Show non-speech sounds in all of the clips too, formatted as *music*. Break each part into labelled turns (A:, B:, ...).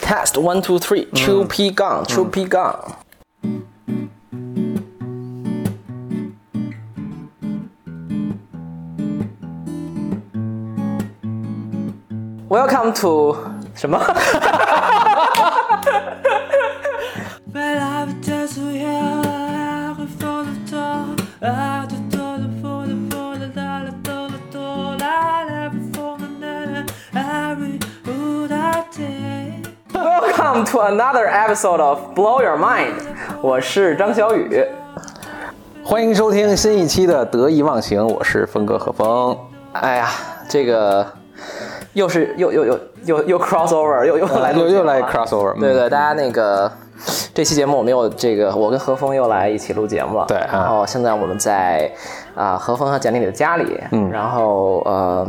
A: test one two three Q
B: Mm.
A: P 杠 Q P 杠。Welcome to *laughs* 什么？
C: Well, I've danced with you, I've for the door, I've the door, the for the for the la la door, the door, la la for the la la, every who that day.
A: Welcome to another episode of Blow Your Mind，我是张小雨。
B: 欢迎收听新一期的得意忘形，我是峰哥何峰。
A: 哎呀，这个又是又又又又又 crossover，又呃又来录
B: 又
A: 节目
B: 又来
A: 了
B: crossover，嗯
A: 对对，大家那个这期节目我们又这个我跟何峰又来一起录节目了。
B: 对啊
A: 然后现在我们在啊、何峰和简历里的家里，嗯，然后呃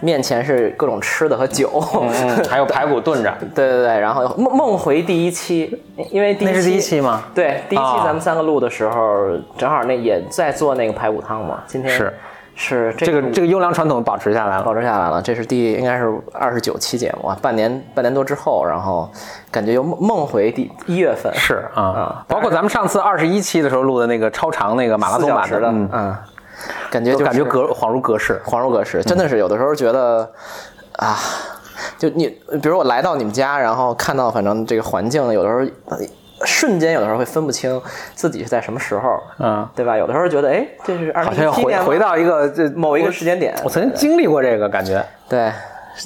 A: 面前是各种吃的和酒。
B: 嗯， *laughs* 还有排骨炖着，
A: *laughs* 对对对，然后梦梦回第一期，因为第一
B: 那是第一期吗？
A: 对，第一期
B: 啊
A: 咱们三个录的时候，正好那也在做那个排骨汤嘛。今天
B: 是
A: 是这
B: 这个这个优良传统保持下来了。
A: 保持下来了，这是第应该是二十九期节目，啊，半年半年多之后，然后感觉又梦梦回第一月份，
B: 是啊
A: 啊，
B: 包括咱们上次二十一期的时候录的那个超长那个马拉
A: 四
B: 松
A: 小
B: 版
A: 时的，
B: 嗯，
A: 嗯，感觉
B: 就
A: 就
B: 感
A: 是
B: 觉格恍如隔世。
A: 恍如隔世，真的是有的时候觉得啊。就你，比如我来到你们家，然后看到反正这个环境，有的时候瞬间有的时候会分不清自己是在什么时候，
B: 嗯，
A: 对吧？有的时候觉得，哎，这是二
B: 好
A: 十
B: 像又
A: 一
B: 回回到一个这
A: 某一个时间点
B: 我我曾经经历过这个感觉。
A: 对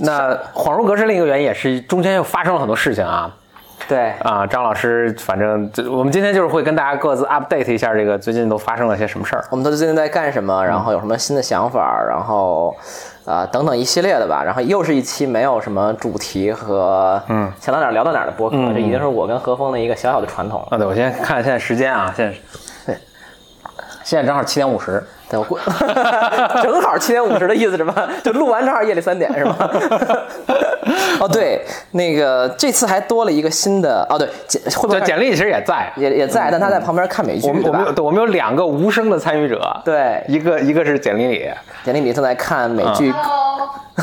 B: 那恍如隔世另一个原因也是中间又发生了很多事情啊
A: 对，
B: 啊！张老师，反正这我们今天就是会跟大家各自 update 一下这个最近都发生了些什么事儿。
A: 我们都最近在干什
B: 嗯
A: 么，然后有什么新的想法，然后啊、呃等等一系列的吧。然后又是一期没有什么主题和嗯想到哪儿聊到哪儿的播客，
B: 嗯
A: 这已经是我跟何峰的一个小小的传统了。
B: 啊，对，我先看看现在时间啊，现在是
A: 对，
B: 现在正好七点五十。
A: 对，
B: *laughs*
A: 我过 *laughs* 正好七点五十的意思是什么？就录完正好夜里三点是吗？ *laughs* 哦，对，那个这次还多了一个新的哦，对，简会不
B: 对
A: 会，
B: 简历其实也在，
A: 也也在，但他在旁边看美剧，
B: 嗯我们
A: 对
B: 我们有
A: 吧？
B: 对我们有两个无声的参与者，，
A: 对，
B: 一个一个是简历里，
A: 简历里正在看美剧，
B: 啊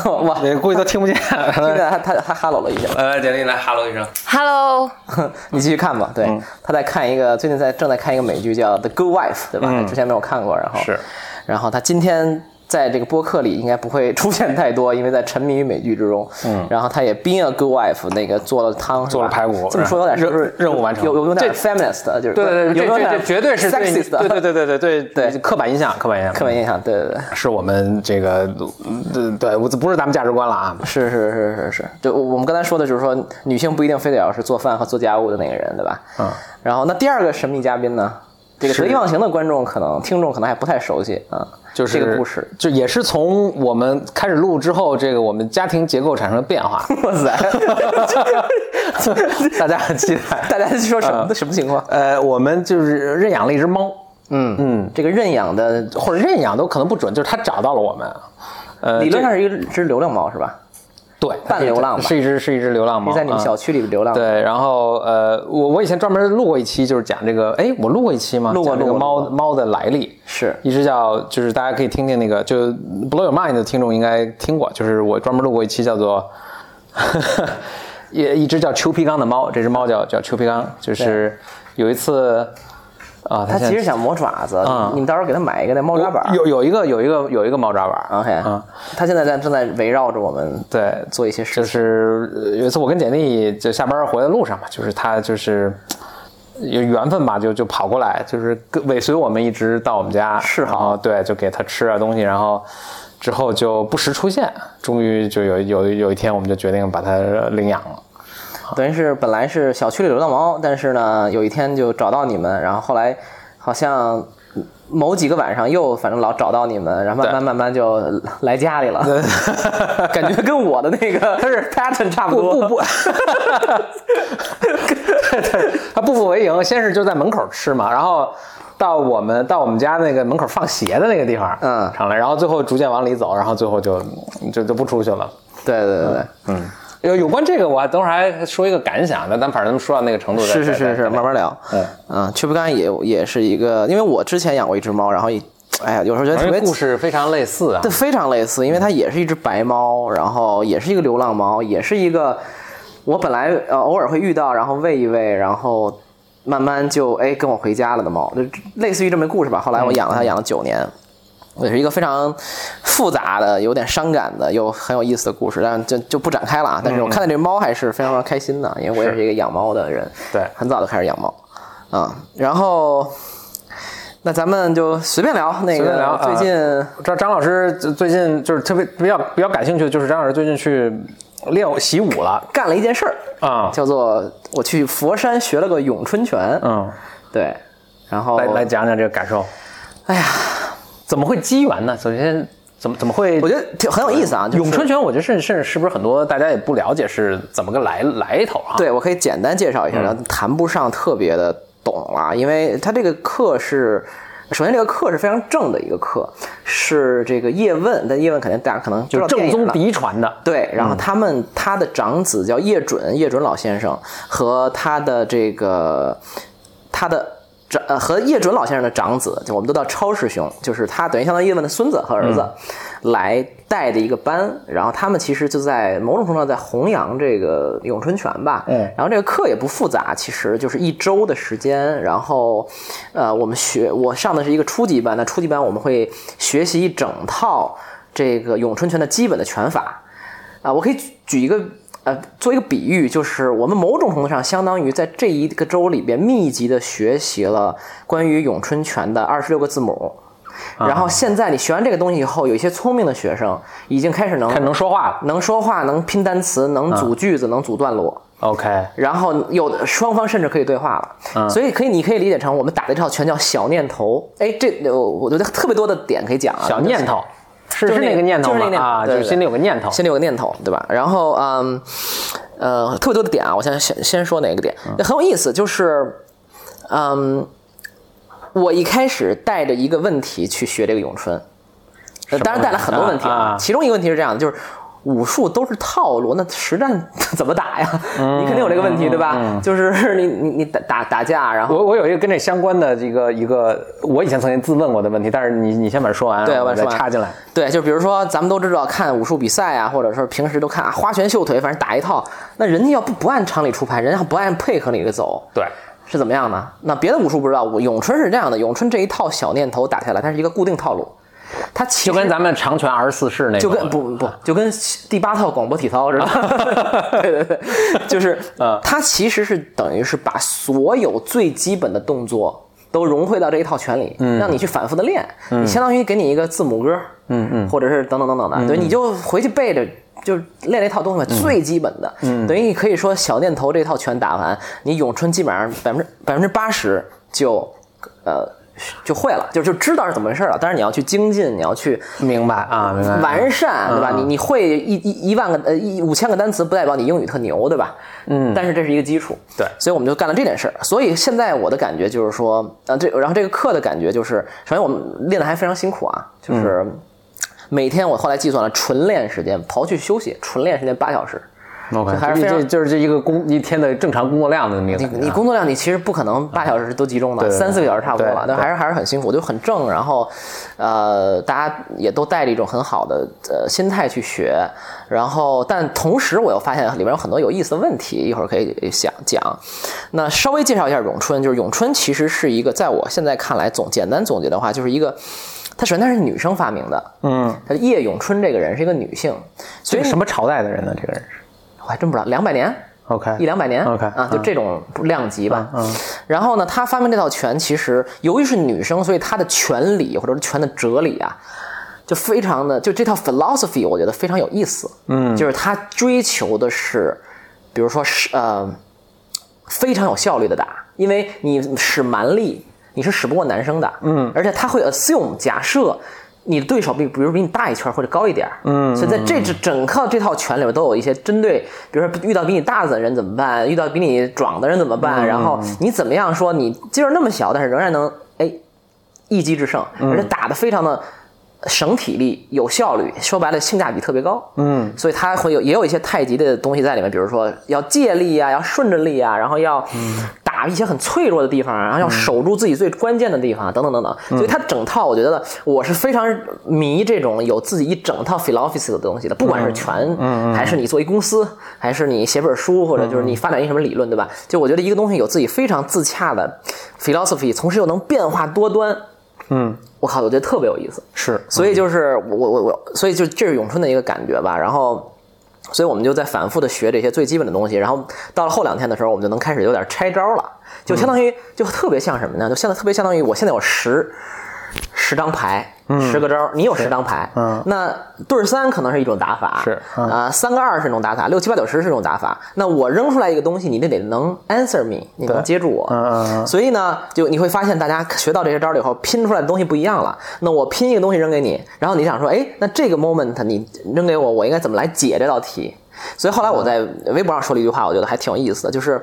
A: *laughs* 哇，
B: 那估计都 *laughs* 听不见。
A: 现在他他他哈喽了一下。
B: 呃，简历来哈喽一声。
D: Hello，
A: *laughs* 你继续看吧。对，
B: 嗯
A: 他在看一个最近在正在看一个美剧叫《The Good Wife》，对吧？
B: 嗯
A: 之前没有看过，然后
B: 是，
A: 然后他今天。在这个播客里应该不会出现太
B: 嗯
A: 多，因为在沉迷于美剧之中。嗯，然后他也 being a good wife，那个做了汤，是吧
B: 做了排骨嗯
A: 这么说有点是不是
B: 任任务完成
A: 有有有点
B: 这
A: feminist，的就是
B: 对对
A: 有
B: 对，这
A: 有
B: 这
A: 点
B: 这绝对是对
A: sexist 的，
B: 对对对对对对
A: 对
B: 刻板印象，刻板印象，
A: 刻板印象，对对对。
B: 是我们这个对对，我不是咱们价值观了啊。
A: 是是是是是，就我我们刚才说的就是说，女性不一定非得要是做饭和做家务的那个人，对吧？
B: 嗯。
A: 然后那第二个神秘嘉宾呢？这个
B: 是
A: 得意忘形的观众可能听众可能还不太熟悉啊，嗯
B: 就是
A: 这个故事。，
B: 就也是从我们开始录之后，这个我们家庭结构产生了变化，
A: 哇塞，
B: *laughs* 大家很期待。
A: 大家说什么、什么情况？
B: 呃，我们就是认养了一只猫，
A: 嗯嗯，这个认养的
B: 或者认养都可能不准，就是它找到了我们。呃，
A: 理论上
B: 这
A: 是一只流浪猫是吧？
B: 对
A: 半流浪吧
B: 是一只是一只流浪猫，啊
A: 在你们小
B: 区。
A: 区里流浪。
B: 哦对，然后呃，我我以前专门录过一期，就是讲这个，哎，我录过一期吗？
A: 录过
B: 讲这个
A: 录过录
B: 猫猫的来历。
A: 是
B: 一只叫就是大家可以听听那个，就 Blow Your Mind 的听众应该听过，就是我专门录过一期叫做， *laughs* 一一只叫丘皮刚的猫，这只猫叫叫丘皮刚，就是有一次啊，
A: 它
B: 它现
A: 其
B: 在
A: 实想磨爪子，
B: 嗯
A: 你们到时候给它买一个那猫抓板。
B: 有有一个有一个有一个猫抓板
A: OK，
B: 嗯
A: 它现在在正在围绕着我们
B: 对，
A: 做一些事情。
B: 就是呃有一次我跟简历就下班回来路上嘛，就是他就是呃有缘分吧，就就跑过来，就是跟尾随我们一直到我们家
A: 示好
B: 然后对，就给他吃点东西，然后之后就不时出现，终于就有有有一天我们就决定把它领养了。
A: 等于是本来是小区里流浪猫，但是呢，有一天就找到你们，然后后来好像某几个晚上又反正老找到你们，然后慢慢
B: 对
A: 慢慢就来家 *laughs* 里了，感觉跟我的那个它 *laughs* 是 pattern 差不多。
B: 不不， *laughs* 他步步为营，先是就在门口吃嘛，然后到我们到我们家那个门口放鞋的那个地方，
A: 嗯
B: 上来，然后最后逐渐往里走，然后最后就就就不出去了。
A: 对对对对，嗯，
B: 有有关这个，我等会儿还说一个感想，那咱反正说到那个程度
A: 嗯
B: 再，
A: 是是
B: 再
A: 是是，慢。慢聊。
B: 嗯
A: 嗯，去不干也也是一个，因为我之前养过一只猫，然后也，哎呀，有时候觉得
B: 反
A: 特别
B: 正故事非常类似啊
A: 对，，非常类似，因为它也是一只白猫，然后也是一个流浪猫，也是一个我本来呃偶尔会遇到，然后喂一喂，然后慢慢就哎跟我回家了的猫，就类似于这么一个故事吧。后
E: 嗯
A: 来我养了它，养了九年。也是一个非常复杂的、有点伤感的又很有意思的故事，但就就不展开了啊。但
E: 嗯
A: 是我看到这猫还是非常非常开心的，因为我也是一个养猫的人，
E: 对
A: 很早就开始养猫啊、然后，那咱们就随便聊那
E: 随便
A: 个
E: 聊啊
A: 最近、
E: 我知道张老师最近就是特别比较比较感兴趣的，就是张老师最近去练习武了
A: 干了一件事儿，
E: 啊，
A: 叫做我去佛山学了个咏春拳，
E: 嗯，
A: 对，然后
E: 来来讲讲这个感受。
A: 哎呀，
E: 怎么会机缘呢？首先怎么怎么会？
A: 我觉得挺很有意思啊，就是
E: 咏春拳，我觉得甚甚至是不是很多大家也不了解是怎么个来来头啊？，
A: 对，我可以简单介
E: 嗯
A: 绍一下，然后谈不上特别的懂啦，因为他这个课是，首先这个课是非常正的一个课，是这个叶问，但叶问肯定大家可能知
E: 就
A: 道
E: 是正
A: 电影
E: 宗
A: 了。
E: 嫡传的。
A: 对，然后他们、他的长子叫叶准，叶准老先生和他的这个他的长呃和叶准老先生的长子，就我们都叫超师兄，就是他等于相当于叶问的孙子和儿子，来带的一个班。然后他们其实就在某种程度上在弘扬这个咏春拳吧。
E: 嗯
A: 然后这个课也不复杂，其实就是一周的时间。然后呃，我们学我上的是一个初级班，那初级班我们会学习一整套。这个咏春拳的基本的拳法，啊，我可以举举一个呃，做一个比喻，就是我们某种程度上相当于在这一个周里边密集的学习了关于咏春拳的二十六个字母。
E: 啊
A: 然后现在你学完这个东西以后，有一些聪明的学生已经开始能
E: 开始能说啊话了
A: 能说话、能拼单词、能组句子、能组段落，
E: ，OK，
A: 然后有的双方甚至可以对话了。
E: 嗯
A: 所以可以，你可以理解成我们打的这套拳叫小念头。哎，这我我觉得特别多的点可以讲啊。
E: 小念头，是
A: 就是是那
E: 那个念头
A: 就是那
E: 吗
A: 个念头
E: 啊，就
A: 对
E: 是
A: 对
E: 心里有个念头。
A: 心里有个念头，对吧？然后嗯，呃，特别多的点啊，我先先先说哪个点，
E: 嗯
A: 那很有意思，就是嗯，我一开始带着一个问题去学这个咏春，呃当然带了很多问题
E: 啊啊
A: 其中一个问题是这样的，就是。武术都是套路，那实战 *laughs* 怎么打呀？
E: 嗯
A: 你肯定有这个问题，对吧？就是你你你打打打架，然后
E: 我我有一个跟这相关的一个一个，我以前曾经自问过的问题，但是你你先把它说完，
A: 对
E: 我
A: 我把它
E: 再
A: 说完
E: 插进来。
A: 对，就比如说咱们都知道看武术比赛啊，或者说平时都看啊花拳绣腿，反正打一套，那人家要不不按常理出牌，人家要不按配合你的走，
E: 对，
A: 是怎么样呢？那别的武术不知道，我咏春是这样的，咏春这一套小念头打下来，它是一个固定套路，它其实
E: 就跟咱们长拳二十四式那个，
A: 就跟不不就跟第八套广播体 *laughs* 操似的，对对对，就是
E: 嗯
A: 它其实是等于是把所有最基本的动作都融汇到这一套拳里，让你去反复的练，你相当于给你一个字母歌，嗯嗯，嗯或者是等等等等的，对，你就回去背着。就是练这套东西嘛，最基本的，等于你可以说小念头这套拳打完，你咏春基本上百分之百分之八十就，呃，就会了，就就知道是怎么回事了。但是你要去精进，你要去
E: 明白啊，明白。
A: 完善，对吧？
E: 嗯
A: 你你会一一一万个呃一五千个单词，不代表你英语特牛，对吧？嗯，但是这是一个基础，
E: 对
A: 所以我们就干了这件事儿。所以现在我的感觉就是说，啊、这然后这个课的感觉就是，首先我们练的还非常辛苦啊，就是
E: 嗯
A: 每天我后来计算了纯练时间，刨去休息，纯练时间八小时。
E: OK，
A: 还是
E: 这
A: 非常
E: 这就是这一个工一天的正常工作量的那么一个
A: 你
E: 感觉啊。
A: 你工作量你其实不可能八小时都集中
E: 对
A: 的，
E: 对对
A: 三四个小时差不多吧，
E: 对
A: 但
E: 对
A: 还是还是很辛苦，就很正。然后，呃，大家也都带着一种很好的呃心态去学，然后但同时我又发现里面有很多有意思的问题，一会儿可以想讲。那稍微介绍一下咏春，就是咏春其实是一个在我现在看来总简单总结的话，就是一个。它首先它是女生发明的，嗯，它叶咏春这个人是一个女性，所
E: 这
A: 以
E: 个什么朝代的人呢？这个人是
A: 我还真不知道两百年，
E: OK
A: 一两百年
E: OK 嗯
A: 啊，就这种量级吧。
E: 嗯嗯
A: 然后呢，她发明这套拳，其实由于是女生，所以她的拳理或者是拳的哲理啊，就非常的就这套 philosophy，我觉得非常有意思。嗯，就是她追求的是，比如说是呃，非常有效率的打，因为你使蛮力，你是使不过男生的。嗯，而且他会 assume 假设你的对手比，比如比你大一圈或者高一点。嗯，所以在这整整个这套拳里边都有一些针对，比如说遇到比你大的人怎么办，遇到比你壮的人怎么办，然后你怎么样说你劲儿那么小，但是仍然能哎一击制胜，而且打得非常的省体力、有效率，说白了性价比特别高。嗯，所以它会有也有一些太极的东西在里面，比如说要借力啊，要顺着力啊，然后要打打一些很脆弱的地方，然后要守住自己最关键的地方，等等等等。所以它整套，我觉得我是非常迷这种有自己一整套 philosophy 的东西的，不管是拳，还是你做一公司，还是你写本书，或者就是你发展一什么理论，对吧？就我觉得一个东西有自己非常自洽的 philosophy，同时又能变化多端。
B: 嗯，
A: 我靠，我觉得特别有意思。
B: 是，嗯
A: 所以就是我我我我，所以就这是咏春的一个感觉吧。然后，所以我们就在反复的学这些最基本的东西。然后到了后两天的时候，我们就能开始有点拆招了，就相
B: 嗯
A: 当于就特别像什么呢？就现在特别相当于我现在有十十张牌。十个招，你有十张牌，
B: 嗯
A: 那对儿三可能是一种打法，
B: 是
A: 啊、
B: 嗯
A: 三个二是一种打法，六七八九十是一种打法。那我扔出来一个东西，你得得能 answer me，你能接住我，
B: 嗯嗯嗯
A: 所以呢，就你会发现大家学到这些招儿了以后，拼出来的东西不一样了。那我拼一个东西扔给你，然后你想说，哎，那这个 moment 你扔给我，我应该怎么来解这道题？所以后来我在微博上说了一句话，我觉得还挺有意思的，就是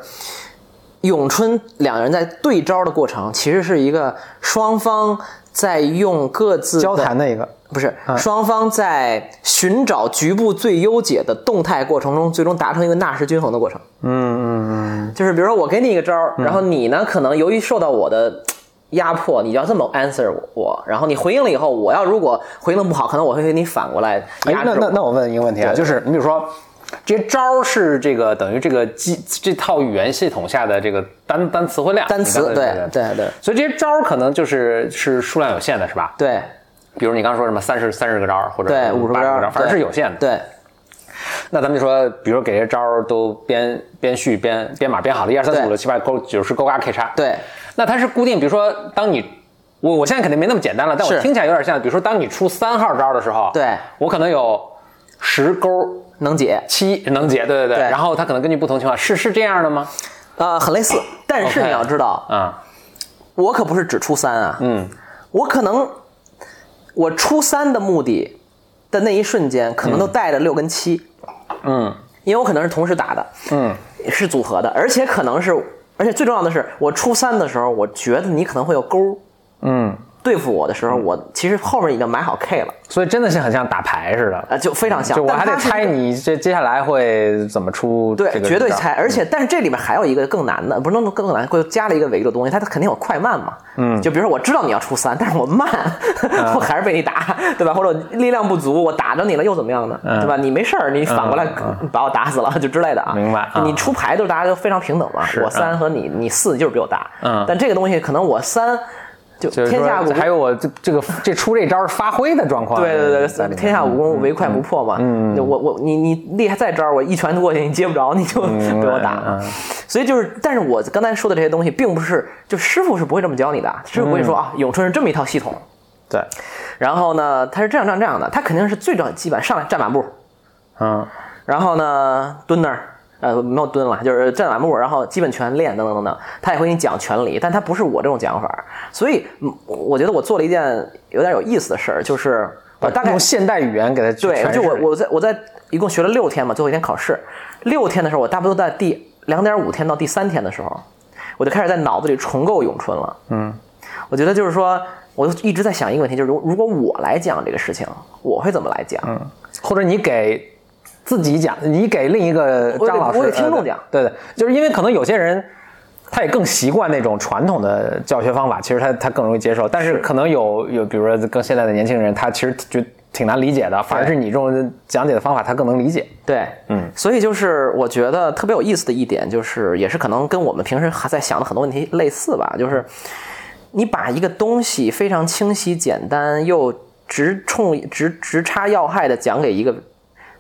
A: 咏春两人在对招的过程，其实是一个双方在用各自的
B: 交谈的一个，
A: 不是，
B: 嗯
A: 双方在寻找局部最优解的动态过程中，最终达成一个纳什均衡的过程。
B: 嗯嗯嗯
A: 就是比如说我给你一个招儿，然后你呢可能由于受到我的嘖压迫，你就要这么 answer 我，然后你回应了以后，我要如果回应的不好，可能我会给你反过来
B: 嗯，哎
A: 压，制
B: 那
A: 我。
B: 那那我问一个问题啊，
A: 对
B: 就是你比如说。这些招儿是这个等于这个机这套语言系统下的这个单单词汇量，
A: 单词，
B: 你刚才
A: 对
B: 说的
A: 对对
B: 所以这些招儿可能就是是数量有限的，是吧？
A: 对
B: 比如你刚刚说什么三十三十个招儿或者
A: 对，五十
B: 八
A: 个
B: 十
A: 招
B: 个招儿，
A: 儿，
B: 反正是有限的。
A: 对
B: 那咱们就说，比如给这些招儿都编编序编编码编好了，一二三四五六七八勾九十勾嘎 K 叉。
A: 对
B: 那它是固定，比如说当你我我现在肯定没那么简单了，但我
A: 是
B: 听起来有点像，比如说当你出三号招的时候，
A: 对
B: 我可能有十勾
A: 能解，
B: 七能解，对对对，
A: 对
B: 然后它可能根据不同情况是是这样的吗？
A: 呃，很类似，但是
B: OK
A: 你要知道，
B: 啊、
A: 我可不是只出三啊，
B: 嗯，
A: 我可能我出三的目的的那一瞬间，可能都带着六跟七，
B: 嗯
A: 因为我可能是同时打的，
B: 嗯
A: 是组合的，而且可能是，而且最重要的是，我初三的时候，我觉得你可能会有勾
B: 嗯，
A: 对付我的时候，我其实后面已经买好 K 了，
B: 所以真的是很像打牌似的，
A: 呃，就非常像。
B: 就我
A: 但
B: 还得
A: 它是一个
B: 猜你这接下来会怎么出
A: 对
B: 这，个嗯
A: 绝对
B: 招儿
A: 猜。而且，但是这里面还有一个更难的，不是能更难，会加了一个维度的东西，它肯定有快慢嘛。嗯，就比如说我知道你要出三，但是我慢，*laughs*
B: 嗯
A: 我还是被你打，对吧？或者我力量不足，我打着你了又怎么样呢？
B: 嗯
A: 对吧？你没事儿，你反过来把我打死了就之类的啊。
B: 明白啊
A: 你出牌就是大家都非常平等嘛，我三和你，你四就是比我大。
B: 嗯
A: 但这个东西可能我三就
B: 就是
A: 天下
B: 说
A: 无
B: 还有我这这个这出这招儿发挥的状况。
A: 对啊对
B: 在
A: 对，
B: 里面
A: 天下武功唯快不破嘛。嗯，我我你你厉害再招，我一拳过去你接不着，你就 *laughs* 被我打。
B: 嗯
A: 所以就是，但是我刚才说的这些东西，并不是就师傅是不会这么教你的，师傅不会说、啊，咏春是这么一套系统，
B: 对，
A: 然后呢，他是这样这样这样的，他肯定是最基本上来站马步，
B: 嗯
A: 然后呢蹲那儿。呃，没有蹲了，就是站马步，然后基本拳练等等等等，他也会给你讲拳理，但他不是我这种讲法，所以嗯我觉得我做了一件有点有意思的事儿，就是我大概
B: 用现代语言给它去
A: 对，
B: 诠
A: 就
B: 释
A: 我我在我在一共学了六天嘛，最后一天考试，六天的时候，我差不多在第两点五天到第三天的时候，我就开始在脑子里重构咏春了。嗯，我觉得就是说，我就一直在想一个问题，就是如如果我来讲这个事情，我会怎么来讲？
B: 或者你给自己讲，你给另一个
A: 我给
B: 张老师
A: 我给听众
B: 呃
A: 讲
B: 对对，就是因为可能有些人。他也更习惯那种传统的教学方法，其实他他更容易接受。但是可能有有，比如说更现在的年轻人，他其实觉挺难理解的，反而是你这种讲解的方法，他更能理解。
A: 对，
B: 嗯，
A: 所以就是我觉得特别有意思的一点，就是也是可能跟我们平时还在想的很多问题类似吧，就是你把一个东西非常清晰、简单又直冲直直插要害的讲给一个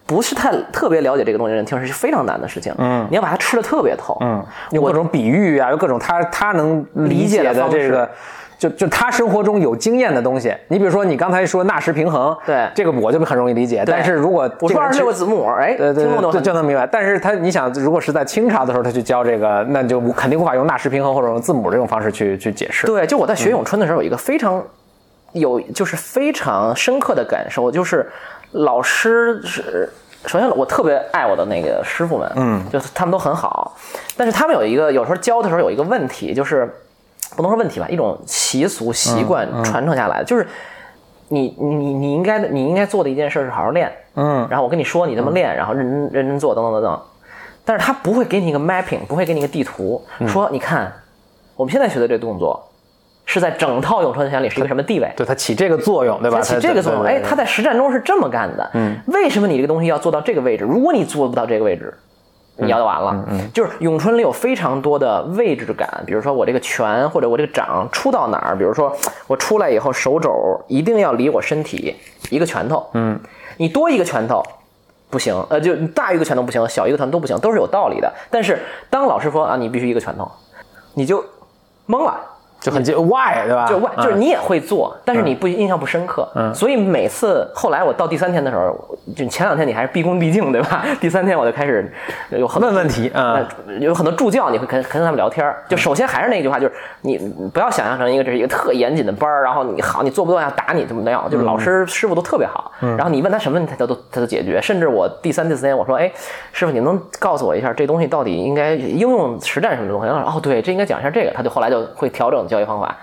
A: 不是太特别了解这个东西的人听是非常难的事情，嗯，你要把它吃的特别透，嗯，
B: 有各种比喻啊，有各种他他能理解的这
A: 理解的
B: 个
A: 方，
B: 就就他生活中有经验的东西。你比如说你刚才说纳什平衡，
A: 对
B: 这个我就很容易理解。但是如果
A: 我说
B: 这个
A: 二
B: 人
A: 十
B: 去
A: 六个字母，哎，
B: 对对
A: 听
B: 对，
A: 懂
B: 就
A: 的
B: 就能明白。但是他，你想，如果是在清朝的时候，他去教这个，那就肯定无法用纳什平衡或者用字母这种方式去去解释。
A: 对，就我在学咏春的时候，有一个非常有就是非常深刻的感受，就是老师是。首先，我特别爱我的那个师傅们，嗯，就是他们都很好，但是他们有一个有时候教的时候有一个问题，就是不能说问题吧，一种习俗习惯传承下来的，就是你你你你应该你应该做的一件事是好好练，
B: 嗯，
A: 然后我跟你说你这么练，然后认
B: 嗯
A: 真认真做，等等等等。但是他不会给你一个 mapping，不会给你一个地图，说你看我们现在学的这动作是在整套咏春拳里是一个什么地位？
E: 对它起这个作用，对吧？
A: 它起这个作用，
E: 对
A: 哎，
E: 对对
A: 它在实战中是这么干的。嗯，为什么你这个东西要做到这个位置？如果你做不到这个位置，你要完了。嗯，就是咏春里有非常多的位置感，比如说我这个拳或者我这个掌出到哪儿，比如说我出来以后手肘一定要离我身体一个拳头。嗯，你多一个拳头。不行，呃，就大一个拳头不行，小一个拳头都不行，都是有道理的。但是当老师说啊，你必须一个拳头，你就懵了，
E: 就很近 why 对吧？
A: 就外
E: 嗯
A: 就是你也会做，但是你不印象不深刻。嗯，所以每次后来我到第三天的时候，就前两天你还是毕恭毕敬，对吧？第三天我就开始有很多
E: 问问题啊，嗯
A: 呃有很多助教，你会跟跟他们聊天儿。就首先还是那句话，就是你不要想象成一个这是一个特严谨的班儿，然后你好，你做不到要打你怎么那样，就是
E: 嗯
A: 老师师傅都特别好。然后你问他什么问题，他都他都解决。甚至我第三、第四天我说，哎，师傅，你能告诉我一下这东西到底应该应用实战什么东西？他说，哦，对，这应该讲一下这个。他就后来就会调整教学方法。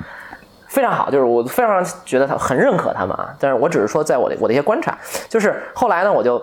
A: 非常好，就是我非常觉得他很认可他们啊，但是我只是说在我的我的一些观察，就是后来呢，我就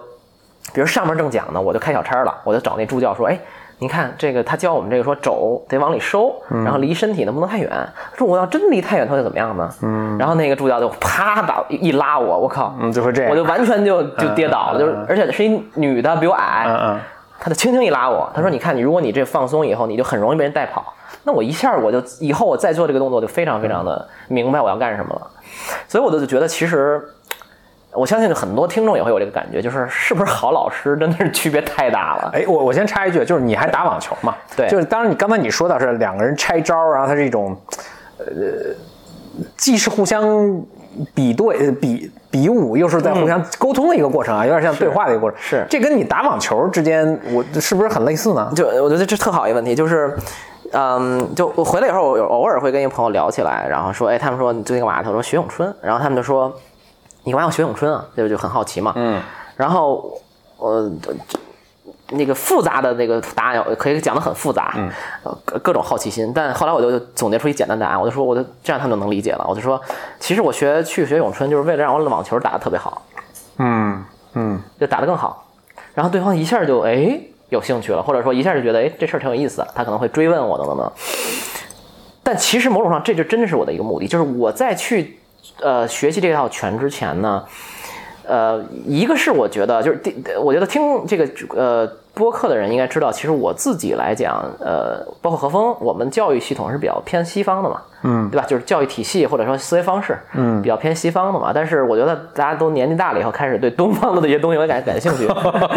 A: 比如上面正讲呢，我就开小差了，我就找那助教说，哎，你看这个他教我们这个说肘得往里收，
E: 嗯
A: 然后离身体呢不能太远。说我要真离太远，他会怎么样呢？嗯，然后那个助教就啪把一拉我，我靠，
E: 嗯，就会这样，
A: 我就完全就就跌倒了，就是而且是一女的比我矮，
E: 嗯嗯，
A: 他就轻轻一拉我，他说：“你看，你如果你这放松以后，你就很容易被人带跑。那我一下我就以后我再做这个动作，我就非常非常的明白我要干什么了。所以我就觉得，其实我相信很多听众也会有这个感觉，就是是不是好老师真的是区别太大了。
E: 哎，我我先插一句，就是你还打网球嘛？
A: 对
E: 就是当然你刚才你说到是两个人拆招，然后它是一种，呃，既是互相比对、呃比比武，又是在互相沟通的一个过程啊，有点像对话的一个过程。
A: 嗯是
E: 这跟你打网球之间，我是不是很类似呢？
A: 就我觉得这特好一个问题，就是，嗯，就我回来以后，我有偶尔会跟一个朋友聊起来，然后说，哎，他们说你最近干嘛去？我说学咏春，然后他们就说，你干嘛要学咏春啊？就就很好奇嘛。嗯。然后我、呃那个复杂的那个答案我可以讲的很复杂，嗯，各各种好奇心。但后来我就总结出一简单答案，我就说，我就这样他们就能理解了。我就说，其实我学去学咏春，就是为了让我网球打得特别好。
E: 嗯嗯，
A: 就打得更好。然后对方一下就哎有兴趣了，或者说一下就觉得哎这事儿挺有意思的，他可能会追问我等等等。但其实某种上这就真的是我的一个目的，就是我在去呃学习这套拳之前呢，呃，一个是我觉得就是第，我觉得听这个呃播客的人应该知道，其实我自己来讲，呃，包括何峰，我们教育系统是比较偏西方的嘛，嗯，对吧？就是教育体系或者说思维方式，嗯，比较偏西方的嘛。但是我觉得大家都年纪大了以后，开始对东方的这些东西我感感兴趣， *laughs*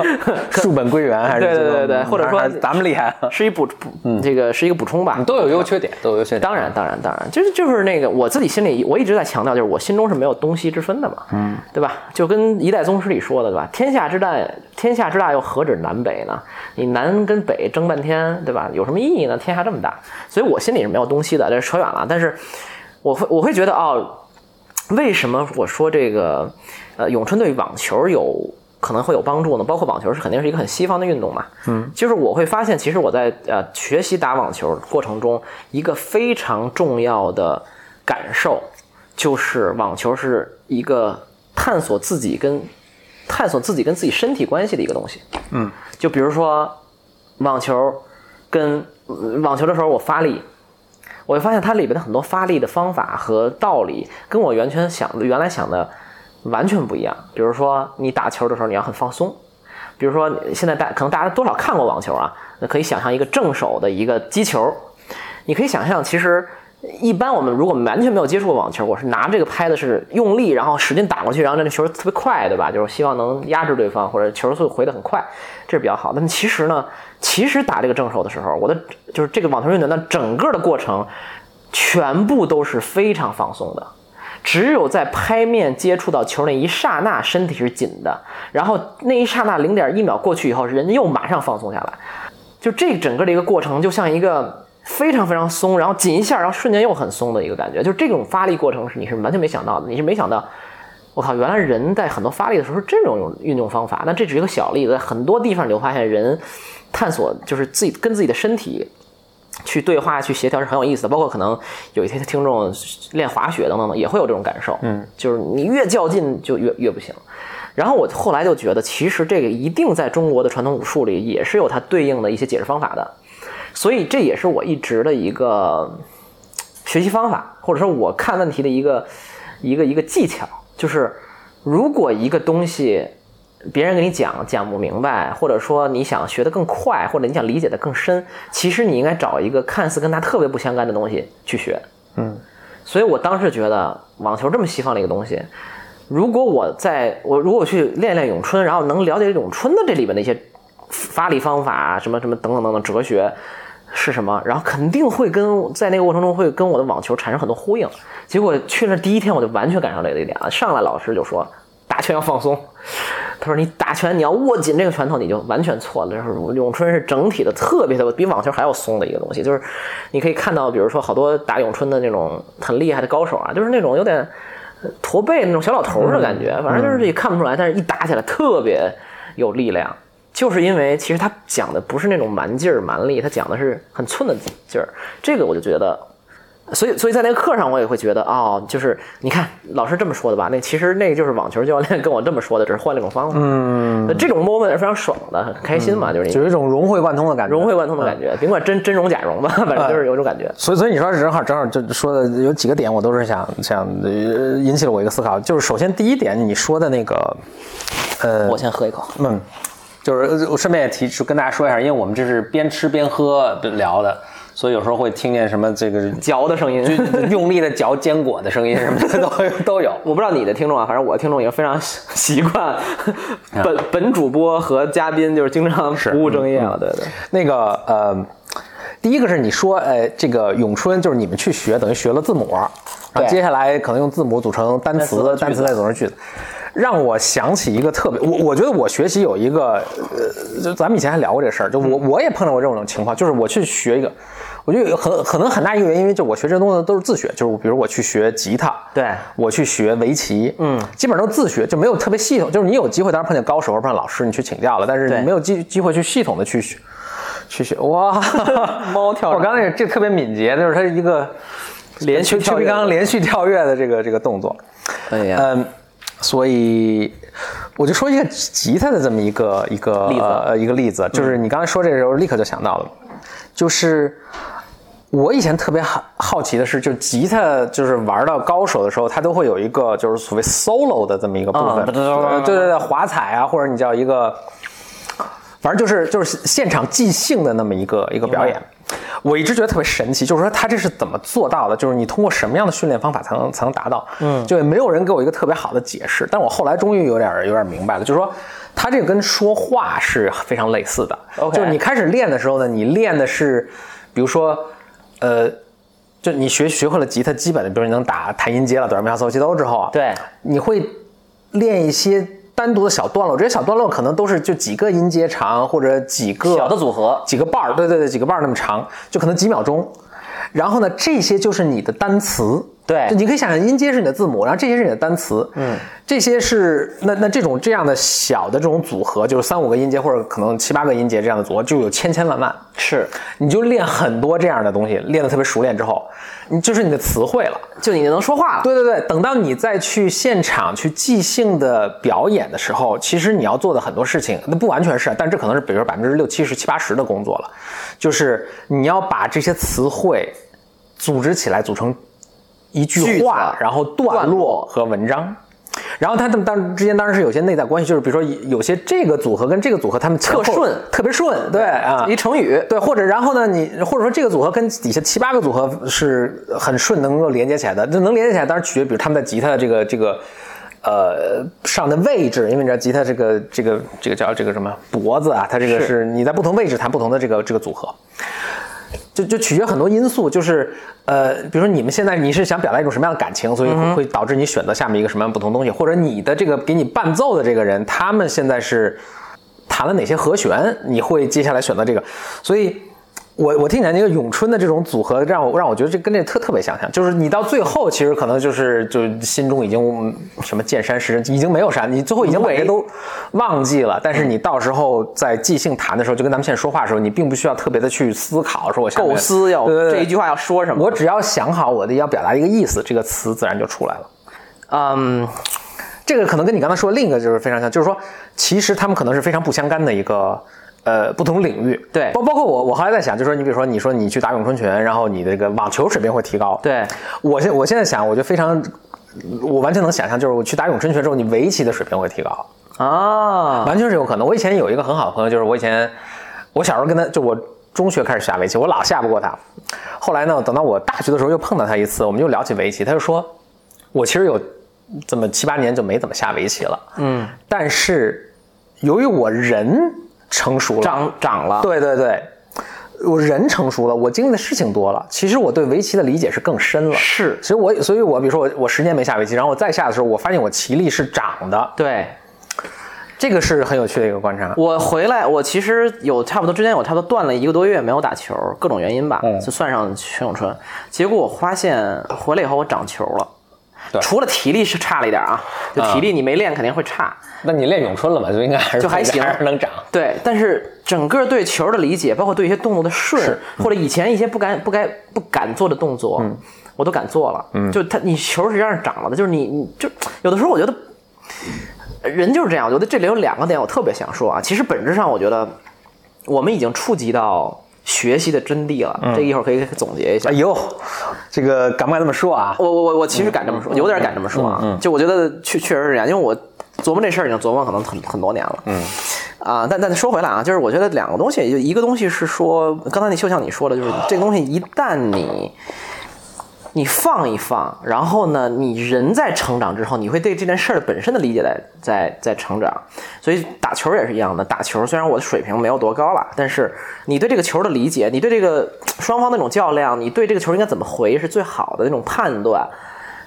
E: 树本归元还是
A: 对对对对对
E: 嗯
A: 或者说
E: 还是咱们厉害，
A: 是一补补，这个是一个补充吧，
B: 都有优缺点，都有优缺点。
A: 当然，当然，当然，就是就是那个我自己心里，我一直在强调，就是我心中是没有东西之分的嘛，嗯，对吧？就跟一代宗师里说的，对吧？天下之大，天下之大又何止南北呢？你南跟北争半天，对吧？有什么意义呢？天下这么大，所以我心里是没有东西的。这扯远了，但是我会我会觉得哦，为什么我说这个呃咏春对网球有可能会有帮助呢？包括网球是肯定是一个很西方的运动嘛，嗯，就是我会发现，其实我在呃学习打网球过程中，一个非常重要的感受就是网球是一个探索自己跟探索自己跟自己身体关系的一个东西，嗯，就比如说网球跟呃网球的时候我发力，我就发现它里边的很多发力的方法和道理，跟我原先想的原来想的完全不一样。比如说，你打球的时候你要很放松，比如说现在大可能大家多少看过网球啊，那可以想象一个正手的一个击球，你可以想象其实。一般我们如果完全没有接触过网球，我是拿这个拍的是用力，然后使劲打过去，然后这个球特别快，对吧？就是希望能压制对方，或者球速回得很快，这是比较好。但其实呢，其实打这个正手的时候，我的就是这个网球运动员的整个的过程，全部都是非常放松的，只有在拍面接触到球那一刹那，身体是紧的，然后那一刹那零点一秒过去以后，人又马上放松下来。就这整个的一个过程，就像一个非常非常松，然后紧一下，然后瞬间又很松的一个感觉。就是这种发力过程是你是完全没想到的，你是没想到，我靠，原来人在很多发力的时候是这种运用方法。那这只是一个小例子，在很多地方你会发现人探索就是自己跟自己的身体去对话、去协调是很有意思的。包括可能有一些听众练滑雪等等的，也会有这种感受。嗯，就是你越较劲就越越不行。然后我后来就觉得，其实这个一定在中国的传统武术里也是有它对应的一些解释方法的，所以这也是我一直的一个学习方法，或者说我看问题的一个一个一个技巧，就是如果一个东西别人给你讲讲不明白，或者说你想学得更快，或者你想理解得更深，其实你应该找一个看似跟它特别不相干的东西去学。
B: 嗯，
A: 所以我当时觉得网球这么西方的一个东西，如果我在我如果我去练练咏春，然后能了解咏春的这里面的一些发力方法，啊什么什么等等等等哲学是什么，然后肯定会跟在那个过程中会跟我的网球产生很多呼应。结果去那第一天我就完全感受到这一点啊，上来老师就说打拳要放松，他说你打拳你要握紧这个拳头，你就完全错了。就是咏春是整体的特别特别比网球还要松的一个东西，就是你可以看到，比如说好多打咏春的那种很厉害的高手啊，就是那种有点呃驼背那种小老头儿的感觉，反正就是也看不出来，但是一打起来特别有力量。就是因为其实他讲的不是那种蛮劲儿、蛮力，他讲的是很寸的劲儿。这个我就觉得所以，所以在那个课上，我也会觉得，哦，就是你看老师这么说的吧，那其实那个就是网球教练跟我这么说的，只是换了一种方法。嗯，这种 moment 是非常爽的，很开心嘛，就是
B: 就
A: 你
B: 有一种融会贯通的感觉。
A: 融会贯通的感
B: 嗯
A: 觉，甭管真真融假融吧，反正就是有一种感觉。
B: 所以，所以你说正好正好这说的有几个点，我都是想想呃引起了我一个思考，就是首先第一点，你说的那个，呃，
A: 我先喝一口，
B: 嗯，就是呃我顺便也提出跟大家说一下，因为我们这是边吃边喝聊的，所以有时候会听见什么这个
A: 嚼的声音。 *laughs*
B: 用力的嚼坚果的声音什么的都有都有。
A: 我不知道你的听众啊，反正我的听众也非常习习惯
B: 嗯
A: 本本主播和嘉宾就是经常不务正业啊
B: 嗯
A: 了，对对。
B: 那个呃，第一个是你说呃，这个咏春就是你们去学，等于学了字母，然
A: 对
B: 后接下来可能用字母组成单
A: 单词和
B: 词
A: 句，子
B: 单词再组成句子。让我想起一个特别，我我觉得我学习有一个，呃，就咱们以前还聊过这事儿，就我
A: 嗯
B: 我也碰到过这种情况，就是我去学一个，我觉得有很可能很大一个原因，因为就我学这东西都是自学，就是比如我去学吉他，
A: 对
B: 我去学围棋，嗯，基本上都自学，就没有特别系统，就是你有机会当然碰见高手或者碰见老师，你去请教了，但是
A: 对
B: 你没有机机会去系统的去学。去学哇， *laughs*
A: 猫跳
B: 我
A: 闸
B: 刚才也这特别敏捷，就是它是一个
A: 连续
B: 邱
A: 跳跃
B: 必刚连续跳跃的这个这个动作，
A: 哎呀，
B: 嗯，所以我就说一个吉他的这么一个一个
A: 例子
B: 呃一个例子，就是你刚才说这个时候立刻就想到了，就是我以前特别好好奇的是，就吉他就是玩到高手的时候，它都会有一个就是所谓 solo 的这么一个部
A: 嗯
B: 分，
A: 对对对对对
B: 呃对对对，华彩啊，或者你叫一个。反正就是就是现场即兴的那么一个一个表演，我一直觉得特别神奇，就是说他这是怎么做到的？就是你通过什么样的训练方法才能才能达到？嗯，就也没有人给我一个特别好的解释。但我后来终于有点有点明白了，就是说他这个跟说话是非常类似的。
A: OK
B: 就是你开始练的时候呢，你练的是，比如说，呃。就你学学会了吉他基本的，比如你能打弹音阶了、哆来咪发嗦拉西哆之后啊，
A: 对
B: 你会练一些单独的小段落，这些小段落可能都是就几个音阶长或者几个
A: 小的组合
B: 几个瓣儿，对对对，几个瓣儿那么长，就可能几秒钟。然后呢，这些就是你的单词，
A: 对
B: 就你可以想象音阶是你的字母，然后这些是你的单词，嗯，这些是那那这种这样的小的这种组合，就是三五个音节或者可能七八个音节这样的组合，就有千千万万，
A: 是，
B: 你就练很多这样的东西，练得特别熟练之后，你就是你的词汇了。
A: 就你能说话了。
B: 对对对，等到你再去现场去即兴的表演的时候，其实你要做的很多事情，那不完全是，但这可能是比如说百分之六七十、七八十的工作了，就是你要把这些词汇组织起来，组成一
A: 句
B: 句
A: 子
B: 话，然后段
A: 段
B: 落
A: 落
B: 和文章。然后他们当之间当然是有些内在关系，就是比如说有些这个组合跟这个组合他们前后
A: 特顺
B: 特别顺，对啊，
A: 一成语，
B: 对，或者然后呢，你或者说这个组合跟底下七八个组合是很顺能够连接起来的，这能连接起来，当然取决于比如他们的吉他的这个这个。呃，上的位置，因为你知道吉他这个这个这个叫这个什么脖子啊，它这个
A: 是
B: 是你在不同位置弹不同的这个这个组合，就就取决很多因素，就是呃，比如说你们现在你是想表达一种什么样的感情，所以会会导致你选择下面一个什么样不同的东西，或者你的这个给你伴奏的这个人，他们现在是弹了哪些和弦，你会接下来选择这个。所以我我听起来那个咏春的这种组合，让我让我觉得这跟这特特别相像，就是你到最后其实可能就是就心中已经嗯什么见山识人，已经没有山，你最后已经把这都忘记了。但是你到时候在即兴弹的时候，就跟咱们现在说话的时候，你并不需要特别的去思考，说我下面
A: 构思要
B: 对对对
A: 这一句话要说什么。
B: 我只要想好我的要表达一个意思，这个词自然就出来了。
A: 嗯，
B: 这个可能跟你刚才说的另一个就是非常像，就是说，其实他们可能是非常不相干的一个呃不同领域。
A: 对
B: 包包括我，我后来在想，就说你比如说，你说你去打咏春拳，然后你的这个网球水平会提高。
A: 对，
B: 我现我现在想，我就非常。我完全能想象，就是我去打咏春拳之后，你围棋的水平会提高。
A: 啊，
B: 完全是有可能。我以前有一个很好的朋友，就是我以前我小时候跟他，就我中学开始下围棋，我老下不过他。后来呢，等到我大学的时候又碰到他一次，我们又聊起围棋，他就说，我其实有这么七八年就没怎么下围棋了，
A: 嗯，
B: 但是由于我人成熟了，
A: 涨涨了，
B: 对对对，我人成熟了，我经历的事情多了，其实我对围棋的理解是更深了。
A: 是
B: 所以我，所以我比如说我我十年没下围棋，然后我再下的时候，我发现我棋力是涨的，
A: 对，
B: 这个是很有趣的一个观察。
A: 我回来，我其实有差不多之前我差不多断了一个多月没有打球，各种原因吧，就算上全咏春，结果我发现回来以后我长球了。
B: 对
A: 除了体力是差了一点啊，就体力你没练肯定会差，
B: 那你练咏春了吧？就应该还是
A: 就
B: *laughs*
A: 还行
B: 还是能长。
A: 对，但是整个对球的理解，包括对一些动作的顺，或者以前一些不敢、不该、不敢做的动作，我都敢做了。就他，你球实际上是长了的，就是你，你就有的时候我觉得人就是这样。我觉得这里有两个点我特别想说啊，其实本质上我觉得我们已经触及到学习的真谛了，这一会儿可以总结一下
B: 哎。呦，这个敢不敢这么说啊？
A: 我我我我其实敢这么说，有点敢这么说啊。就我觉得确确实是这样，因为我琢磨这事儿已经琢磨可能很很多年了。嗯，啊，但但说回来啊，就是我觉得两个东西，就一个东西是说，刚才你就像你说的，就是这个东西一旦你。你放一放，然后呢，你人在成长之后，你会对这件事儿本身的理解在在在成长。所以打球也是一样的，打球虽然我的水平没有多高了，但是你对这个球的理解，你对这个双方那种较量，你对这个球应该怎么回是最好的那种判断。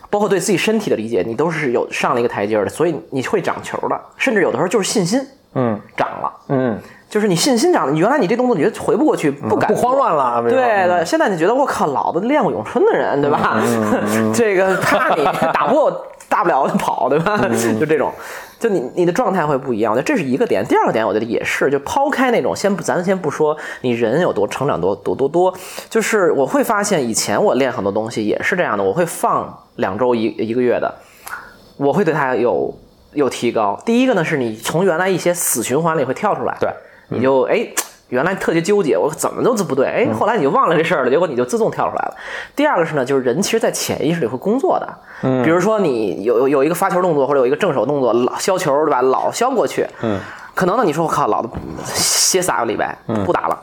A: 包括对自己身体的理解，你都是有上了一个台阶儿的，所以你会长球的，甚至有的时候就是信心，嗯，长了，
B: 嗯，
A: 就是你信心长了，你原来你这动作你就回不过去，不敢
B: 不
A: 做、
B: 慌乱了。比如说
A: 对，对，现在你觉得我靠，老子练过咏春的人，对吧？ *laughs* 这个怕你打不过我，大不了跑，对吧？ *laughs* 就这种，就你你的状态会不一样。我觉得这是一个点。第二个点，我觉得也是，就抛开那种，先不，咱先不说你人有多成长多多多多，就是我会发现，以前我练很多东西也是这样的，我会放两周一一个月的，我会对它有有提高。第一个呢，是你从原来一些死循环里会跳出来，
B: 对，
A: 你就哎。原来特别纠结，我怎么都不对，哎，后来你就忘了这事儿了，结果你就自动跳出来了。第二个是呢，就是人其实，在潜意识里会工作的，嗯，比如说你有有有一个发球动作或者有一个正手动作，老削球对吧，老削过去，嗯，可能呢，你说我靠，老子歇仨个礼拜不打了，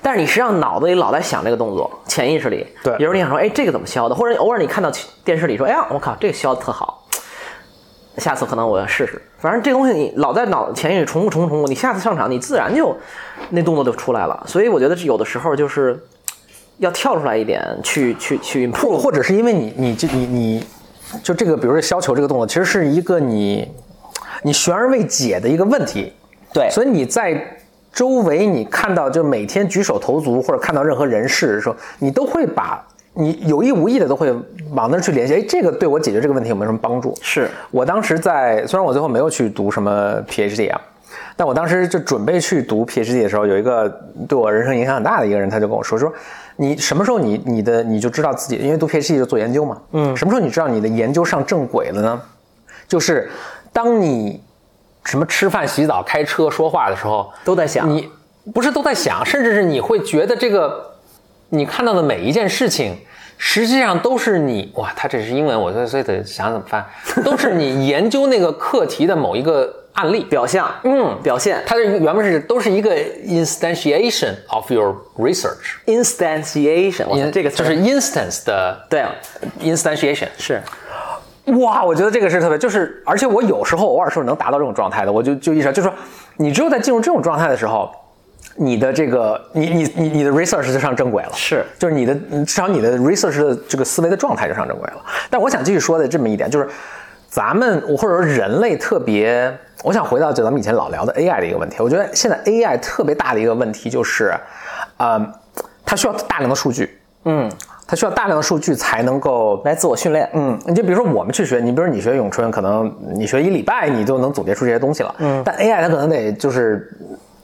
A: 但是你实际上脑子里老在想这个动作，潜意识里，
B: 对
A: 比如你想说，哎，这个怎么削的，或者偶尔你看到电视里说，哎呀，我靠，这个削的特好，下次可能我要试试。反正这东西你老在脑潜意识重复、重复、重复，你下次上场你自然就那动作就出来了。所以我觉得有的时候就是要跳出来一点，去去去
B: 或
A: improve。
B: 或者是因为你你这你你就这个，比如说削球这个动作，其实是一个你你悬而未解的一个问题。
A: 对
B: 所以你在周围你看到，就每天举手投足或者看到任何人事的时候，你都会把你有意无意的都会往那儿去联系，哎，这个对我解决这个问题有没有什么帮助？
A: 是
B: 我当时在，虽然我最后没有去读什么 PhD 啊，但我当时就准备去读 PhD 的时候，有一个对我人生影响很大的一个人，他就跟我说说，你什么时候你你的你就知道自己，因为读 PhD 就做研究嘛，嗯，什么时候你知道你的研究上正轨了呢？就是当你什么吃饭、洗澡、开车、说话的时候，
A: 都在想。
B: 你不是都在想，甚至是你会觉得这个你看到的每一件事情，实际上都是你哇，他这是英文，我所以所以得想怎么翻，都是你研究那个课题的某一个案例
A: 表象，
B: 嗯，
A: 表现
B: 它的原文是都是一个 instantiation of your research，
A: instantiation，我操，这个词
B: 就
A: 儿
B: 是 instance 的
A: 对，啊
B: instantiation。
A: 是
B: 哇，我觉得这个是特别，就是而且我有时候偶尔是能达到这种状态的，我就就意识到，就是说你只有在进入这种状态的时候，你的这个你你你你的 research 就上正轨了，
A: 是
B: 就是你的嗯至少你的 research 的这个思维的状态就上正轨了。但我想继续说的这么一点就是，咱们或者说人类特别，我想回到就咱们以前老聊的 AI 的一个问题，我觉得现在 AI 特别大的一个问题就是，呃，它需要大量的数据，嗯，它需要大量的数据才能够
A: 来自我训练，
B: 嗯，你就比如说我们去学，你比如你学咏春，可能你学一礼拜，你就能总结出这些东西了。嗯，但 AI 它可能得就是。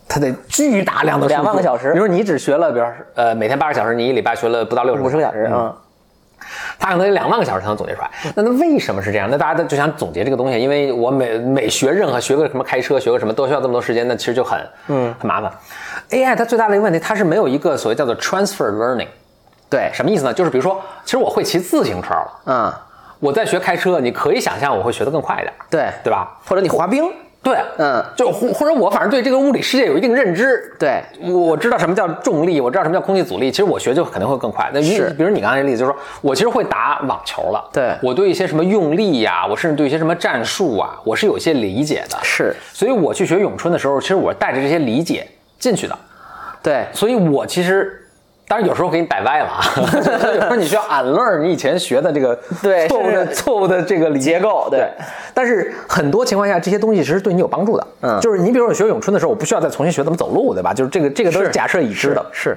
B: 它得巨大量的数据
A: 两万个小时
B: 比如你只学了，比如说呃每天八个小时，你一礼拜学了不到六十
A: 五十个小时，嗯，嗯
B: 他可能两万个小时才能总结出来。那那为什么是这样？那大家就想总结这个东西，因为我每每学任何学个什么开车，学个什么都需要这么多时间，那其实就很嗯很麻烦。AI 它最大的一个问题，它是没有一个所谓叫做 transfer learning，
A: 对，
B: 什么意思呢？就是比如说，其实我会骑自行车了，
A: 嗯，
B: 我在学开车，你可以想象我会学得更快一点，
A: 对
B: 对吧？
A: 或者你滑冰，
B: 对，
A: 嗯
B: 就或或者我反正对这个物理世界有一定认知，
A: 对
B: 我知道什么叫重力，我知道什么叫空气阻力，其实我学就肯定会更快。那你
A: 是
B: 比如你刚才的例子，就是说我其实会打网球了，
A: 对
B: 我对一些什么用力呀、我甚至对一些什么战术啊，我是有些理解的，
A: 是
B: 所以我去学咏春的时候，其实我带着这些理解进去的，
A: 对，
B: 所以我其实。当然，有时候给你摆歪
A: *laughs*
B: 了啊，就是有时候你需要 unlearn 你以前学的这个
A: 对
B: 错误的
A: 是
B: 错误的这个理
A: 结构对
B: 对，但是很多情况下，这些东西其实对你有帮助的。
A: 嗯
B: 就是你比如说我学咏春的时候，我不需要再重新学怎么走路，对吧？就是这个这个都是
A: 是
B: 假设已知的。
A: 是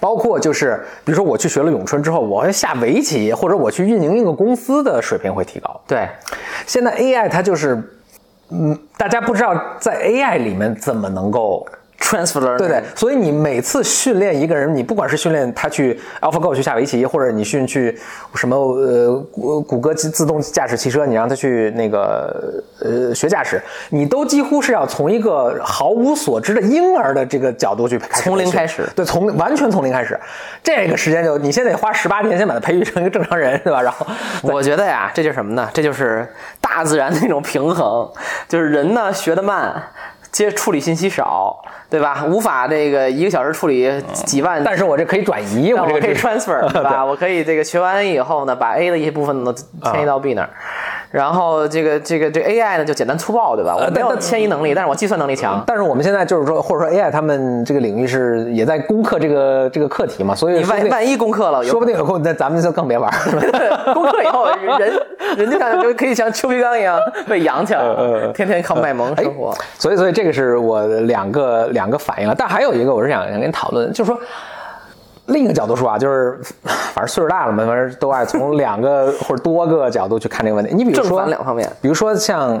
B: 包括就是比如说我去学了咏春之后，我要下围棋或者我去运营一个公司的水平会提高。
A: 对，
B: 现在 AI 它就是，嗯，大家不知道在 AI 里面怎么能够
A: transfer learning，
B: 对对，所以你每次训练一个人，你不管是训练他去 AlphaGo 去下围棋，或者你训去什么呃谷谷歌自自动驾驶汽车，你让他去那个呃学驾驶，你都几乎是要从一个毫无所知的婴儿的这个角度去开始
A: 从零
B: 培训
A: 开始
B: 对，从完全从零开始，这个时间就你现在得花十八年先把他培育成一个正常人，对吧？然后
A: 我觉得呀，这就是什么呢？这就是大自然的一种平衡，就是人呢学得慢，接处理信息少，对吧？无法这个一个小时处理几万，
B: 但是我这可以转移，我
A: 但
B: 这
A: 我
B: 个
A: 可以
B: 知识
A: transfer，对 *laughs* 吧？我可以这个学完以后呢，把 A 的一些部分呢迁移到 B 那儿。然后这个这个这个 AI 呢就简单粗暴，对吧？我没有
B: 但
A: 迁移能呃力，但是我计算能力强。
B: 但是我们现在就是说，或者说 AI 他们这个领域是也在攻克这个这个课题嘛，所以
A: 你
B: 说不
A: 万
B: 定
A: 万一攻克哦了，有
B: 说不定有空，那咱们就更别玩了。
A: *laughs* 攻克以后，人人就像就可以像邱培刚一样被养起来
B: 嗯嗯
A: 了，
B: 嗯
A: 天天靠卖萌生活。
B: *laughs* 所以，所以这个是我两个两个反应了。但还有一个，我是想想跟你讨论，就是说。另一个角度说啊，就是反正岁数大了嘛，反正都爱从两个或者多个角度去看这个问题。你比如
A: 正
B: 说
A: 反两方面
B: 比如说像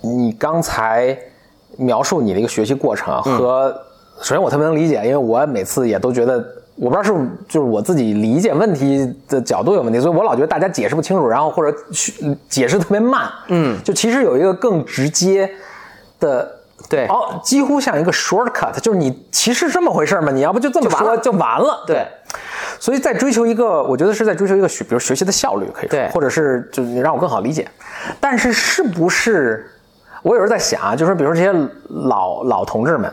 B: 你刚才描述你的一个学习过程啊
A: 嗯
B: 和，首先我特别能理解，因为我每次也都觉得。我不知道是不是就是我自己理解问题的角度有问题，所以我老觉得大家解释不清楚，然后或者去解释特别慢。嗯，就其实有一个更直接的，
A: 对
B: 哦，几乎像一个 shortcut，就是你其实这么回事儿嘛，你要不就这么
A: 就完
B: 说
A: 了
B: 就完了。
A: 对，
B: 所以在追求一个，我觉得是在追求一个学，比如学习的效率，可以说
A: 对，
B: 或者是就是你让我更好理解。但是是不是我有时候在想啊，就是比如说这些老老同志们，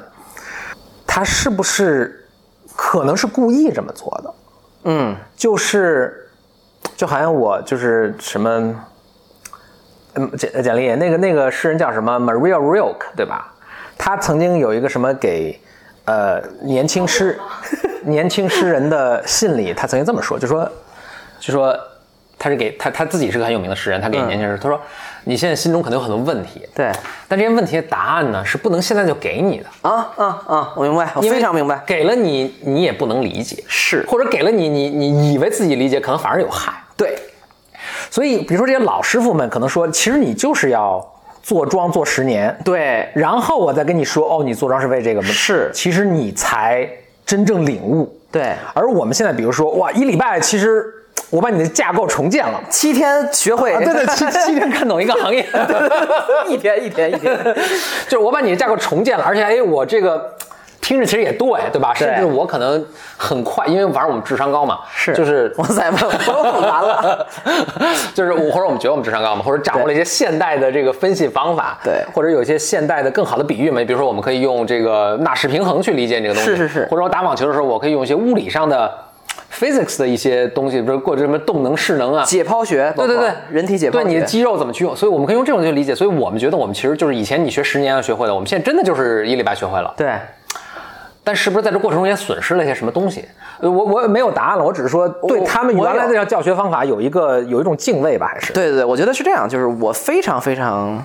B: 他是不是可能是故意这么做的？
A: 嗯，
B: 就是就好像我就是什么，嗯，简简历那个那个诗人叫什么 Maria Rilke 对吧？他曾经有一个什么给呃年轻诗 *laughs* 年轻诗人的信里，他曾经这么说，就说就说他是给他他自己是个很有名的诗人，他给年轻人、他说你现在心中可能有很多问题，
A: 对
B: 但这些问题的答案呢是不能现在就给你的，
A: 啊啊啊！我明白，我
B: 因为
A: 非常明白。
B: 给了你你也不能理解，
A: 是
B: 或者给了你，你你以为自己理解，可能反而有害。
A: 对，
B: 所以，比如说这些老师傅们可能说，其实你就是要坐庄做十年，
A: 对，
B: 然后我再跟你说，哦，你坐庄是为这个吗？
A: 是
B: 其实你才真正领悟。
A: 对
B: 而我们现在，比如说，哇，一礼拜，其实我把你的架构重建了。
A: 七天学会，
B: 啊，对对，七七天看懂一个
A: *laughs*
B: 行业，
A: 一天一天一天，
B: *laughs* 就是我把你的架构重建了，而且哎，我这个听着其实也对，对吧？甚至我可能很快，因为反正我们智商高嘛，
A: 是 *laughs*
B: 就是
A: 哇塞，我我完了，
B: *laughs* 就是我或者我们觉得我们智商高嘛，或者掌握了一些现代的这个分析方法，
A: 对
B: 或者有一些现代的更好的比喻嘛，比如说我们可以用这个纳什平衡去理解这个东西，
A: 是是是
B: 或者我打网球的时候，我可以用一些物理上的 physics 的一些东西，比如过什么动能、势能啊。
A: 解剖学，
B: 对对
A: 包括
B: 对，
A: 人体解剖学，
B: 对你的肌肉怎么去用，所以我们可以用这种去理解。所以我们觉得我们其实就是以前你学十年要学会的，我们现在真的就是一礼拜学会了。
A: 对
B: 但是不是在这过程中也损失了一些什么东西？呃我我也没有答案了，我只是说对他们
A: 我
B: 原来
A: 有
B: 的教学方法有一个有一种敬畏吧，还是
A: 对对对，我觉得是这样，就是我非常非常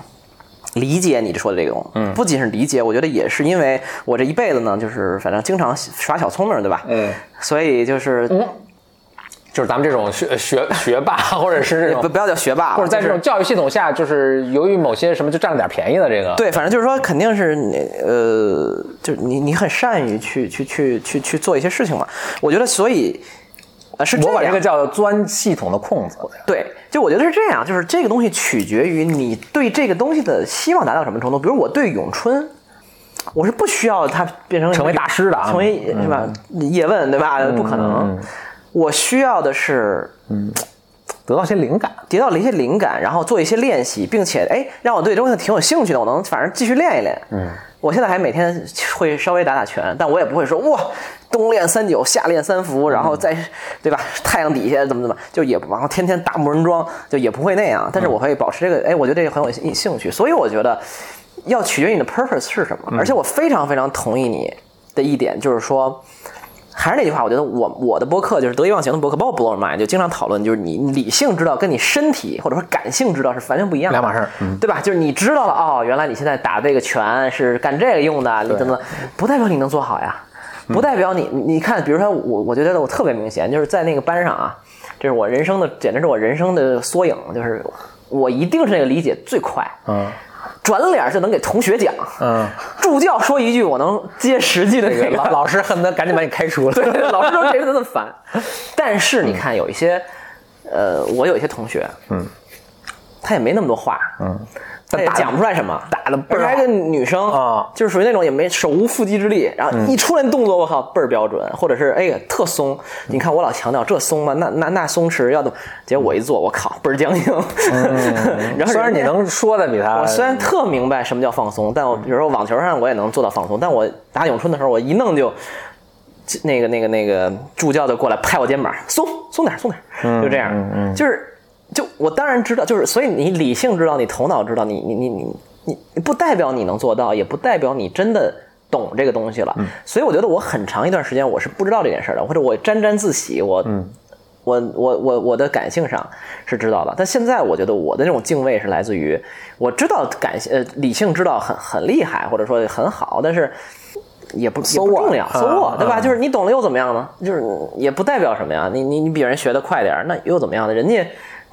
A: 理解你说的这种，嗯，不仅是理解，我觉得也是因为我这一辈子呢，就是反正经常耍小聪明，对吧？
B: 嗯，
A: 所以就是
B: 就是咱们这种学学学霸，或者是这
A: 不
B: 种，
A: 不要叫学霸了，
B: 或者在
A: 就
B: 这
A: 是
B: 种教育系统下，就是由于某些什么就占了点便宜的这个，
A: 对，反正就是说，肯定是你呃，就是你你很善于去去去去去做一些事情嘛。我觉得，所以呃，是
B: 我把
A: 这
B: 这
A: 样
B: 个叫钻系统的空子。
A: 对，就我觉得是这样，就是这个东西取决于你对这个东西的希望达到什么程度。比如我对咏春，我是不需要它变成
B: 成为大师的啊嗯
A: 成为是吧？叶问对吧？不可能，我需要的是
B: 得到一些灵感，
A: 得到了一些灵感，然后做一些练习，并且哎，让我对这东西挺有兴趣的，我能反正继续练一练。嗯，我现在还每天会稍微打打拳，但我也不会说哇，冬练三九，夏练三伏，然后再、对吧？太阳底下怎么怎么，就也不然后天天打木人桩，就也不会那样。但是我会保持这个，哎，我觉得这个很有兴兴趣，所以我觉得要取决于你的 purpose 是什么。而且我非常非常同意你的一点，就是说。还是那句话，我觉得我我的播客就是得意忘形的播客，包括 Blow Mind，就经常讨论，就是你理性知道跟你身体或者说感性知道是完全不一样的
B: 两码事儿嗯
A: 对吧？就是你知道了哦，原来你现在打这个拳是干这个用的，你怎么，不代表你能做好呀，
B: 嗯
A: 不代表你你看，比如说我，我就觉得我特别明显，就是在那个班上啊，这是我人生的，简直是我人生的缩影，就是我一定是那个理解最快，嗯。转脸就能给同学讲，嗯，助教说一句，我能接实际的那个，
B: *laughs* 老老师恨不得赶紧把你开除了。
A: 对， *laughs* 老师说这人怎么那么烦？但是你看，有一些，呃，我有一些同学，嗯，他也没那么多话，嗯，他也讲不出来什么，打的倍儿还是个女生
B: 啊
A: 就是属于那种也没手无缚鸡之力，然后一出来动作，我靠，倍儿标准，或者是哎呀特松。你看我老强调这松吧，那那那松弛要怎么？结果我一做，我靠，倍儿僵硬。嗯 *laughs* 然后
B: 虽然
A: 人
B: 你
A: 家
B: 能说的比他，
A: 我虽然特明白什么叫放松，但我比如说网球上我也能做到放松，但我打咏春的时候，我一弄就就那个那个那个助教就过来拍我肩膀，松松点儿松点儿，就这样，就是就我当然知道，就是所以你理性知道，你头脑知道，你你你你你你不代表你能做到，也不代表你真的。懂这个东西了，所以我觉得我很长一段时间我是不知道这件事儿的，或者我沾沾自喜，我我我我我的感性上是知道的，但现在我觉得我的那种敬畏是来自于我知道感性呃理性知道很很厉害或者说很好，但是也不也不重要，搜我对吧？啊就是你懂了又怎么样呢？就是也不代表什么呀，你你你比人学的快点儿，那又怎么样呢？人家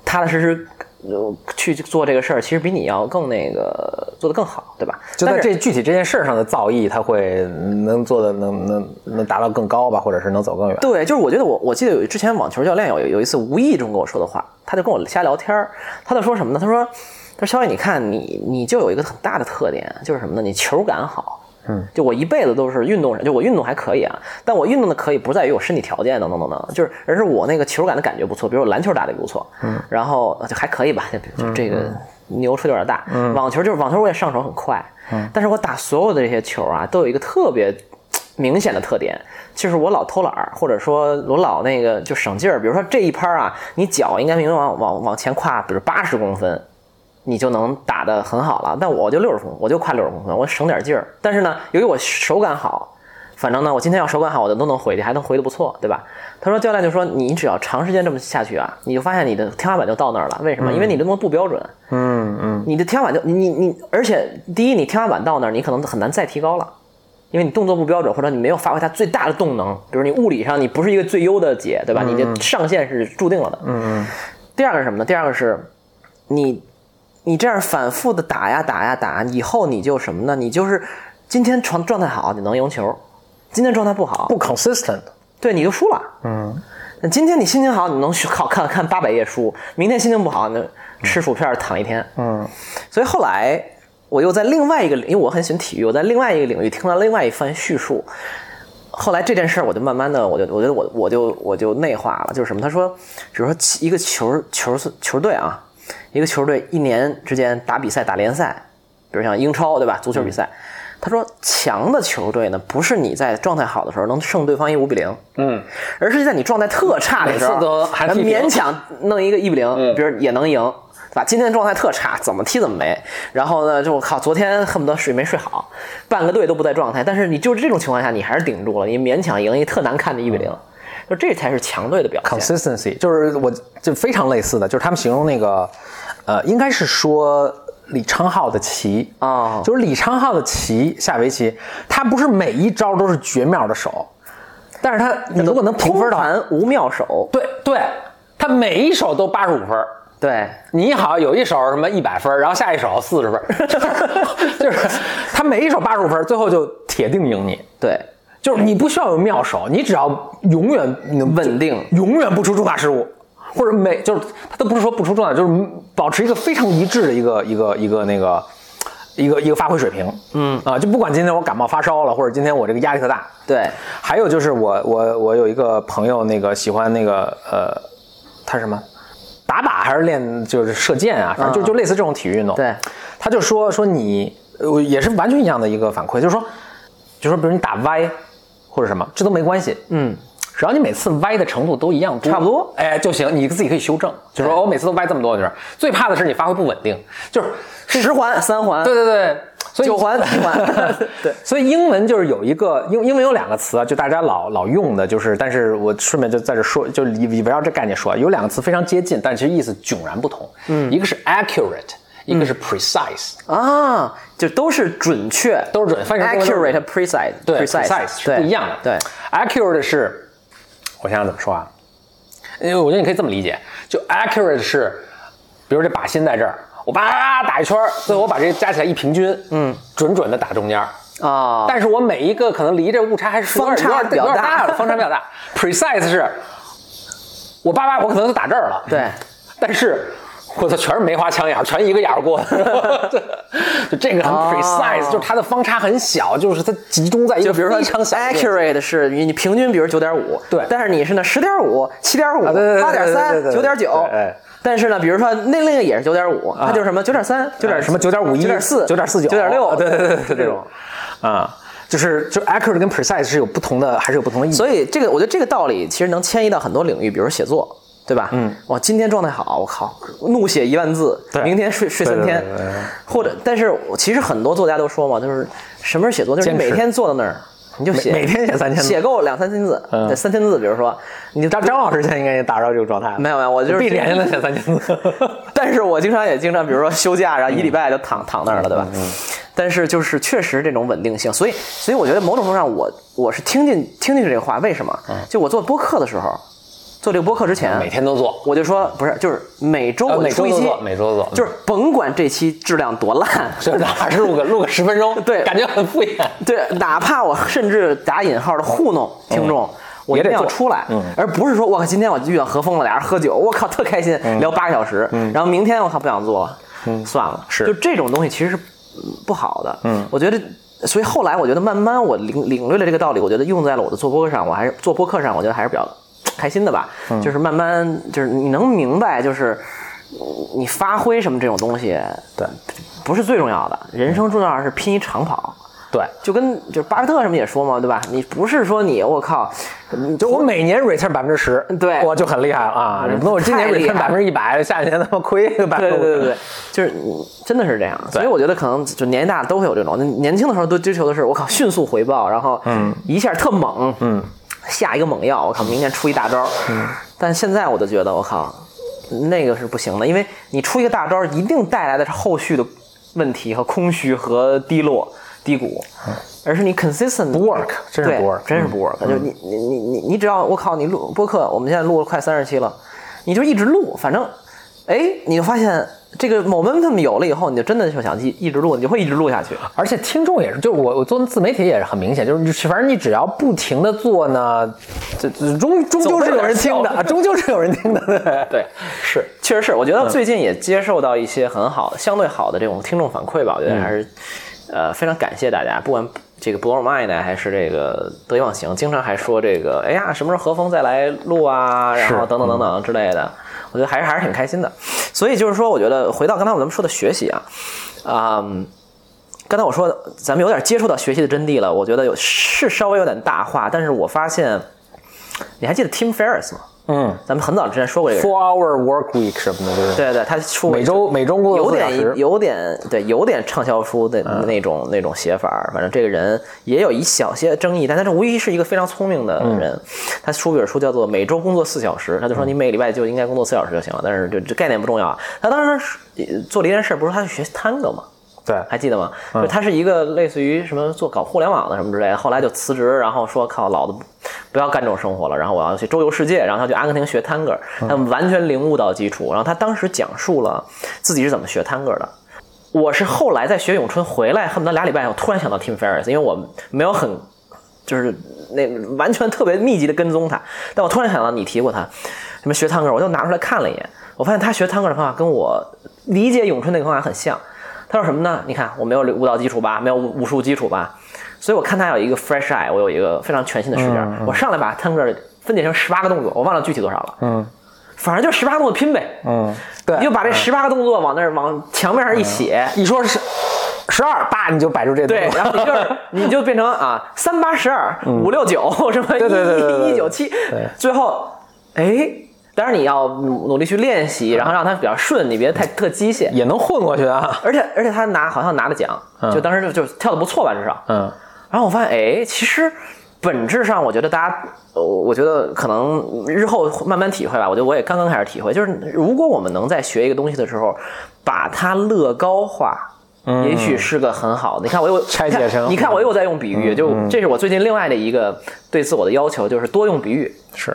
A: 踏踏实实。呃去做这个事儿，其实比你要更那个做得更好，对吧？
B: 就
A: 但
B: 在
A: 是
B: 这具体这件事上的造诣，他会能做的能能能达到更高吧，或者是能走更远。
A: 对，就是我觉得我我记得有之前网球教练有有一次无意中跟我说的话，他就跟我瞎聊天儿，他就说什么呢？他说他说肖伟，你看你你就有一个很大的特点，就是什么呢？你球感好。嗯，就我一辈子都是运动人，就我运动还可以啊，但我运动的可以不在于我身体条件等等等等，就是而是我那个球感的感觉不错，比如我篮球打的不错，嗯，然后呃就还可以吧，就就这个牛吹的有点大，嗯，网球就是网球我也上手很快，嗯，但是我打所有的这些球啊，都有一个特别明显的特点，就是我老偷懒儿，或者说我老那个就省劲儿。比如说这一拍儿啊，你脚应该明明往往往前跨，比如八十公分，你就能打得很好了。但我就六十公，我就跨六十公分，我省点劲儿。但是呢，由于我手感好，反正呢，我今天要手感好，我的都能回去，还能回得不错，对吧？他说教练就说你只要长时间这么下去啊，你就发现你的天花板就到那儿了。为什么？因为你这东西不标准。你的天花板就你你你，而且第一，你天花板到那儿，你可能很难再提高了，因为你动作不标准，或者你没有发挥它最大的动能。比如你物理上你不是一个最优的解，对吧？你的上限是注定了的。嗯。第二个是什么呢？第二个是，你你这样反复的打呀打呀打，以后你就什么呢？你就是今天状状态好，你能赢球；今天状态不好，
B: 不 consistent，
A: 对，你就输了。嗯，那今天你心情好，你能去靠看看八百页书；明天心情不好，那吃薯片儿躺一天。嗯，所以后来我又在另外一个领，因为我很喜欢体育，我在另外一个领域听到另外一番叙述。后来这件事儿，我就慢慢的，我就我觉得我我就我就内化了，就是什么？他说，比如说一个球球球队啊，一个球队一年之间打比赛打联赛，比如像英超对吧，足球比
B: 嗯
A: 赛。他说，强的球队呢，不是你在状态好的时候能胜对方一五比零，嗯，而是在你状态特差的时候，
B: 每次都还踢平
A: 勉强弄一个一比
B: 嗯
A: 零，比如也能赢，对吧？今天状态特差，怎么踢怎么没。然后呢，就我靠，昨天恨不得睡没睡好，半个队都不在状态。但是你就是这种情况下，你还是顶住了，你勉强赢一特难看的一比
B: 嗯
A: 零，就这才是强队的表现。
B: consistency，就是我就非常类似的，就是他们形容那个，呃，应该是说李昌镐的棋
A: 哦
B: 就是李昌镐的棋下围棋，他不是每一招都是绝妙的手，但是他你如果能评分
A: 通
B: 到，
A: 盘无妙手，
B: 对对，他每一手都八十五分儿。
A: 对，
B: 你好，有一手什么一百分儿，然后下一手四十分儿，就是就是他每一手八十五分儿，最后就铁定赢你。
A: 对，
B: 就是你不需要有妙手，你只要永远能
A: 稳定
B: 就永远不出重大失误，或者每就是他都不是说不出重大，就是保持一个非常一致的一个一个一个那个一个一个发挥水平。嗯啊，就不管今天我感冒发烧了，或者今天我这个压力特大，
A: 对，
B: 还有就是我我我有一个朋友，那个喜欢那个呃，他什么打靶还是练就是射箭啊，反正就就类似这种体育运动。
A: 嗯对，
B: 他就说说你呃也是完全一样的一个反馈，就是说就说比如你打歪或者什么，这都没关系。嗯。只要你每次歪的程度都一样多，
A: 差不多，
B: 哎就行，你自己可以修正。就说我每次都歪这么多，就是最怕的是你发挥不稳定，就是
A: 十环、三环、
B: 对对对，所以
A: 九
B: *laughs*
A: 环、七环，对，
B: 所以英文就是有一个英英文有两个词啊，就大家老老用的，就是但是我顺便就在这说，就以以围绕这概念说啊，有两个词非常接近，但其实意思迥然不同。嗯，一个是 accurate，一个是 precise，、
A: 啊，就都是准确，
B: 都是准，翻译成中文都
A: accurate、
B: 是
A: precise，
B: 对
A: precise
B: 是不一样的。
A: 对，
B: ，accurate 是，我想想怎么说啊？因为我觉得你可以这么理解，就 accurate 是，比如这靶心在这儿，我叭打一圈儿，最后我把这加起来一平均，嗯，准准的打中间儿。
A: 对啊，
B: 但是我每一个可能离这误差还是有
A: 方
B: 点
A: 差
B: 有点有
A: 比较
B: 点
A: 大
B: 大了，方差比较大。Precise 是，我叭叭我可能就打这儿了，
A: 对，
B: *laughs* 但是我操，全是梅花枪眼儿，全一个眼儿过，
A: *laughs*
B: 就这个很
A: 哦
B: precise，、就是它的方差很小，就是它集中在一个
A: 就比如说
B: 非常小的面积
A: accurate 是你你平均，比如九点五，
B: 对
A: 但是你是呢十点五、七点五、
B: 啊对对对
A: 八点
B: 对对
A: 三、
B: 对
A: 九点九
B: 对哎，啊
A: 但是呢，比如说那另一个也是九点五，它就是什么九点三、九点
B: 哎呃什么9.51
A: 九点四、
B: 9.49
A: 九点六，
B: 啊对对对对对
A: 这种。
B: 啊、就是就 accurate 跟 precise 是有不同的，还是有不同的意义。
A: 所以这个，我觉得这个道理其实能迁移到很多领域，比如写作，对吧？嗯，我今天状态好，我靠，怒写一万字，
B: 对
A: 明天睡睡
B: 对
A: 三天
B: 对对对对，
A: 或者，但是我其实很多作家都说嘛，就是什么是写作，就是你
B: 坚持
A: 每天坐到那儿。你就写
B: 每每天嗯写三千字
A: 写够两三千字，对三千字，比如说
B: *laughs*
A: 你
B: 张张老师现在应该也达到这个状态了，
A: 没有没有，我就是
B: 闭着眼睛能写三千字。
A: *laughs* 但是我经常也经常，比如说休假，然后一礼拜就躺、躺那儿了，对吧？
B: 嗯
A: 但是就是确实这种稳定性，所以所以我觉得某种程度上我，我是听进听进去这个话，为什么？就我做播客的时候，做这个播客之前，
B: 嗯每天都做，
A: 我就说不是，就是每周
B: 呃
A: 我
B: 每周
A: 出一
B: 都
A: 期，
B: 做，每嗯周都做，
A: 就是甭管这期质量多烂，
E: *laughs*
B: 就是哪是录个录个十分钟，
A: 对
B: 感觉很敷衍。
A: 对，哪怕我甚至打引号的糊弄听众。我一
B: 嗯也得
A: 定要
B: 做嗯
A: 出来，而不是说我靠，今天我遇到何峰了，俩人喝酒，我靠，特开心，聊八个小时，然后明天我靠不想做了，算了，
B: 嗯是
A: 就这种东西其实是嗯不好的，嗯，我觉得，所以后来我觉得慢慢我领领略了这个道理，我觉得用在了我的做播客上，我还是做播客上，我觉得还是比较开心的吧，
B: 嗯
A: 就是慢慢就是你能明白，就是嗯你发挥什么这种东西，
B: 对
A: 不是最重要的，人生重要的是拼一长跑，
B: 对，
A: 就跟就是巴菲特什么也说嘛，对吧？你不是说你我靠，你
B: 就我每年 return 百分之十，
A: 对嗯
B: 我就很厉害了啊！那我今年
A: 太厉
B: return
A: 害
B: 百
A: 了
B: 分之一百，下一年他妈亏个百
A: 对
B: 分之
A: 对对对对，就是你真的是这样。所以我觉得可能就年纪大都会有这种，年轻的时候都追求的是我靠迅速回报，然后一下特猛，嗯，下一个猛药，我靠明天出一大招，嗯，但现在我就觉得我靠那个是不行的，因为你出一个大招一定带来的是后续的问题和空虚和低落低谷，而是你 consistent
B: 不 work，真是
A: 对，
B: 不 work，嗯
A: 真是不 work、就你你你你你只要我靠，你录播客，我们现在录了快三十期了，你就一直录，反正，哎，你就发现这个 momentum 有了以后，你就真的就想一一直录，你就会一直录下去。
B: 而且听众也是，就是我我做自媒体也是很明显，就是你反正你只要不停的做呢，这这终终究是有人
A: *laughs*
B: 听的，啊，终究是有人听的。对，嗯是
A: 确 *laughs* 实是，我觉得最近也接受到一些很好的、相对好的这种听众反馈吧，我觉
B: 嗯
A: 得还是，呃，非常感谢大家，不管这个 Blow My 啊呢，还是这个得意忘形，经常还说这个，哎呀，什么时候何峰再来录啊，然后等等等
B: 嗯
A: 等之类的，我觉得还是还是挺开心的。所以就是说，我觉得回到刚才我们说的学习啊，啊、嗯刚才我说咱们有点接触到学习的真谛了，我觉得有是稍微有点大话，但是我发现，你还记得 Tim Ferriss 吗？
B: 嗯
A: 咱们很早之前说过这个人。
B: ，four hour work week 什么的，就是
A: 对对，他出过一本
B: 每周每周工作
A: 有
B: 四小时嗯
A: 点。有点对，有点畅销书的那种、那种写法儿。反正这个人也有一小些争议，但他这无疑是一个非常聪明的人。
B: 嗯
A: 他出本书叫做《每周工作四小时》，他就说你每个礼拜就应该工作四小时就行了。但是这这概念不重要啊。他当时呃做了一件事，不是他去学探戈吗？
B: 对，
A: 还记得吗？就他是一个类似于什么做搞互联网的什么之类的，后来就辞职，然后说靠老子不不要干这种生活了，然后我要去周游世界，然后他去阿根廷学探戈，他完全领悟到基础。然后他当时讲述了自己是怎么学探戈的。我是后来在学咏春回来，恨不得俩礼拜，我突然想到 Tim Ferriss，因为我没有很就是那完全特别密集的跟踪他。但我突然想到你提过他，什么学探戈，我就拿出来看了一眼，我发现他学探戈的方法跟我理解咏春那个方法很像。他说什么呢？你看我没有舞蹈基础吧，没有武武术基础吧，所以我看他有一个 fresh eye，我有一个非常全新的视角。
E: 嗯
A: 我上来把探戈分解成十八个动作，我忘了具体多少了。嗯。反正就十八个动作拼呗，
E: 嗯，嗯对
A: 你就把这十八个动作往那儿往墙面上一写，
E: 一说是十二，叭你就摆出这
A: 对
E: 动，作
A: 然后你就是你就变成啊三八十二五六九 *laughs* 什么
E: 嗯对对对对
A: 一
E: 对
A: 一九七，最后哎，当然你要努努力去练
E: 嗯
A: 习，然后让它比较顺，你别太特机械。
E: 也能混过去啊。
A: 而且而且他拿好像拿了奖，就当时就就跳的不错吧至少。
E: 嗯，
A: 然后我发现哎，其实本质上我觉得大家，呃我我觉得可能日后慢慢体会吧。我觉得我也刚刚开始体会，就是如果我们能在学一个东西的时候，把它乐高化。也许是个很好的，你看我又
E: 嗯拆解成
A: 你
E: 嗯
A: 看你看我又在用比喻，就这是我最近另外的一个对自我的要求，就是多用比喻。
E: 是。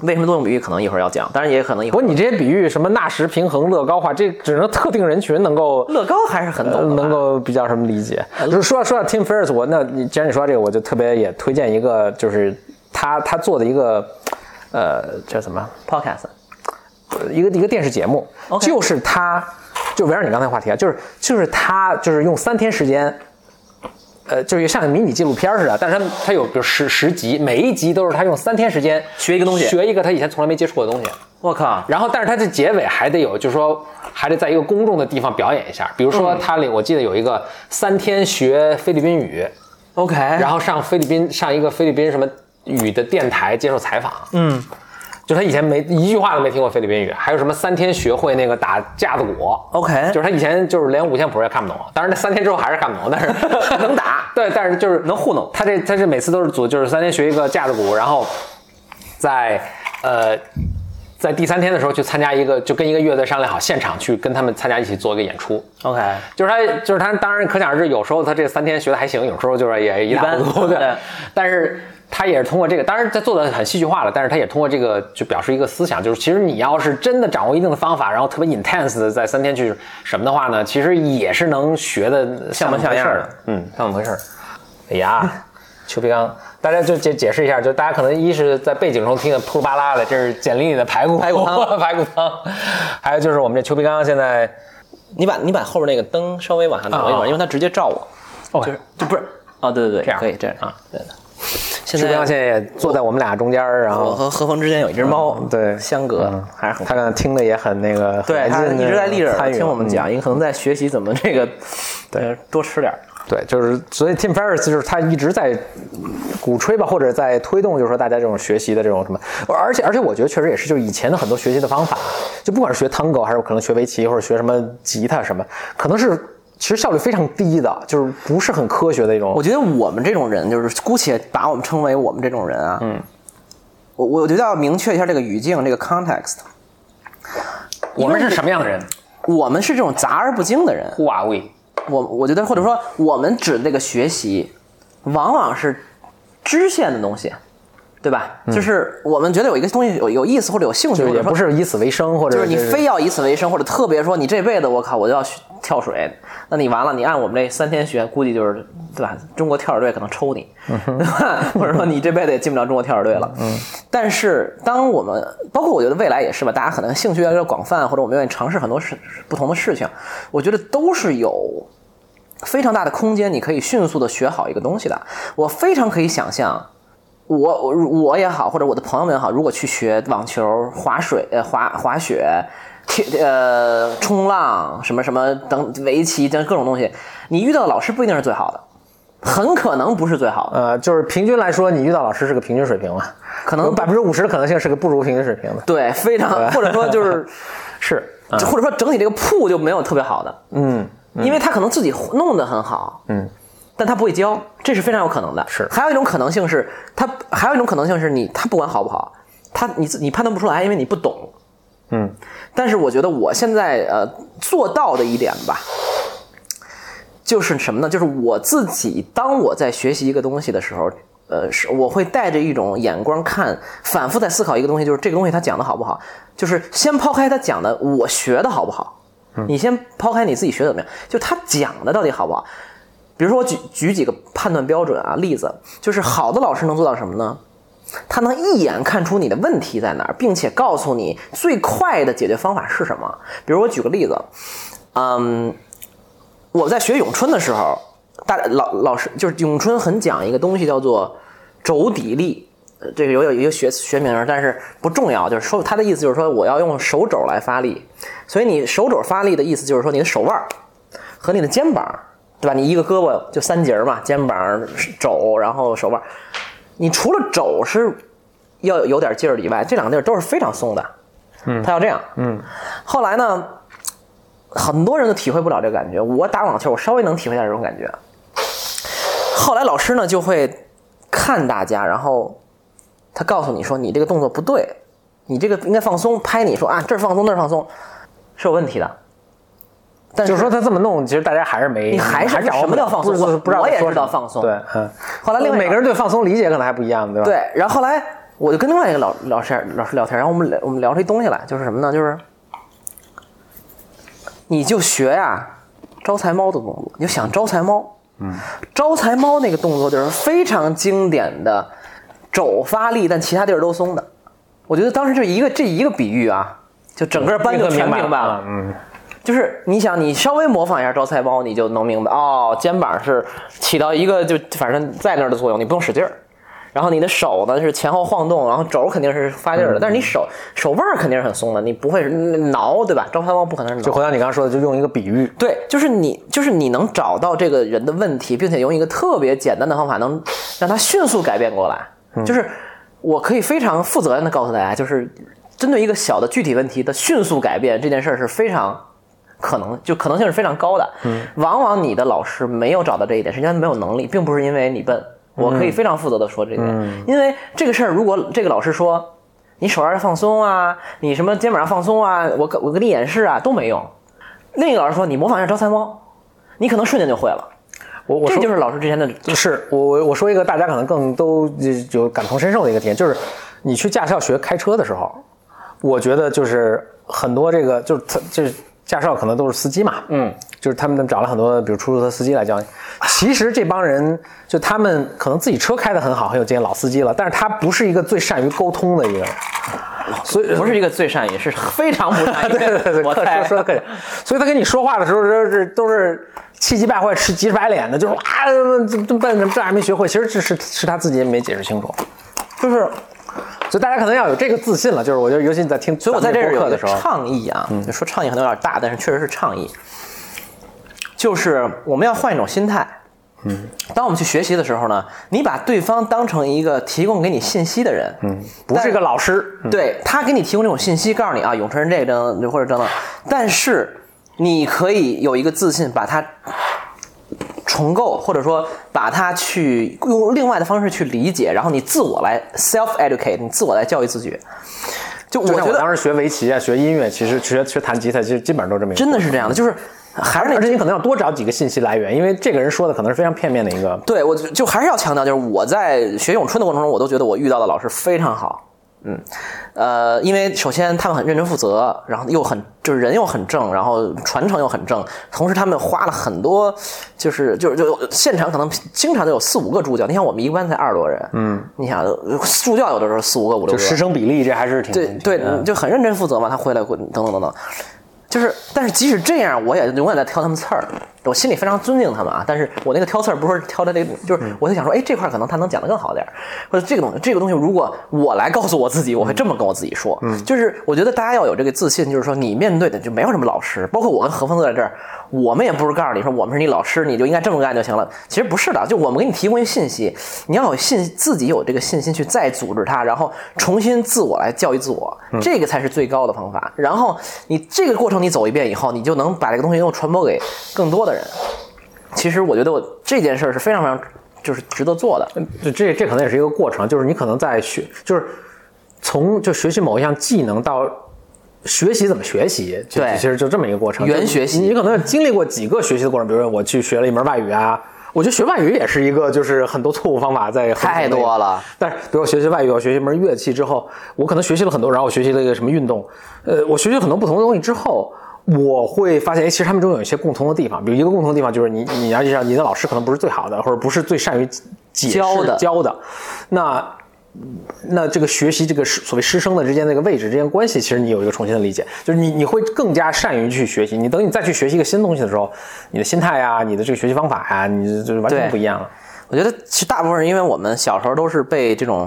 A: 为什么多用比喻？可能一会儿要讲，当然也可能一
E: 不
A: 会
E: 过
A: 儿。
E: 你这些比喻，什么纳什平衡、乐高化，这只能特定人群能够
A: 乐高呃还是很
E: 呃
A: 懂的吧，
E: 能够比较什么理解。就是说到说到 Tim Ferriss，我那你既然你说到这个，我就特别也推荐一个，就是他他做的一个，呃，叫什么？
A: podcast
E: 一个一个电视节目
A: OK
E: 就是他，就围绕你刚才话题啊，就是就是他就是用三天时间，呃，就是像个迷你纪录片似的，但是他他有比如十十集，每一集都是他用三天时间
A: 学一个东西
E: 学一个他以前从来没接触过的东西。
A: 我靠，
E: 然后，但是它的结尾还得有，就是说还得在一个公众的地方表演一下。比如说，它里我记得有一个三天学菲律宾语，
A: OK，
E: 然后上菲律宾上一个菲律宾什么语的电台接受采访。嗯，就他以前没一句话都没听过菲律宾语。还有什么三天学会那个打架子鼓。
A: OK，
E: 就是他以前就是连五线谱也看不懂，当然那三天之后还是看不懂，但 *laughs* 是
A: 能打，
E: 对，但是就是能糊弄。他这他这每次都是组，就是三天学一个架子鼓，然后在呃在第三天的时候去参加一个，就跟一个乐队商量好，现场去跟他们参加一起做一个演出。
A: OK，
E: 就是他，就是他，当然可想而知，有时候他这三天学的还行，有时候就是也一塌糊涂，
A: 一般
E: 对
A: 对。
E: 但是他也是通过这个，当然他做的很戏剧化了，但是他也通过这个就表示一个思想，就是其实你要是真的掌握一定的方法，然后特别 intense 的在三天去什么的话呢，其实也是能学的像模像
A: 像模像
E: 样
A: 样的
E: 的，嗯，像模像样的。哎呀，邱培刚，大家就解解释一下，就大家可能一是在背景中听的扑噜巴拉的，这是简历里的排骨排
A: 骨汤
E: *laughs* 排骨汤，还有就是我们这邱培刚现在。
A: 你把你把后面那个灯稍微往下挪一挪，
E: 啊
A: 因为它直接照我，
E: 哦
A: 就是就不是啊，对对对，
E: 这样
A: 可以这样
E: 啊，
A: 对的。现
E: 邱培刚
A: 在
E: 现在也坐在我们俩中间儿，然
A: 我
E: 后
A: 和何峰之间有一只猫，
E: 对
A: 相隔
E: 嗯
A: 还是很
E: 他。刚才听的也很那个，很
A: 对
E: 来
A: 他
E: 劲地
A: 一直在立着
E: 参与
A: 听我们
E: 嗯
A: 讲，也可能在学习怎么这个，对，多吃点儿。
E: 对，就是所以 Tim Ferriss 就是他一直在鼓吹吧，或者在推动，就是说大家这种学习的这种什么，而且而且我觉得确实也是，就是以前的很多学习的方法，就不管是学 Tango 还是可能学围棋或者学什么吉他什么，可能是其实效率非常低的，就是不是很科学的一种。
A: 我觉得我们这种人，就是姑且把我们称为我们这种人啊，嗯，我我觉得要明确一下这个语境，这个 context，
E: 我们是什么样的人？
A: 我们是这种杂而不精的人，
E: 哇喂，
A: 我我觉得或者说我们指的这个学习，往往是支线的东西，对吧？就是我们觉得有一个东西有有意思或者有兴趣，
E: 就
A: 或
E: 是也
A: 者
E: 不
A: 说
E: 是以此为生，或者
A: 就是你
E: 是
A: 非要以此为生，或者特别说你这辈子我靠我就要学跳水，那你完了，你按我们这三天学，估计就是对吧？中国跳水队可能抽你，对吧？或者说你这辈子也进不了中国跳水队了。嗯。 *laughs* 但是当我们包括我觉得未来也是吧，大家可能兴趣越来越广泛，或者我们愿意尝试很多事不同的事情，我觉得都是有非常大的空间，你可以迅速的学好一个东西的。我非常可以想象，我我我也好，或者我的朋友们也好，如果去学网球、滑水、呃滑滑雪、踢呃冲浪什么什么等围棋等各种东西，你遇到的老师不一定是最好的，很可能不是最好的，
E: 呃，就是平均来说，你遇到老师是个平均水平嘛，
A: 可能
E: 百分之五十的可能性是个不如平均水平的，
A: 对非常或者说就是。
E: 是。嗯
A: 就或者说整体这个铺就没有特别好的，嗯，因为他可能自己弄得很好，嗯，但他不会教，这是非常有可能的。
E: 是
A: 还有一种可能性是他，还有一种可能性是你他不管好不好，他你自你判断不出来，因为你不懂，
E: 嗯。
A: 但是我觉得我现在呃做到的一点吧，就是什么呢？就是我自己，当我在学习一个东西的时候，呃，是我会带着一种眼光看，反复在思考一个东西，就是这个东西它讲的好不好，就是先抛开它讲的我学的好不好，你先抛开你自己学得怎么样，就它讲的到底好不好。比如说我举举几个判断标准啊例子，就是好的老师能做到什么呢？他能一眼看出你的问题在哪儿，并且告诉你最快的解决方法是什么。比如我举个例子，嗯，我在学咏春的时候，大老老师就是咏春很讲一个东西叫做肘底力，呃这个有有一个学学名儿，但是不重要。就是说他的意思就是说我要用手肘来发力，所以你手肘发力的意思就是说你的手腕儿和你的肩膀，对吧？你一个胳膊就三节儿嘛，肩膀、肘，然后手腕。你除了肘是要有点劲儿以外，这两个地儿都是非常松的。嗯，他要这样。嗯，后来呢，很多人都体会不了这个感觉。我打网球，我稍微能体会一下这种感觉。后来老师呢就会看大家，然后他告诉你说你这个动作不对，你这个应该放松，拍你说啊这儿放松那儿放松是有问题的。 *laughs* 但
B: 就是说他这么弄，其实大家还是没
A: 你还是
B: 是掌握
A: 什么叫放松
B: 不是
A: 我
B: 不知道
A: 我也
B: 说
A: 知道
B: 什么
A: 放松
B: 对，嗯。
A: 后来另外一
B: 每个人对放松理解可能还不一样，对吧？
A: 对，然后后来我就跟另外一个老老师老师聊天，然后我们聊我们聊出一东西来，就是什么呢？就是你就学呀、招财猫的动作，你就想招财猫。嗯，招财猫那个动作就是非常经典的肘发力，但其他地儿都松的。我觉得当时就一个这一个比喻啊，就整个班就全明白了。
B: 嗯，
A: 就是你想，你稍微模仿一下招财猫，你就能明白哦，肩膀是起到一个就反正在那儿的作用，你不用使劲儿。然后你的手呢是前后晃动，然后肘肯定是发劲儿的，但是你手手腕儿肯定是很松的，你不会是嗯挠，对吧？招财猫不可能是挠。
B: 就回到你刚刚说的，就用一个比喻，
A: 对，就是你，就是你能找到这个人的问题，并且用一个特别简单的方法，能让他迅速改变过来。就是我可以非常负责任的告诉大家，就是针对一个小的具体问题的迅速改变这件事儿是非常可能，就可能性是非常高的。
B: 嗯
A: 往往你的老师没有找到这一点，是因为他没有能力，并不是因为你笨。我
B: 嗯
A: 可以非常负责的说这一点，因为这个事儿，如果这个老师说你手腕儿放松啊，你什么肩膀上放松啊，我给我给你演示啊，都没用。另一个老师说你模仿一下招财猫，你可能瞬间就会了。
B: 我我
A: 这
B: 说
A: 就是老师之前的
B: 是我我我说一个大家可能更都有感同身受的一个体验，就是你去驾校学开车的时候，我觉得就是很多这个就是他就是驾校可能都是司机嘛，嗯，就是他们找了很多比如出租车司机来教你。其实这帮人就他们可能自己车开得很好，很有经验，老司机了，但是他不是一个最善于沟通的一个人。
A: 所以不是一个最善于，是非常不善于。
B: 对对对，
A: 我
B: 客
A: 猜
B: 说说的客气，所以他跟你说话的时候，都是都是气急败坏、吃急白脸的，就是啊，这么笨，怎么这还没学会？其实这是是他自己也没解释清楚，就是，所以大家可能要有这个自信了。就是我觉得，尤其你在听，
A: 所以我在这儿有
B: 课
A: 一
B: 的
A: 个
B: 时候，嗯
A: 倡议啊，就说倡议可能有点大，但是确实是倡议，就是我们要换一种心态。嗯，当我们去学习的时候呢，你把对方当成一个提供给你信息的人，嗯，
B: 不是一个老师，嗯
A: 对他给你提供这种信息，告诉你啊，咏春这个等或者等等，但是你可以有一个自信，把它重构，或者说把它去用另外的方式去理解，然后你自我来 self educate，你自我来教育自己。就我
B: 就像
A: 觉
B: 我
A: 得
B: 当时学围棋啊、学音乐，其实学学弹吉他，其实基本上都这么一个
A: 真的是这样的，就是还是那
B: 而且你可能要多找几个信息来源，因为这个人说的可能是非常片面的一个。
A: 对我就就还是要强调，就是我在学咏春的过程中，我都觉得我遇到的老师非常好。嗯，呃，因为首先他们很认真负责，然后又很就是人又很正，然后传承又很正，同时他们花了很多，就是就是就现场可能经常都有四五个助教，你想我们一般才二十多人，嗯，你想助教有的时候四五个五六
B: 就
A: 个，
B: 师生比例，这还是挺
A: 对
B: 挺嗯
A: 对，你就很认真负责嘛，他回来会等等等等，就是，但是即使这样，我也永远在挑他们刺儿，我心里非常尊敬他们啊，但是我那个挑刺儿不是挑的这个，就是我就想说，哎，这块儿可能他能讲得更好点儿，或者这个东西，这个东西如果我来告诉我自己，我会这么跟我自己说，就是我觉得大家要有这个自信，就是说你面对的就没有什么老师，包括我跟何峰都在这儿，我们也不是告诉你说我们是你老师，你就应该这么干就行了，其实不是的，就我们给你提供一些信息，你要有信自己有这个信心去再组织它，然后重新自我来教育自我，这个才是最高的方法。然后你这个过程你走一遍以后，你就能把这个东西又传播给更多的人。其实我觉得我这件事儿是非常非常就是值得做的。
B: 这这这可能也是一个过程，就是你可能在学，就是从就学习某一项技能到学习怎么学习，就
A: 对
B: 其实就这么一个过程。
A: 原学习
B: 就你你可能经历过几个学习的过程，比如说我去学了一门外语啊。我觉得学外语也是一个，就是很多错误方法在
A: 太多了。
B: 但是，比如我学习外语，我学习一门乐器之后，我可能学习了很多，然后我学习了一个什么运动，呃，我学习了很多不同的东西之后，我会发现，哎，其实他们中有一些共同的地方，比如一个共同的地方就是你，你要知道你的老师可能不是最好的，或者不是最善于解释
A: 教的
B: 教的，那那这个学习这个师所谓师生的之间那个位置之间关系，其实你有一个重新的理解，就是你你会更加善于去学习，你等你再去学习一个新东西的时候，你的心态啊，你的这个学习方法呀、你就是完
A: 对
B: 全不一样了。
A: 我觉得其实大部分人，因为我们小时候都是被这种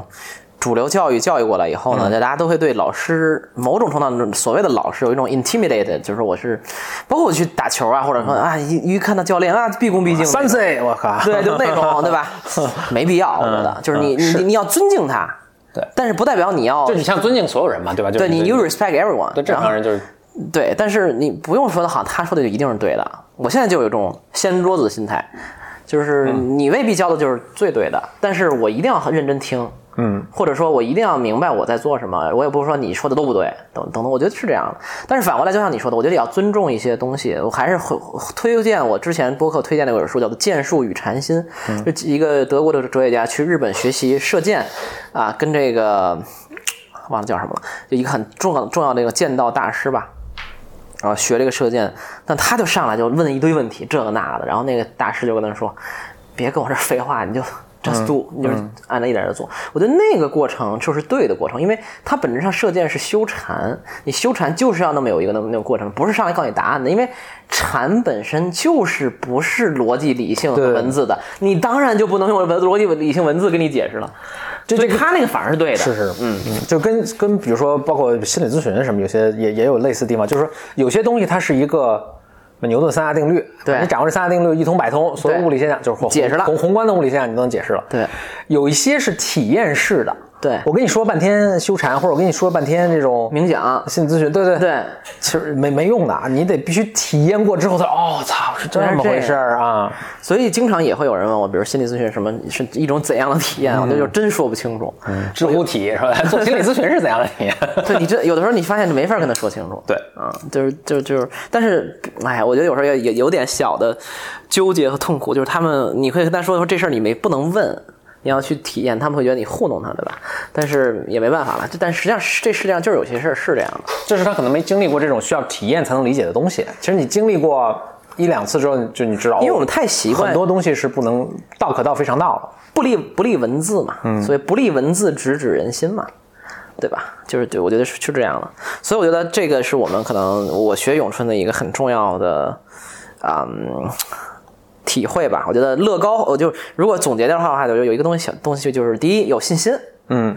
A: 主流教育教育过来以后
E: 嗯
A: 呢，就大家都会对老师某种程度上所谓的老师有一种 intimidated，就是我是，包括我去打球啊，或者
E: 嗯
A: 说啊一一看到教练啊毕恭毕敬的，
B: 三 C，我靠，
A: 对，就那
E: *laughs*
A: 种对吧？没必要，我觉得就是你你你要尊敬他，
E: 嗯对
A: 但是不代表你要
E: 就你像尊敬所有人嘛，对吧？就是
A: 对你 you
E: 对
A: respect everyone，
E: 对正
A: 然后
E: 常人就是
A: 对，但是你不用说的好，他说的就一定是对的。我现在就有一种掀桌子的心态，就是你未必教的就是最对的，但是我一定要认真听，嗯，或者说我一定要明白我在做什么。我也不是说你说的都不对，等等等，我觉得是这样的。但是反过来，就像你说的，我觉得也要尊重一些东西。我还是会推荐我之前播客推荐的有本书，叫做《剑术与禅心》，就一个德国的哲学家去日本学习射箭，啊，跟这个。忘了叫什么了，就一个很重要重要的一个剑道大师吧，然后学这个射箭，但他就上来就问一堆问题，这个那个的，然后那个大师就跟他说：“别跟我这儿废话，你就 *laughs* just do，、你就是按照一点的做。”我觉得那个过程就是对的过程，因为它本质上射箭是修禅，你修禅就是要那么有一个那么那个过程，不是上来告诉你答案的，因为禅本身就是不是逻辑理性和文字的，你当然就不能用文逻辑理性文字给你解释了。所以他那个反而是对的，
B: 是是，嗯，就跟跟比如说，包括心理咨询什么，有些也也有类似的地方，就是说有些东西它是一个牛顿三大定律，
A: 对
B: 你掌握这三大定律一通百通，所有
A: 对
B: 物理现象就是或
A: 解释了
B: 宏宏观的物理现象你都能解释了。
A: 对，
B: 有一些是体验式的，
A: 对
B: 我跟你说半天修禅，或者我跟你说半天这种
A: 冥想，
B: 心理咨询，对对，
A: 对。
B: 其实没没用的啊，你得必须体验过之后才，哦，操，是这么回事儿啊，
A: 所以经常也会有人问我，比如心理咨询什么是一种怎样的体验，我这就真说不清楚。
E: 知乎体
B: *laughs*
E: 是吧？做心理咨询是怎样的体验？
A: 对你这有的时候你发现你没法跟他说清楚。
E: 对
A: 啊，就是就就是，但是哎，我觉得有时候也也有点小的纠结和痛苦，就是他们你会跟他说说这事儿你没不能问。你要去体验，他们会觉得你糊弄他，对吧？但是也没办法了，就但实际上是这世界上就是有些事儿是这样的。
B: 就是他可能没经历过这种需要体验才能理解的东西，其实你经历过。一两次之后，你就你知道，
A: 因为
B: 哦
A: 我们太习惯
B: 很多东西是不能道可道非常道了。
A: 不立不立文字嘛，
B: 嗯
A: 所以不立文字直指人心嘛，对吧？就是对，我觉得是是这样的，所以我觉得这个是我们可能我学咏春的一个很重要的，嗯。体会吧，我觉得乐高，我就如果总结掉的话，我觉得有一个东西小东西就是第一有信心，嗯，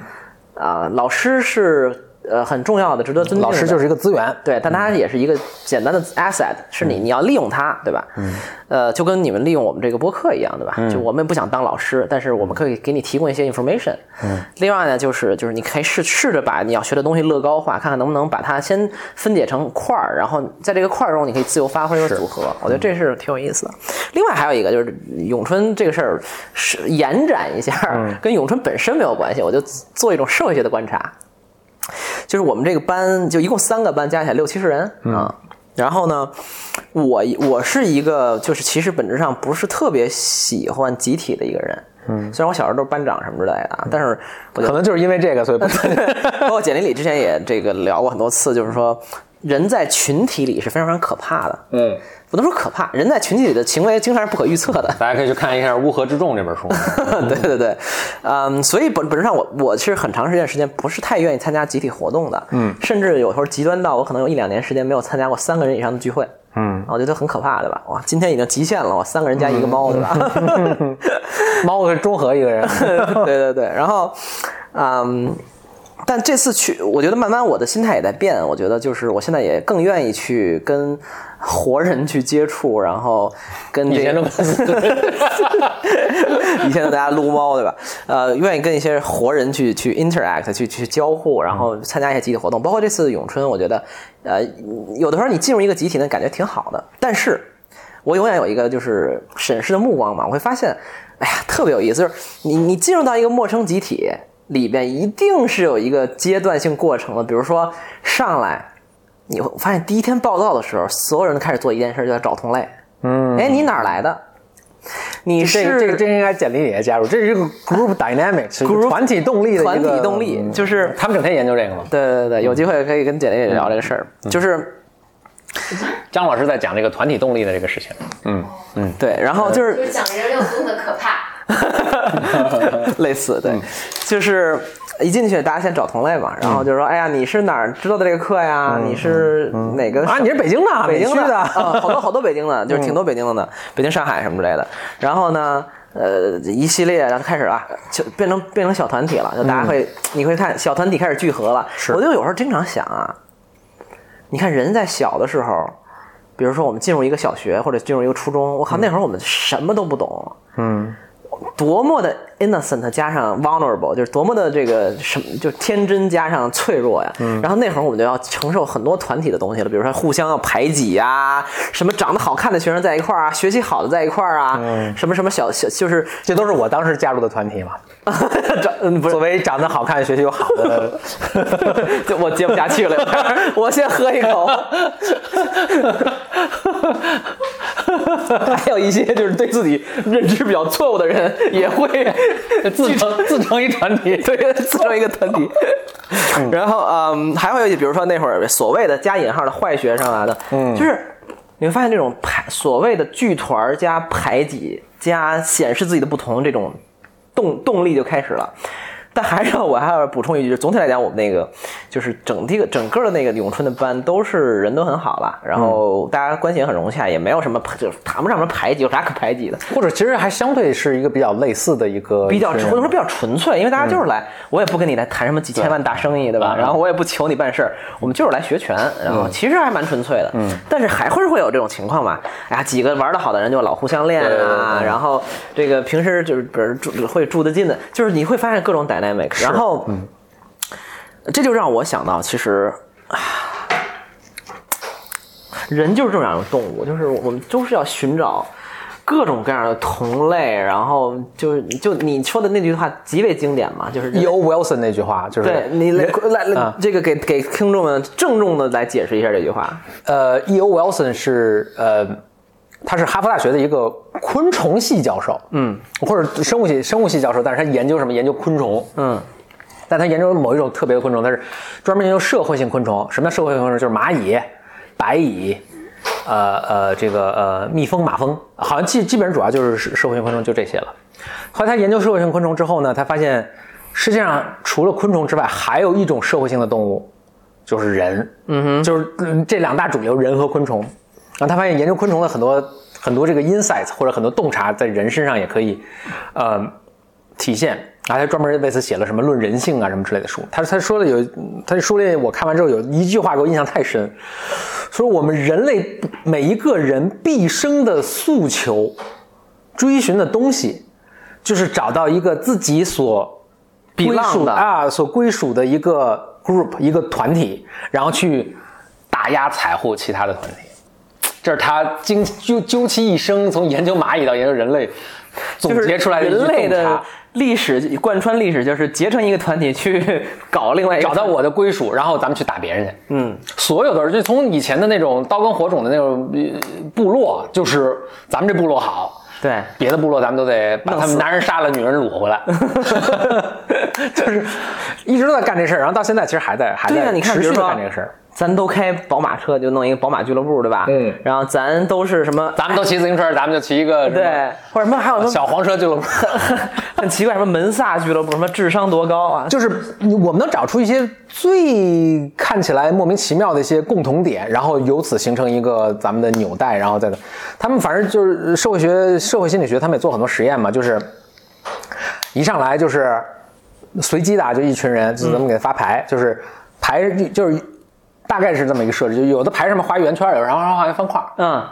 A: 啊、老师是呃很重要的，值得尊敬的。
B: 老师嗯就是一个资源，
A: 对，但它也是一个简单的 asset，是你你要利用它，对吧？嗯，呃，就跟你们利用我们这个播客一样，对吧？就我们不想当老师，但是我们可以给你提供一些 information。嗯，另外呢，就是就是你可以试试着把你要学的东西乐高化，看看能不能把它先分解成块儿，然后在这个块儿中你可以自由发挥和组合。我觉得这是嗯挺有意思的。另外还有一个就是咏春这个事儿是延展一下，跟咏春本身没有关系，我就做一种社会学的观察。就是我们这个班就一共三个班，加起来六七十人啊。然后呢，我我是一个就是其实本质上不是特别喜欢集体的一个人。嗯，虽然我小时候都是班长什么之类的啊，但是我觉
B: 可
A: 得，
B: 能就是因为这个，所以不
A: *laughs*
B: *laughs*
A: 包括简历里之前也这个聊过很多次，就是说人在群体里是非常非常可怕的。
E: 嗯，
A: 不能说可怕，人在群体里的行为经常是不可预测的。
E: 大家可以去看一下《乌合之众》这本
A: *laughs*
E: 书。
A: 对对对，嗯，所以本本质上我我是很长时间时间不是太愿意参加集体活动的，嗯，甚至有时候极端到我可能有一两年时间没有参加过三个人以上的聚会，嗯，我觉得很可怕，对吧？哇，今天已经极限了，我三个人加一个
E: 嗯
A: 猫，对吧？
E: *laughs*
B: 猫是中和一个 *laughs* 人。
A: 对对对，然后，嗯，但这次去，我觉得慢慢我的心态也在变。我觉得就是我现在也更愿意去跟活人去接触，然后跟这
E: 以前都 *laughs*
A: *laughs* 以前大家撸猫对吧？呃，愿意跟一些活人去去 interact，去去交互，然后参加一些集体活动，包括这次咏春，我觉得，呃，有的时候你进入一个集体呢，感觉挺好的，但是。我永远有一个就是审视的目光嘛，我会发现，哎呀，特别有意思，就是你你进入到一个陌生集体里边，一定是有一个阶段性过程的，比如说上来，你会发现第一天报道的时候，所有人都开始做一件事，就在找同类，嗯，哎，你哪儿来的？你是
B: 这个这个真应该简历里也加入，这是一个 group dynamic，是一个
A: Group-
B: 团体动力的一个嗯
A: 团体动力，就是
E: 他们整天研究这个嘛。
B: 嗯
A: 对对对，有机会可以跟简历聊这个事儿，就是。
B: 张老师在讲这个团体动力的这个事情，嗯
A: 对，然后就是
F: 就是讲人六宗的可怕。
A: *laughs* 类似，对，
B: 嗯
A: 就是一进去大家先找同类嘛，然
B: 嗯
A: 后就说，哎呀，你是哪儿知道的这个课呀？你是哪个
B: 啊
A: 省
B: 你是北京的
A: 北京
B: 哪区的嗯
A: 的，嗯好多好多北京的，就是挺多北京的呢，北京、上海什么之类的。然后呢，呃，一系列，然后开始啊，就变成变成小团体了，就
B: 嗯
A: 大家会，你会看小团体开始聚合了。我就有时候经常想啊，你看人在小的时候。比如说，我们进入一个小学或者进入一个初中，我靠，那会儿我们什么都不懂，多么的 innocent 加上 vulnerable，就是多么的这个什么，就是天真加上脆弱呀。然后那会儿我们就要承受很多团体的东西了，比如说互相要排挤呀、什么长得好看的学生在一块儿啊，学习好的在一块儿啊，什么什么小小就是
B: 这都是我当时加入的团 *laughs* 体嘛。
A: 长嗯不是
B: 作为长得好看、学习又好 *laughs* 的，
A: 就 *laughs* 我接不下去了，我先喝一口。还有一些就是对自己认知比较错误的人，也会
B: 自成自成一团体，
A: 对，自成一个团体。 *laughs* 然后嗯，还会有一些比如说那会儿所谓的加引号的坏学生啊的，
B: 嗯
A: 就是你会发现这种排所谓的剧团儿加排挤加显示自己的不同这种动动力就开始了。但还是要我还要补充一句，就是总体来讲，我们那个就是整体个整个的那个咏春的班都是人都很好了，然后大家关系也很融洽，也没有什么就是谈不上什么排挤，有啥可排挤的？
B: 或者其实还相对是一个比较类似的一个
A: 比较
B: 一个嗯
A: 纯，
B: 人
A: 我说比较纯粹，因为大家就是来，我也不跟你来谈什么几千万大生意，对吧？然后我也不求你办事儿，我们就是来学拳，然后其实还蛮纯粹的。嗯，但是还会会有这种情况嘛？哎呀，几个玩的好的人就老互相练啊，然后这个平时就是比如住会住得近的，就是你会发现各种 dynamic，然后这就让我想到，其实。啊人就是这样的动物，就是我们都是要寻找各种各样的同类，然后就是就你说的那句话极为经典嘛，就是人类
B: E.O.，E Wilson 那句话，就是
A: 对
B: 嗯
A: 你来来来这个给给听众们郑重的来解释一下这句话。
B: 呃，E.O. Wilson 是呃，他是哈佛大学的一个昆虫系教授，嗯，或者生物系生物系教授，但是他研究什么？研究昆虫，
A: 嗯，
B: 但他研究某一种特别的昆虫，他是专门研究社会性昆虫。什么叫社会性昆虫？就是蚂蚁、白蚁，呃呃，这个呃蜜蜂、马蜂，好像基基本上主要就是社社会性昆虫就这些了。后来他研究社会性昆虫之后呢，他发现世界上除了昆虫之外，还有一种社会性的动物，就是人。嗯哼，就是嗯这两大主流，人和昆虫。然后他发现研究昆虫的很多很多这个 insights 或者很多洞察，在人身上也可以，呃，体现。然后他专门为此写了什么《论人性》啊什么之类的书。他他说的有，他这书里我看完之后有一句话给我印象太深，说我们人类每一个人毕生的诉求、追寻的东西，就是找到一个自己所归属
A: Belong 的
B: 啊所归属的一个 group 一个团体，然后去打压踩护其他的团体。这是他经究究其一生，从研究蚂蚁到研究人类，总
A: 就是
B: 结出来的一句
A: 人类
B: 洞
A: 的
B: 察
A: 历史贯穿历史，就是结成一个团体去 *laughs* 搞另外一个
B: 找到我的归属，然后咱们去打别人去。
A: 嗯，
B: 所有的人就从以前的那种刀耕火种的那种呃部落，就是咱们这部落好，
A: 对
B: 别的部落咱们都得把他
A: 弄
B: 们
A: 死
B: 男人杀了，女人掳回来， *laughs* 就是一直都在干这事儿，然后到现在其实还在还
A: 对呀、啊
B: 在
A: 你看，
B: 持
A: 比
B: 续
A: 如
B: 地
A: 说
B: 干这个事儿。
A: 咱都开宝马车，就弄一个宝马俱乐部，对吧？
B: 嗯
A: 然后咱都是什么？
B: 咱们都骑自行车，咱们就骑一个什么
A: 对，或者什么还有什么
B: 小黄车就。 *laughs*
A: *laughs* 很奇怪，什么门萨俱乐部，什么智商多高啊？
B: 就是你我们能找出一些最看起来莫名其妙的一些共同点，然后由此形成一个咱们的纽带，然后再他们反正就是社会学、社会心理学，他们也做很多实验嘛，就是一上来就是随机的啊，就一群人，就咱们给他发牌，就是牌就是大概是这么一个设置，就有的牌上面画一圆圈，有的然后画一方块，
A: 嗯，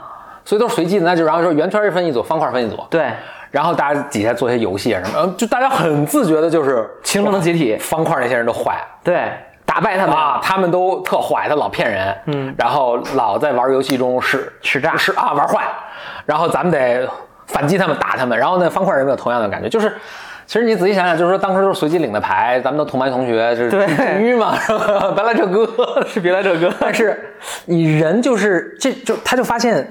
B: 所以都是随机的，那就然后说圆圈儿分一组，方块儿分一组，
A: 对，
B: 然后大家底下做一些游戏啊什么，呃就大家很自觉的就是
A: 群众的集体
B: 方块那些人都坏
A: 对，
B: *laughs*
A: 打败他们
B: 啊，他们都特坏，他老骗人，嗯，然后老在玩游戏中使
A: 使诈
B: 使啊玩坏，然后咱们得反击他们，打他们，然后那方块人有没有同样的感觉？就是。其实你仔细想想，就是说当时都是随机领的牌，咱们都同班同学，就是
A: 对
B: 至于嘛，是吧？白来这哥，
A: 是别来这哥，
B: 但是你人就是这就他就发现，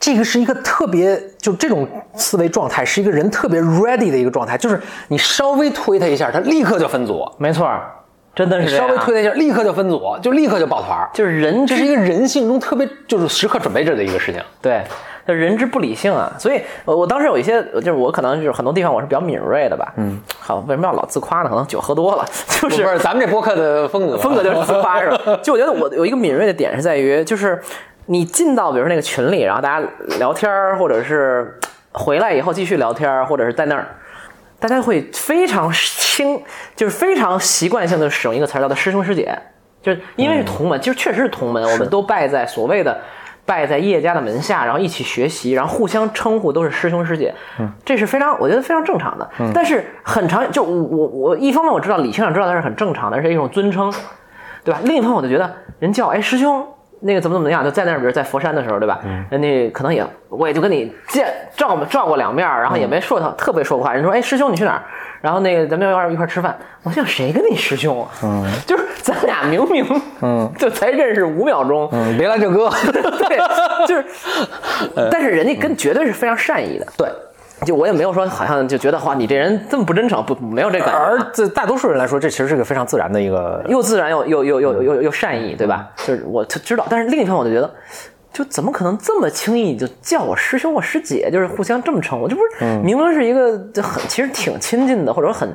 B: 这个是一个特别就这种思维状态是一个人特别 ready 的一个状态，就是你稍微推他一下，他立刻就分组，
A: 没错儿，真的是这
B: 稍
A: 样啊
B: 微推了一下，立刻就分组，就立刻就抱团儿。
A: 就是人之
B: 这是一个人性中特别就是时刻准备着的一个事情。
A: 对，就人之不理性啊。所以，我我当时有一些，就是我可能就是很多地方我是比较敏锐的吧。嗯，好，为什么要老自夸呢？可能酒喝多了，就
B: 不
A: 是
B: 是咱们这播客的风格，啊
A: 风格就是自夸是吧？ *laughs* 就我觉得我有一个敏锐的点是在于，就是你进到比如说那个群里，然后大家聊天儿，或者是回来以后继续聊天儿，或者是在那儿，大家会非常轻，就是非常习惯性的使用一个词儿叫做师兄师姐，就是因为是同门，就是确实是同门，我们都拜在所谓的。拜在叶家的门下，然后一起学习，然后互相称呼都是师兄师姐，这是非常我觉得非常正常的。但是很长，就我我我一方面我知道理性上知道它是很正常的，而且一种尊称，对吧？另一方面，我就觉得人叫哎师兄，那个怎么怎么样，就在那儿，比如在佛山的时候，对吧？
B: 嗯
A: 人家可能也我也就跟你见照过照过两面儿，然后
B: 嗯
A: 也没说他、特别说不话。人说哎师兄你去哪儿？然后那个咱们要不要一块儿吃饭？我想谁跟你师兄啊？嗯， *laughs* 就是咱俩明明嗯 *laughs* 就才认识五秒钟，
B: 嗯别来这歌。
A: *laughs* 对，就是，但是人家跟绝对是非常善意的。
B: 嗯对，
A: 就我也没有说好像就觉得哇你这人这么不真诚，不没有这感觉啊。
B: 而这大多数人来说，这其实是个非常自然的一个
A: 又自然又又又又又又善意，对吧？就是我就知道，但是另一方面我就觉得，就怎么可能这么轻易就叫我师兄或师姐，就是互相这么称呼？这不是明明是一个就很其实挺亲近的，或者说很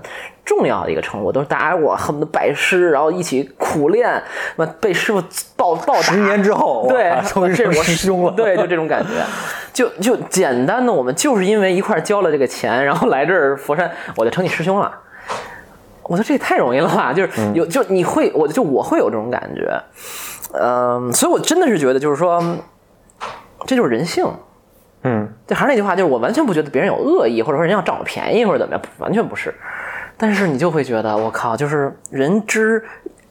A: 重要的一个称呼，都是大家我恨不得拜师，然后一起苦练，那被师傅暴暴打。
B: 十年之后，
A: 对
B: 哇，终于
A: 这
B: 是
A: 是我
B: 师兄了。 *laughs*
A: 对，就这种感觉，就就简单的，我们就是因为一块儿交了这个钱，然后来这儿佛山，我就成你师兄了。我说这也太容易了吧，就是
B: 嗯
A: 有就你会，我就我会有这种感觉，嗯，所以我真的是觉得就是说，这就是人性。
B: 嗯，
A: 就还是那句话，就是我完全不觉得别人有恶意，或者说人要占我便宜或者怎么样，完全不是。但是你就会觉得，我靠，就是人之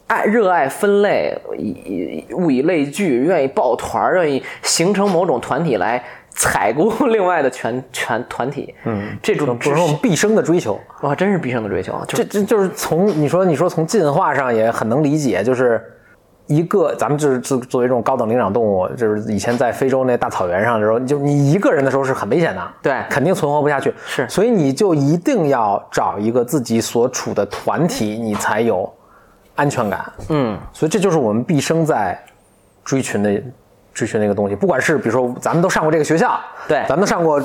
A: 爱热爱分类，以以物以类聚，愿意抱团儿，愿意形成某种团体来采购 *laughs* 另外的全全团体。嗯，这种
B: 这
A: 知
B: 是我们毕生的追求。
A: 哇，真是毕生的追求。就
B: 这
A: 是
B: 这就是从你说你说从进化上也很能理解，就是一个咱们就是作作为这种高等灵长动物，就是以前在非洲那大草原上的时候，就你一个人的时候是很危险的，
A: 对
B: 肯定存活不下去，
A: 是
B: 所以你就一定要找一个自己所处的团体，你才有安全感，
A: 嗯，
B: 所以这就是我们毕生在追寻的追寻的一个东西，不管是比如说咱们都上过这个学校，
A: 对
B: 咱们都上过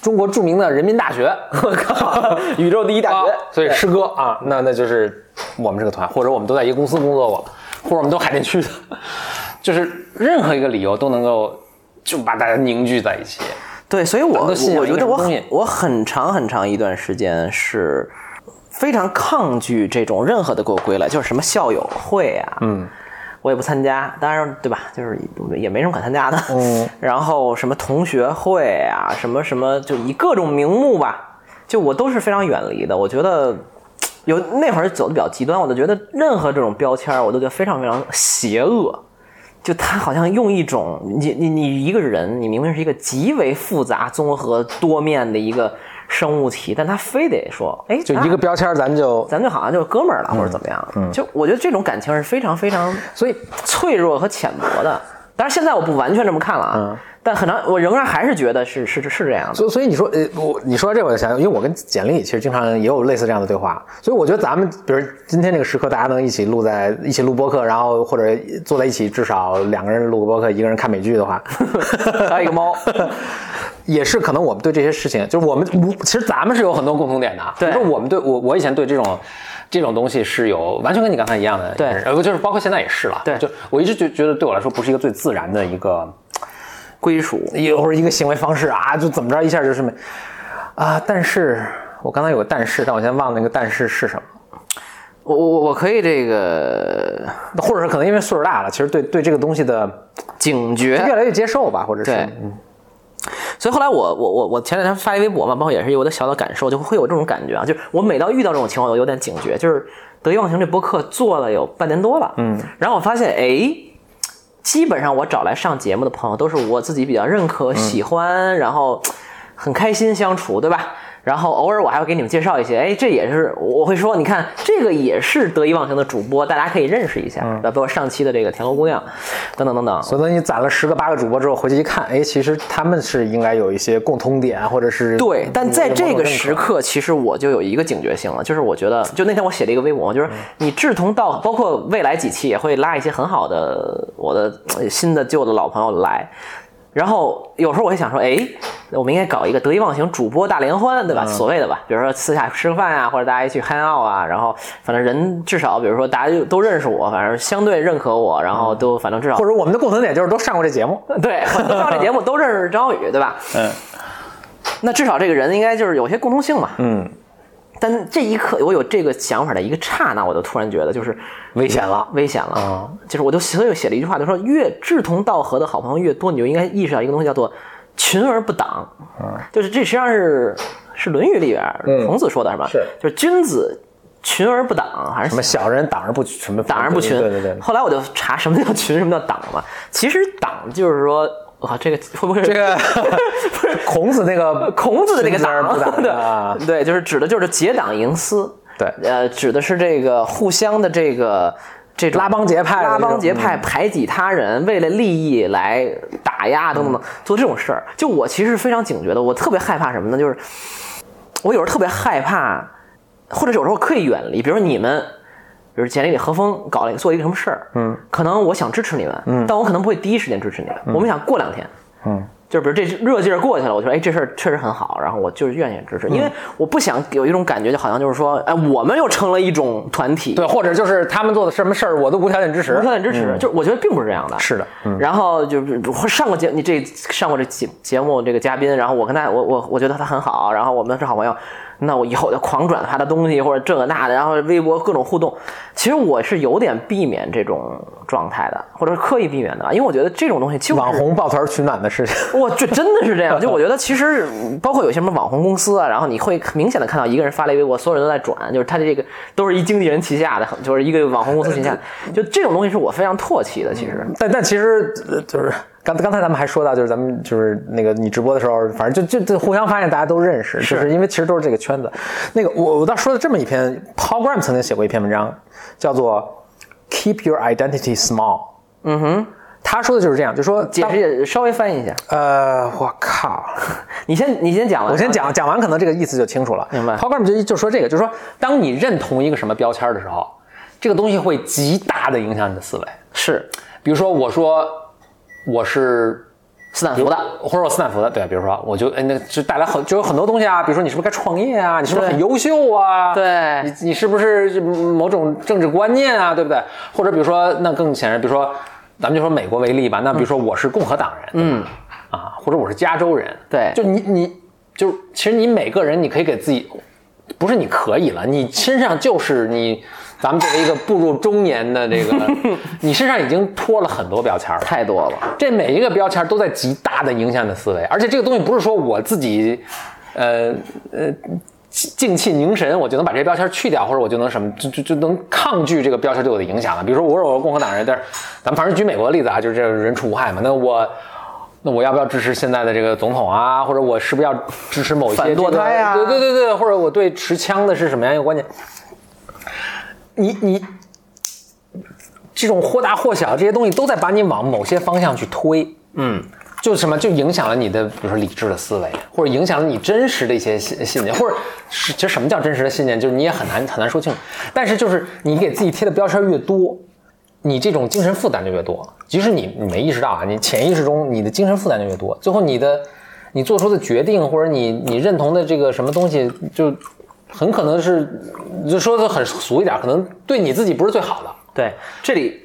B: 中国著名的人民
A: *laughs*
B: 大学，我靠，
A: 宇宙第一大学
B: 啊，所以师哥啊，那那就是我们这个团，或者我们都在一个公司工作过，或者我们都海淀区的，就是任何一个理由都能够就把大家凝聚在一起。
A: 对，所以我
B: 咱都信
A: 我
B: 仰
A: 我
B: 一个
A: 觉得
B: 什么
A: 我
B: 东
A: 很
B: 西
A: 我很长很长一段时间是非常抗拒这种任何的给我归类，就是什么校友会啊，嗯，我也不参加，当然对吧？就是也没什么可参加的，嗯， *laughs* 然后什么同学会啊，什么什么，就以各种名目吧，就我都是非常远离的，我觉得。有那会儿走的比较极端，我就觉得任何这种标签儿，我都觉得非常非常邪恶。就他好像用一种你你你一个人，你明明是一个极为复杂、综合多面的一个生物体，但他非得说，哎，
B: 就一个嗯
A: 啊
B: 标签儿，咱就
A: 咱就好像就是哥们儿了，或者怎么样？就我觉得这种感情是非常非常
B: 所以
A: 脆弱和浅薄的。当然，现在我不完全这么看了啊，但很长，我仍然还是觉得是是是这样的。
B: 所以所以你说呃，我你说到这我就想，因为我跟简历其实经常也有类似这样的对话，所以我觉得咱们比如今天这个时刻，大家能一起录在一起录播客，然后或者坐在一起，至少两个人录个播客，一个人看美剧
A: *laughs*
B: 的话， *laughs*
A: 还有一个猫，
B: 也是可能我们对这些事情，就是我们我其实咱们是有很多共同点的啊。
A: 对
B: 比如说我们对我我以前对这种这种东西是有完全跟你刚才一样的
A: 对
B: 认识，呃，不就是包括现在也是了。
A: 对
B: 就我一直觉觉得对我来说不是一个最自然的一个
A: 归属
B: 也或者一个行为方式啊，就怎么着一下就是没啊。但是我刚才有个但是，但我现在忘了那个但是是什么。
A: 我我我可以这个
B: 或者是可能因为岁数大了，其实对对这个东西的
A: 警觉，
B: 越来越接受吧，或者是
A: 啊对所以后来我我我我前两天发一微博嘛，包括也是有我的小小感受，就会有这种感觉啊，就是我每到遇到这种情况，我有点警觉，就是得意忘形这播客做了有半年多了，嗯，然后我发现哎。基本上我找来上节目的朋友都是我自己比较认可、喜欢，然后很开心相处，对吧？然后偶尔我还会给你们介绍一些，哎，这也是我会说，你看这个也是得意忘形的主播，大家可以认识一下，包括上期的这个田螺姑娘，等等等等。
B: 所以等你攒了十个八个主播之后，回去一看，哎，其实他们是应该有一些共通点，啊或者是
A: 对，但在这个时
B: 时，
A: 刻，其实我就有一个警觉性了，就是我觉得，就那天我写了一个微博，就是你志同道，包括未来几期也会拉一些很好的我的呃新的旧的老朋友来。然后有时候我会想说，哎，我们应该搞一个得意忘形主播大联欢，对吧？所谓的吧，比如说私下吃个饭啊，或者大家一起 hang out 啊，然后反正人至少，比如说大家就都认识我，反正相对认可我，然后都反正至少
B: 或者我们的共同点就是都上过这节目，
A: *laughs* 对，很多上这节目都认识张宇，对吧？嗯。那至少这个人应该就是有些共通性嘛。
B: 嗯。
A: 但这一刻，我有这个想法的一个刹那，我就突然觉得就是
B: 危险了。啊
A: 危险了。就是我就所以我写了一句话，就说越志同道合的好朋友越多，你就应该意识到一个东西叫做群而不党。
B: 嗯
A: 就是这实际上是是《论语》里边孔子说的是吧？
B: 是
A: 就是君子群而不党，还是
B: 什么小人挡而不什么
A: 党而不群。
B: 对对对，
A: 后来我就查什么叫群，什么叫党嘛。其实党就是说，哇，这个会不会
B: 这个不是孔子那个
A: *laughs* 孔子的那个
B: 群而不党啊
A: 党， *laughs* 对对，就是指的就是结党营私，
B: 对
A: 呃，指的是这个互相的这个这种
B: 拉帮结派的
A: 拉
B: 这种嗯
A: 帮结派排挤他人，为了利益来打
B: 嗯
A: 压等等等做这种事儿。就我其实非常警觉的，我特别害怕什么呢？就是我有时候特别害怕，或者有时候刻意远离，比如说你们。比如简历里何峰搞了一个做了一个什么事儿，嗯，可能我想支持你们，嗯，但我可能不会第一时间支持你们，
B: 嗯
A: 我们想过两天，就是比如这热劲儿过去了，我觉得哎，这事儿确实很好，然后我就是愿意支持，因
B: 嗯
A: 为我不想有一种感觉，就好像就是说，哎，我们又成了一种团体，
B: 对，，或者就是他们做的什么事儿，我都无条件支持嗯
A: 无。条件支持，就是我觉得并不是这样的。
B: 是的，嗯
A: 然后就是我上过节，你这上过这节节目这个嘉宾，然后我跟他，我我我觉得他很好，然后我们是好朋友，那我以后我就狂转他的东西或者这个那的，然后微博各种互动。其实我是有点避免这种状态的，或者是刻意避免的，因为我觉得这种东西就是
B: 网红抱团取暖的事情，
A: 哇，这真的是这样。就我觉得，其实嗯包括有些什么网红公司啊，然后你会明显的看到一个人发了一微博，所有人都在转，就是他这个都是一经纪人旗下的，就是一个网红公司旗下的，就这种东西是我非常唾弃的。其实，
B: 但但其实呃就是刚刚才咱们还说到，就是咱们就是那个你直播的时候，反正就就就互相发现大家都认识，就是因为其实都是这个圈子。那个我我倒说了这么一篇，Paul Graham 曾经写过一篇文章，叫做 “Keep Your Identity Small”。
A: 嗯哼，
B: 他说的就是这样，就说
A: 解释也稍微翻译一下。
B: 呃，我
A: *laughs*
B: 靠，
A: 你先，你先讲完。啊
B: 我先，讲讲完，可能这个意思就清楚了。
A: 明白
B: p o g r a m 就就说这个，就是说，当你认同一个什么标签的时候，这个东西会极大的影响你的思维。
A: 是
B: 比如说，我说我是
A: 斯坦福的，
B: 或者我斯坦福的，对，比如说我就哎，那就带来很就有很多东西啊，比如说你是不是该创业啊，你是不是
A: 对
B: 很优秀啊，
A: 对
B: 你你是不是某种政治观念啊，对不对？或者比如说那更显然，比如说咱们就说美国为例吧，那比如说我是共和党人，嗯，啊，或者我是加州人，
A: 对
B: 就你你就其实你每个人你可以给自己，不是你可以了，你身上就是你。咱们作为一个步入中年的这个，
A: *laughs*
B: 你身上已经脱了很多标签了，
A: 太多了。
B: 这每一个标签都在极大的影响你的思维，而且这个东西不是说我自己，呃呃，静静气凝神，我就能把这些标签去掉，或者我就能什么，就就就能抗拒这个标签对我的影响了。比如说，我说我是共和党人，但是咱们反正举美国的例子啊，就是这人畜无害嘛，那我。那我要不要支持现在的这个总统啊？或者我是不是要支持某一些、
A: 反
B: 这个、
A: 堕胎啊
B: 对对对对，或者我对持枪的是什么样一个观点？你你这种或大或小这些东西都在把你往某些方向去推，嗯，就什么就影响了你的，比如说理智的思维，或者影响了你真实的一些信信念，或者是其实什么叫真实的信念，就是你也很难很难说清楚。但是就是你给自己贴的标签越多，你这种精神负担就越多。即使你你没意识到啊，你潜意识中你的精神负担就越多，最后你的你做出的决定或者你你认同的这个什么东西，就很可能是就说的很俗一点，可能对你自己不是最好的。
A: 对，这里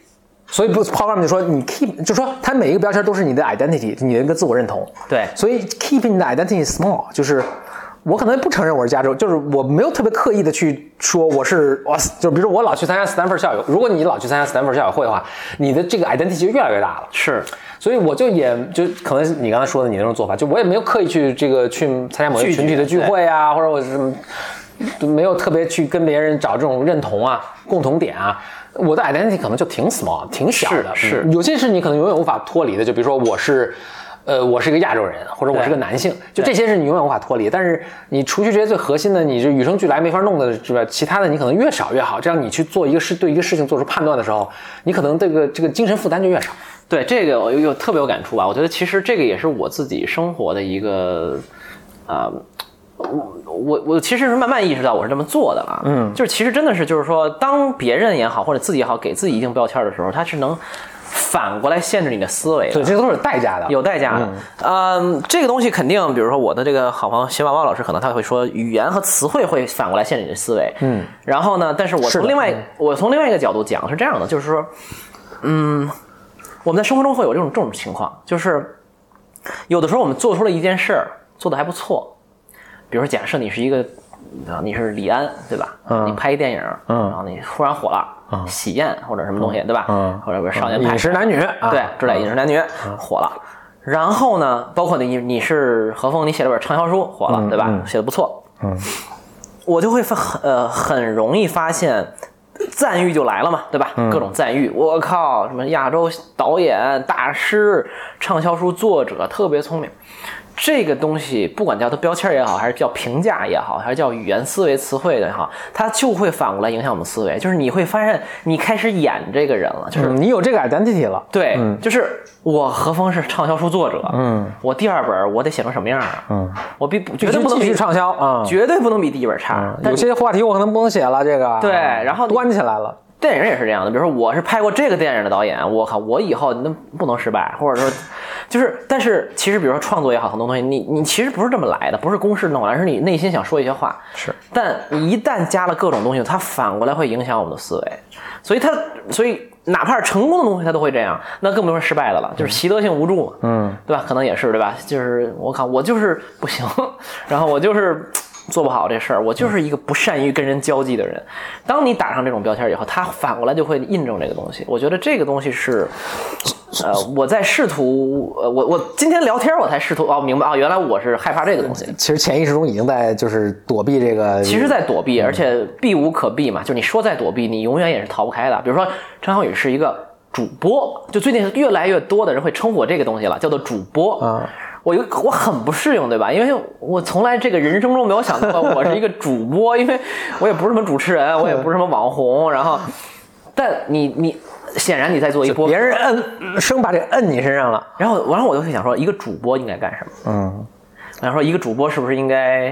B: 所以不 p o g r a m 就说你 keep 就说它每一个标签都是你的 identity，你的一个自我认同。
A: 对
B: 所以 keep 你的 identity small 就是。我可能不承认我是加州，就是我没有特别刻意的去说我是我，就比如说我老去参加斯坦福校友，如果你老去参加斯坦福校友会的话，你的这个 identity 就越来越大了。
A: 是
B: 所以我就也就可能是你刚才说的你那种做法，就我也没有刻意去这个去参加某些
A: 拒绝
B: 群体的聚会啊，或者我是什么，都没有特别去跟别人找这种认同啊、共同点啊。我的 identity 可能就挺 small、挺小的，
A: 是是
B: 嗯有些是你可能永远无法脱离的，就比如说我是。呃，我是一个亚洲人，或者我是个男性，就这些是你永远无法脱离。但是你除去这些最核心的，你这与生俱来没法弄的之外，其他的你可能越少越好。这样你去做一个事，对一个事情做出判断的时候，你可能这个这个精神负担就越少。
A: 对这个我有有特别有感触吧。我觉得其实这个也是我自己生活的一个啊、我我我其实是慢慢意识到我是这么做的了。嗯，就是其实真的是就是说，当别人也好或者自己也好给自己一定标签的时候，它是能反过来限制你的思维的。
B: 对，这都是有代价的。
A: 有代价的。嗯，这个东西肯定，比如说我的这个好朋友邢娃娃老师，可能他会说，语言和词汇会反过来限制你的思维。嗯，然后呢，但是嗯我
B: 是
A: 从
B: 的
A: 另外我从另外一个角度讲是这样的，就是说，嗯，我们在生活中会有这种这种情况，就是有的时候我们做出了一件事儿，做的还不错，比如说假设你是一个。啊，你是李安对吧？嗯，你拍一电影，嗯，然后你忽然火了，喜宴或者什么东西对吧？嗯，或者比如少年派
B: 饮食男女，啊、
A: 对，嗯之类饮食男女火了。然后呢，包括你你是何峰，你写了本畅销书火了，对吧？写的不错，嗯，我就会发很呃很容易发现。赞誉就来了嘛，对吧？各种赞誉，我靠，什么亚洲导演大师、畅销书作者，特别聪明。这个东西不管叫它标签也好，还是叫评价也好，还是叫语言思维词汇的也好，它就会反过来影响我们思维。就是你会发现，你开始演这个人了，就是
B: 嗯，你有这个 identity 了。
A: 对，就是我何峰是畅销书作者，嗯，我第二本我得写成什么样啊？嗯，我比绝对不能
B: 继
A: 比
B: 续畅销啊！嗯
A: 绝对不能比第一本差。但
B: 有些话题我可能不能写了，这个啊
A: 对然后你
B: 端起来了，
A: 电影也是这样的，比如说我是拍过这个电影的导演，我靠，我以后那不能失败，或者说，就是，但是其实比如说创作也好，很多东西你你其实不是这么来的，不是公式弄来，而是你内心想说一些话。
B: 是，
A: 但你一旦加了各种东西，它反过来会影响我们的思维，所以它所以。哪怕是成功的东西，它都会这样，那更不用说失败的了，就是习得性无助嘛，嗯，对吧？可能也是，对吧？就是我靠，我就是不行，然后我就是做不好这事儿，我就是一个不善于跟人交际的人。当你打上这种标签以后，它反过来就会印证这个东西。我觉得这个东西是，呃，我在试图，呃，我我今天聊天我才试图哦明白啊、原来我是害怕这个东西，
B: 其实潜意识中已经在就是躲避这个。
A: 其实在躲避，
B: 嗯
A: 而且避无可避嘛，就你说再躲避，你永远也是逃不开的。比如说张小雨是一个主播，就最近越来越多的人会称呼我这个东西了，叫做主播。
B: 啊
A: 我有我很不适应，对吧？因为我从来这个人生中没有想到过我是一个主播， *laughs* 因为我也不是什么主持人，我也不是什么网红。然后，但你你显然你在做一波
B: 别人摁生把这摁你身上了，
A: 然后，然后我就会想说，一个主播应该干什么？嗯，然后说一个主播是不是应该，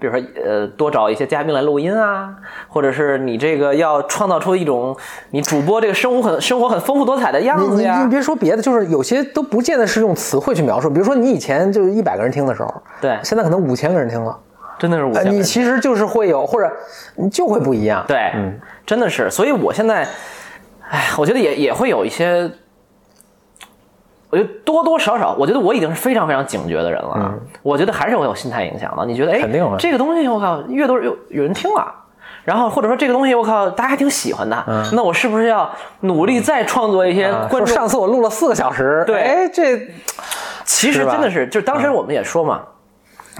A: 比如说呃，多找一些嘉宾来录音啊，或者是你这个要创造出一种你主播这个生活很生活很丰富多彩的
B: 你
A: 样子
B: 你
A: 呀
B: 你？别说别的，就是有些都不见得是用词汇去描述。比如说你以前就是一百个人听的时候，
A: 对
B: 现在可能五千个人听了，
A: 真的是我
B: 呃，
A: 想
B: 你其实就是会有，或者你就会不一样。
A: 对，真的是，所以我现在，哎，我觉得也也会有一些，我觉得多多少少，我觉得我已经是非常非常警觉的人了。啊我觉得还是会有心态影响的。你觉得，哎，
B: 嗯肯定会啊
A: 这个东西，我靠，越多有有人听了。然后或者说这个东西我靠，大家还挺喜欢的，那我是不是要努力再创作一些
B: 嗯啊
A: 观
B: 说
A: 众
B: 上次我录了四个小时，
A: 对
B: 哎，这
A: 其实
B: 是吧嗯
A: 真的是，就是当时我们也说嘛，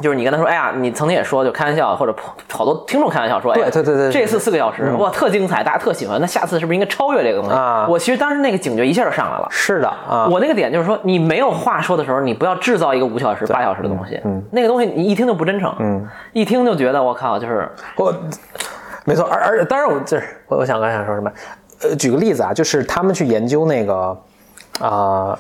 A: 就是你跟他说，哎呀，你曾经也说，就开玩笑，或者好多听众开玩笑说，哎呀，
B: 对对对对
A: 这次四个小时，哇，特精彩，大家特喜欢，那下次是不是应该超越这个东西？
B: 啊
A: 我其实当时那个警觉一下就上来了。
B: 是的啊，
A: 我那个点就是说，你没有话说的时候，你不要制造一个五小时、八小时的东西。嗯，那个东西你一听就不真诚，嗯，一听就觉得我靠，就是
B: 我没错，而而当然我这我我想刚想说什么，呃，举个例子啊，就是他们去研究那个啊、呃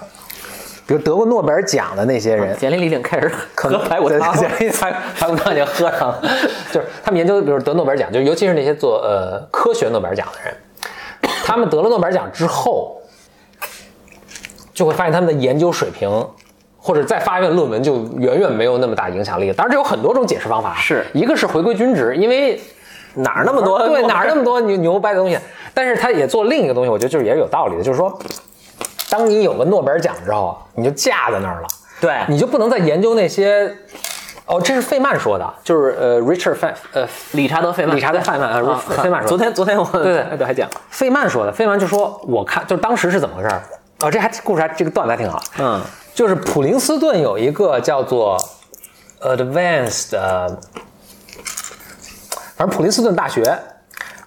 B: 比如得过诺贝尔奖的那
A: *laughs*
B: 些人，
A: 简历里已经开始
B: 可
A: 喝
B: 能
A: 排骨
B: 对 *laughs*
A: 汤了。
B: 对排排骨汤已经喝上了， *laughs* 就是他们研究，比如得诺贝尔奖，就尤其是那些做呃科学诺贝尔奖的人，他们得了诺贝尔奖之后，就会发现他们的研究水平。或者再发一篇论文就远远没有那么大影响力了。当然，这有很多种解释方法啊，
A: 是
B: 一个是回归均值，因为
A: 哪儿那么多？
B: 对，哪儿那么 *laughs* 多牛牛掰的东西？但是他也做另一个东西，我觉得就是也是有道理的，就是说，当你有个诺贝尔奖之后，你就架在那儿了，
A: 对，
B: 你就不能再研究那些。哦，这是费曼说的，就是呃，Richard 费呃
A: 理查德费曼，
B: 理查德费曼啊
A: 啊
B: 费曼说的
A: 昨天昨天我
B: 对
A: *laughs*
B: 对
A: 对还讲，
B: 费曼说的。费曼就说，我看就是当时是怎么回事儿。哦，这还故事还这个段子还挺好。
A: 嗯，
B: 就是普林斯顿有一个叫做 Advanced，呃反正普林斯顿大学，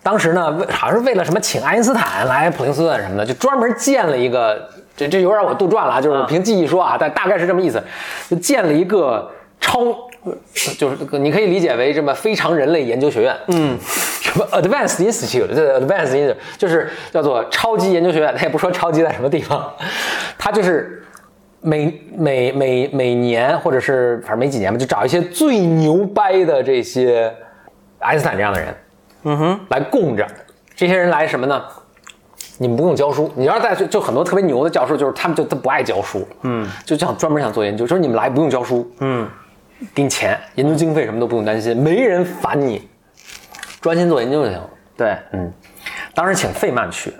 B: 当时呢，为好像是为了什么请爱因斯坦来普林斯顿什么的，就专门建了一个
E: 这这有点我杜撰了啊，就是我凭记忆说啊，但大概是这么意思，就建了一个超，就是你可以理解为什么非常人类研究学院，嗯，什么 Advanced Institute，这 Advanced Institute 就是叫做超级研究学院，他也不说超级在什么地方， *laughs* 他就是每每每每年或者是反正没几年吧，就找一些最牛掰的这些爱因斯坦这样的人，嗯哼，来供着，这些人来什么呢？你们不用教书，你要是在就很多特别牛的教授，就是他们就他不爱教书，嗯，就想专门想做研究，就是你们来不用教书，嗯，给你钱，研究经费什么都不用担心，没人烦你，专心做研究就行。
A: 对，
E: 当时请费曼去，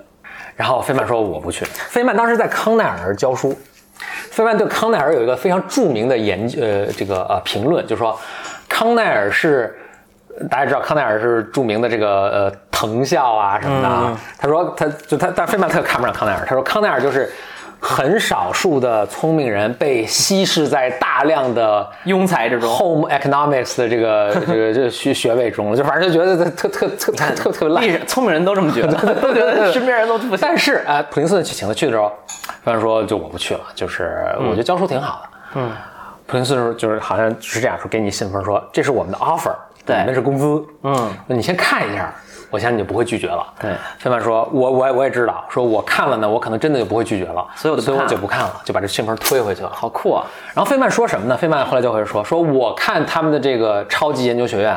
E: 然后费曼说我不去。费曼当时在康奈尔教书，费曼对康奈尔有一个非常著名的研究，呃，这个呃评论，就说康奈尔是大家知道康奈尔是著名的这个呃藤校啊什么的啊。他说他就他，但费曼特看不上康奈尔，他说康奈尔就是很少数的聪明人被稀释在大量的
A: 庸才之中，
E: home economics 的这个这个这个学学位中了，就反正就觉得他特特特特
A: *laughs*
E: 特特烂
A: 历。史聪明人都这么觉得， *laughs* 都觉得身边人都不行。
E: 但是啊、呃普林斯顿请他去的时候，菲曼说就我不去了，就是我觉得教书挺好的。嗯，普林斯顿就是好像是这样说，给你信封说这是我们的 offer，
A: 对
E: 你们是工资。
A: 嗯，
E: 你先看一下，我相信你就不会拒绝了。
A: 对，
E: 菲曼说，我我我也知道，说我看了呢，我可能真的就不会拒绝了，
A: 所以我就不看了
E: 就不看了，就把这信封推回去了。
A: 好酷啊！
E: 然后费曼说什么呢？费曼后来就会说：“说我看他们的这个超级研究学院，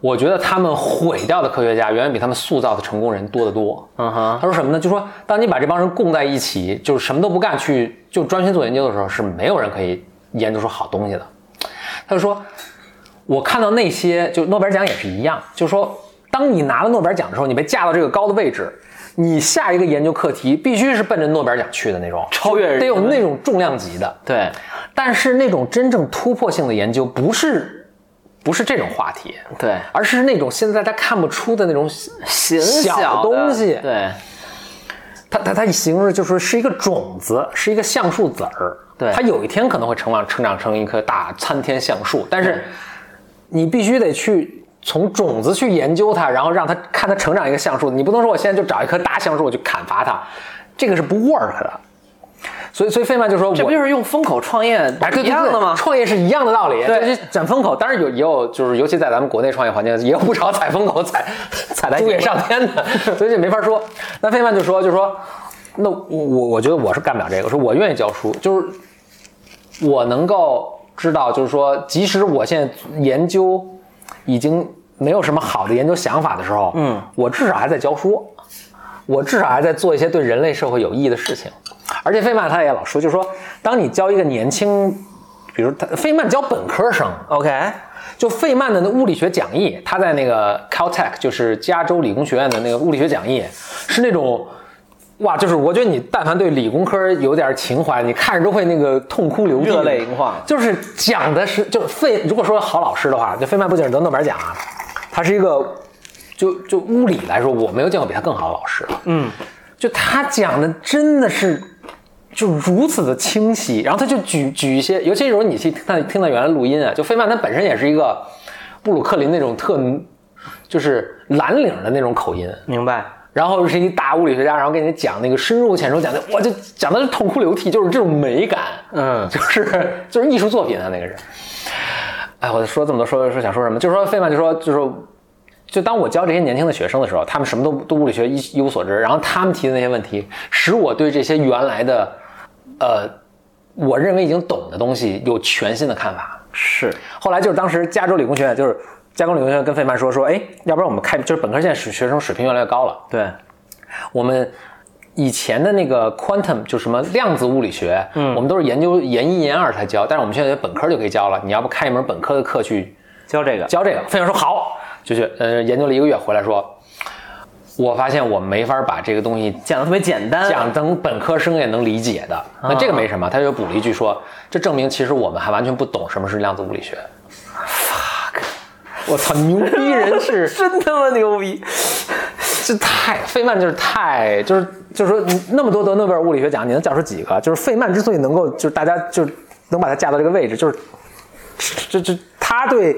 E: 我觉得他们毁掉的科学家远远比他们塑造的成功人多得多。”
A: *laughs* 嗯哼，
E: 啊他说什么呢？就说当你把这帮人供在一起，就是什么都不干去，就专心做研究的时候，是没有人可以研究出好东西的。他就说，我看到那些，就诺贝尔奖也是一样，就是说，当你拿了诺贝尔奖的时候，你被架到这个高的位置，你下一个研究课题必须是奔着诺贝尔奖去的那种，
A: 超越人
E: 得有那种重量级的。
A: 对，
E: 但是那种真正突破性的研究，不是不是这种话题，
A: 对，
E: 而是那种现在大家看不出的那种
A: 形的
E: 小东西
A: 对
E: 它它它一形容就是是一个种子，是一个橡树籽儿。
A: 对
E: 它有一天可能会成长成长成一棵大参天橡树，但是你必须得去从种子去研究它，然后让它看它成长一个橡树。你不能说我现在就找一棵大橡树我就砍伐它，这个是不 work 的。所以所以费曼就说我
A: 这不就是用风口创业
E: 哎，对对
A: 一样的
E: 对
A: 吗？
E: *laughs* 创业是一样的道理，
A: 对
E: 就是攒风口。当然有也有，就是尤其在咱们国内创业环境，也有不少踩风口、踩踩
A: 来
E: 猪
A: 几
E: 也
A: 个
E: 上天的，所以这没法说。那费曼就说，就说，那我我我觉得我是干不了这个，说我愿意教书，就是我能够知道，就是说，即使我现在研究已经没有什么好的研究想法的时候，嗯，我至少还在教书，我至少还在做一些对人类社会有意义的事情。而且费曼他也老说，就是说，当你教一个年轻，比如他费曼教本科生，
A: OK，
E: 就费曼的那物理学讲义，他在那个 Caltech，就是加州理工学院的那个物理学讲义，是那种，哇，就是我觉得你但凡对理工科有点情怀，你看着都会那个痛哭流涕，
A: 热泪盈眶
E: 就是讲的是，就是费，如果说好老师的话，就费曼不仅是得诺贝尔奖啊，他是一个，就就物理来说，我没有见过比他更好的老师了。嗯，就他讲的真的是就如此的清晰，然后他就举举一些，尤其是如果你去听他听到原来录音啊，就费曼他本身也是一个布鲁克林那种特就是蓝领的那种口音，
A: 明白。
E: 然后是一大物理学家，然后给你讲那个深入浅出讲的，我就讲的是痛哭流涕，就是这种美感，
A: 嗯
E: 就是就是艺术作品啊那个人。哎，我说这么多说说想说什么？就说费曼就说就说，就当我教这些年轻的学生的时候，他们什么都对物理学一一无所知，然后他们提的那些问题，使我对这些原来的，呃，我认为已经懂的东西有全新的看法。
A: 是，
E: 后来就是当时加州理工学院，就是加州理工学院跟费曼说说，哎，要不然我们开就是本科线学学生水平越来越高了，
A: 对，
E: 我们以前的那个 quantum 就什么量子物理学，嗯，我们都是研究研一研二才教，但是我们现在本科就可以教了。你要不开一门本科的课去
A: 教这个，
E: 教这个？费翔说好，就去呃研究了一个月，回来说，我发现我没法把这个东西
A: 讲的特别简单，
E: 讲等本科生也能理解的，那这个没什么。他又补了一句说，这证明其实我们还完全不懂什么是量子物理学。fuck，我操，牛逼人 *laughs* 是
A: 真他妈牛逼！
E: 这太费曼就是太就是就是说你那么多得诺贝尔物理学奖，你能讲出几个？就是费曼之所以能够就是大家就是能把他架到这个位置，就是这这他对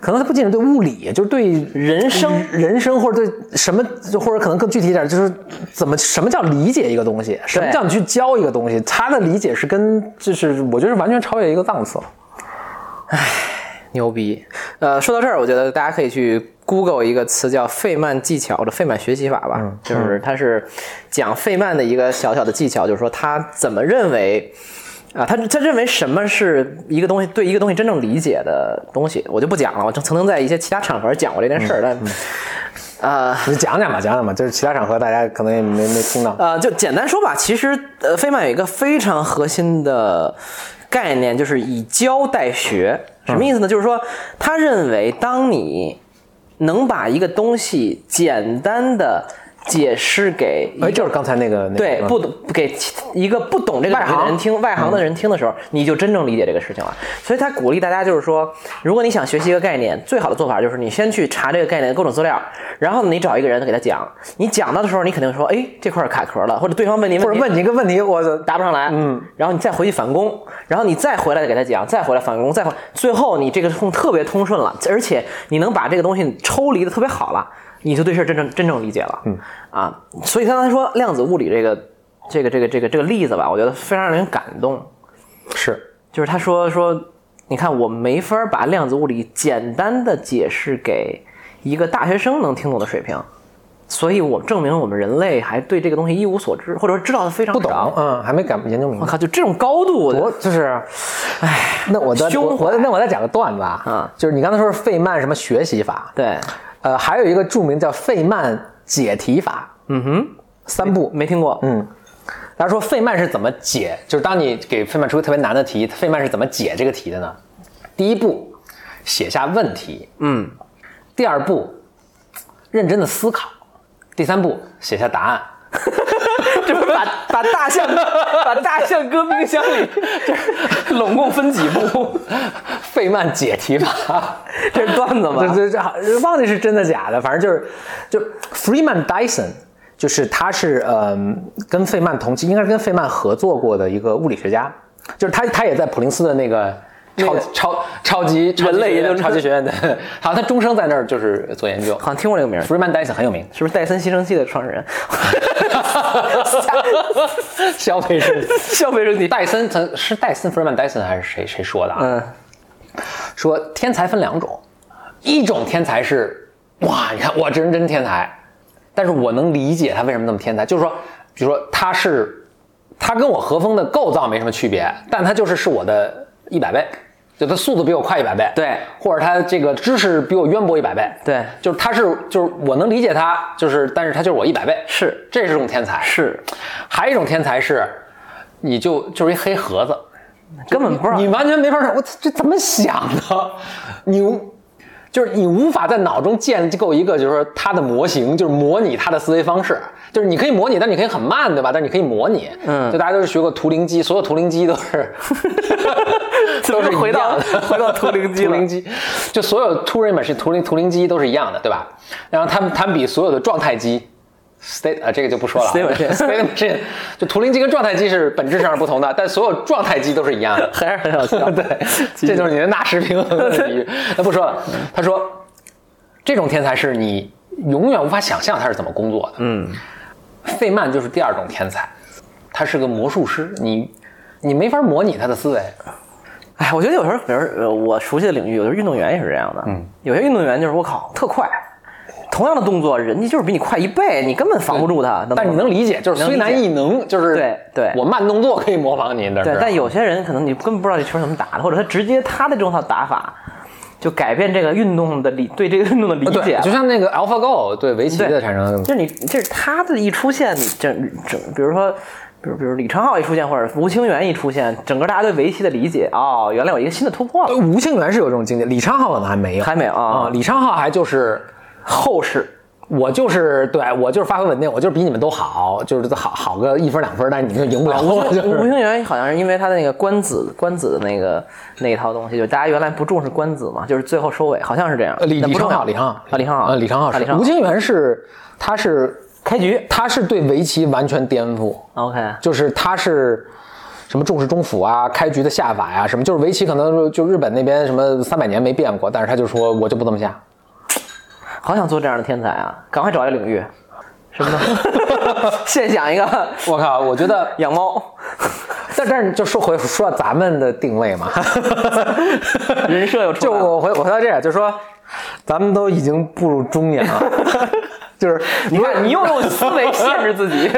E: 可能他不仅是对物理，就是对人生、人生或者对什么，或者可能更具体一点，就是怎么什么叫理解一个东西，什么叫你去教一个东西，他的理解是跟就是我觉得是完全超越一个档次了。
A: 牛逼。呃，说到这儿，我觉得大家可以去 Google 一个词叫费曼技巧的费曼学习法吧，就是它是讲费曼的一个小小的技巧，就是说他怎么认为。啊，他他认为什么是一个东西对一个东西真正理解的东西，我就不讲了。我曾曾经在一些其他场合讲过这件事儿，但，呃，
E: 你讲讲吧，讲讲吧，就是其他场合大家可能也没没听到。
A: 呃，就简单说吧，其实呃，费曼有一个非常核心的概念，就是以教代学。什么意思呢？就是说，他认为当你能把一个东西简单的解释给一
E: 哎，就是刚才那个那个
A: 对
E: 嗯
A: 不懂不给其一个不懂这个
E: 外
A: 领域的
E: 行
A: 人听外行的人听的时候，你就真正理解这个事情了。所以他鼓励大家就是说，如果你想学习一个概念，最好的做法就是你先去查这个概念的各种资料，然后你找一个人给他讲。你讲到的时候，你肯定说，哎，这块儿卡壳了，或者对方问你问
E: 或者
A: 题
E: 问你一个问题，我
A: 答不上来，嗯，然后你再回去反攻，然后你再回来给他讲，再回来反攻，再回，最后你这个通特别通顺了，而且你能把这个东西抽离的特别好了，你就对事儿真正真正理解了，嗯啊，所以刚才说量子物理这个这个这个这个这个例子吧，我觉得非常让人感动，
E: 是
A: 就是他说说，你看我没法把量子物理简单的解释给一个大学生能听懂的水平。所以，我证明我们人类还对这个东西一无所知，或者说知道的非常
E: 不懂
A: 少。，
E: 嗯，还没敢研究明
A: 我 *laughs*
E: 白。
A: 靠，就这种高度，我
E: 我就是，哎，那我
A: *laughs*
E: 再
A: 胸怀
E: 我那我再讲个段子啊，
A: 嗯
E: 就是你刚才说是费曼什么学习法，
A: 对，
E: 呃，还有一个著名叫费曼解题法，
A: 嗯哼，
E: 三步。
A: 没听过， *laughs*
E: 嗯，大家说费曼是怎么解？就是当你给费曼出个特别难的题，费曼是怎么解这个题的呢？第一步，写下问题；
A: 嗯，
E: 第二步，认真的思考；第三步，写下答案。
A: 这不是把把大象把大象搁冰箱里，这是
E: *laughs*
A: 拢共分几步？
E: 费曼解题法，
A: 这是段子 *laughs* 吗？
E: 对对对，忘记是真的假的，反正就是，就 Freeman Dyson，就是他是嗯、跟费曼同期，应该是跟费曼合作过的一个物理学家，就是他他也在普林斯顿那个啊超、超超级超级
A: 人类
E: 学
A: 研究
E: 院超级学 *laughs* 院的，好像他终生在那儿就是做研究
A: 好。像听过这个名儿，，
E: Freeman Dyson 很有 *laughs* 名
A: 是不是戴森吸尘器的创始人？
E: 消费升级。
A: 消费升级，
E: 戴森曾是戴森 Freeman Dyson 还是谁谁说的啊？
A: *laughs* 嗯，
E: 说天才分两种，一种天才是哇，你看我这人真天才，但是我能理解他为什么那么天才，就是说，比如说他是他跟我和风的构造没什么区别，但他就是是我的一百倍，就他速度比我快一百倍，
A: 对
E: 或者他这个知识比我渊博一百倍，
A: 对
E: 就是他是就是我能理解他，就是但是他就是我一百倍，
A: 是
E: 这是种天
A: *laughs*
E: 才，
A: 是，
E: 还有一种天才是，你就就是一黑盒
A: *laughs*
E: 子。
A: 根本不知道
E: 你完全没法儿，我操这怎么想的？你无就是你无法在脑中建构一个，就是说他的模型，就是模拟他的思维方式。就是你可以模拟，但你可以很慢，对吧？但你可以模拟。
A: 嗯
E: 就大家都是学过图灵机，所有图灵机都是
A: *laughs*
E: 都是一样的
A: 回到 *laughs* 回到图灵机了
E: 图灵机就所有 Turing machine 图灵图灵机都是一样的，对吧？然后他们他们比所有的状态机 state 啊，这个就不说了啊。
A: State machine
E: *laughs* state machine 就图灵机跟状态机是本质上是不同的，但所有状态机都是一样的。
A: *laughs* 还是很好笑。
E: *laughs* 对，这就是你的纳
A: *laughs*
E: 什平衡的比喻。那不说了，他说这种天才是你永远无法想象他是怎么工作的。嗯，费曼就是第二种天才，他是个魔术师，你你没法模拟他的思维。
A: 哎，我觉得有时候，比如呃我熟悉的领域，有时候运动员也是这样的。嗯，有些运动员就是我靠，特快，同样的动作，人家就是比你快一倍，你根本防不住他。
E: 但你能理解，就是虽难亦能，就是
A: 对对
E: 我慢动作可以模仿你，但是
A: 对，但有些人可能你根本不知道这球怎么打的，或者他直接他的这种套打法，就改变这个运动的理对这个运动的理
E: 呃
A: 解
E: 对，
A: 了。
E: 就像那个 AlphaGo 对围棋的产生
A: 就是你，就是他的一出现，你整整，比如说，比如比如李昌镐一出现，或者吴清源一出现，整个大家对围棋的理解，哦，原来有一个新的突破
E: 呃
A: 了，
E: 吴清源是有这种经历，李昌镐可能还没有
A: 还没有
E: 啊、
A: 啊，
E: 李昌镐还就是后世，我就是对我就是发挥稳定，我就是比你们都好，就是好好个一分两分，但是你们就赢不了
A: 吴
E: 我，就
A: 清吴
E: 是
A: 清源好像是因为他的那个官子官子的那个那一套东西，就大家原来不重视官子嘛，就是最后收尾好像是这样
E: 呃。李
A: 那
E: 李
A: 不
E: 昌
A: 重要
E: 镐，李昌镐
A: 啊，李昌镐
E: 呃李昌镐
A: 啊
E: 是
A: 李昌镐
E: 吴清源是他是开局，他是对围棋完全颠覆，
A: ，OK，
E: 就是他是
B: 什么重视中府啊、开局的下法呀、什么，就是围棋可能就就日本那边什么三百年没变过，但是他就说我就不这么下。
A: 好想做这样的天才啊！赶快找一个领域，什么呢？ *laughs* 现想一个
B: 我靠，我觉得
A: 养猫， *laughs*
B: 但但是就说回说到咱们的定位
A: *laughs*
B: 嘛，
A: 人设有出
B: 就
A: 来了
B: 我回我回到这样，就说咱们都已经步入中年
A: *laughs*
B: 了，就是
A: 你 *laughs* 看，哎你又用思
B: *laughs*
A: 维限制自己。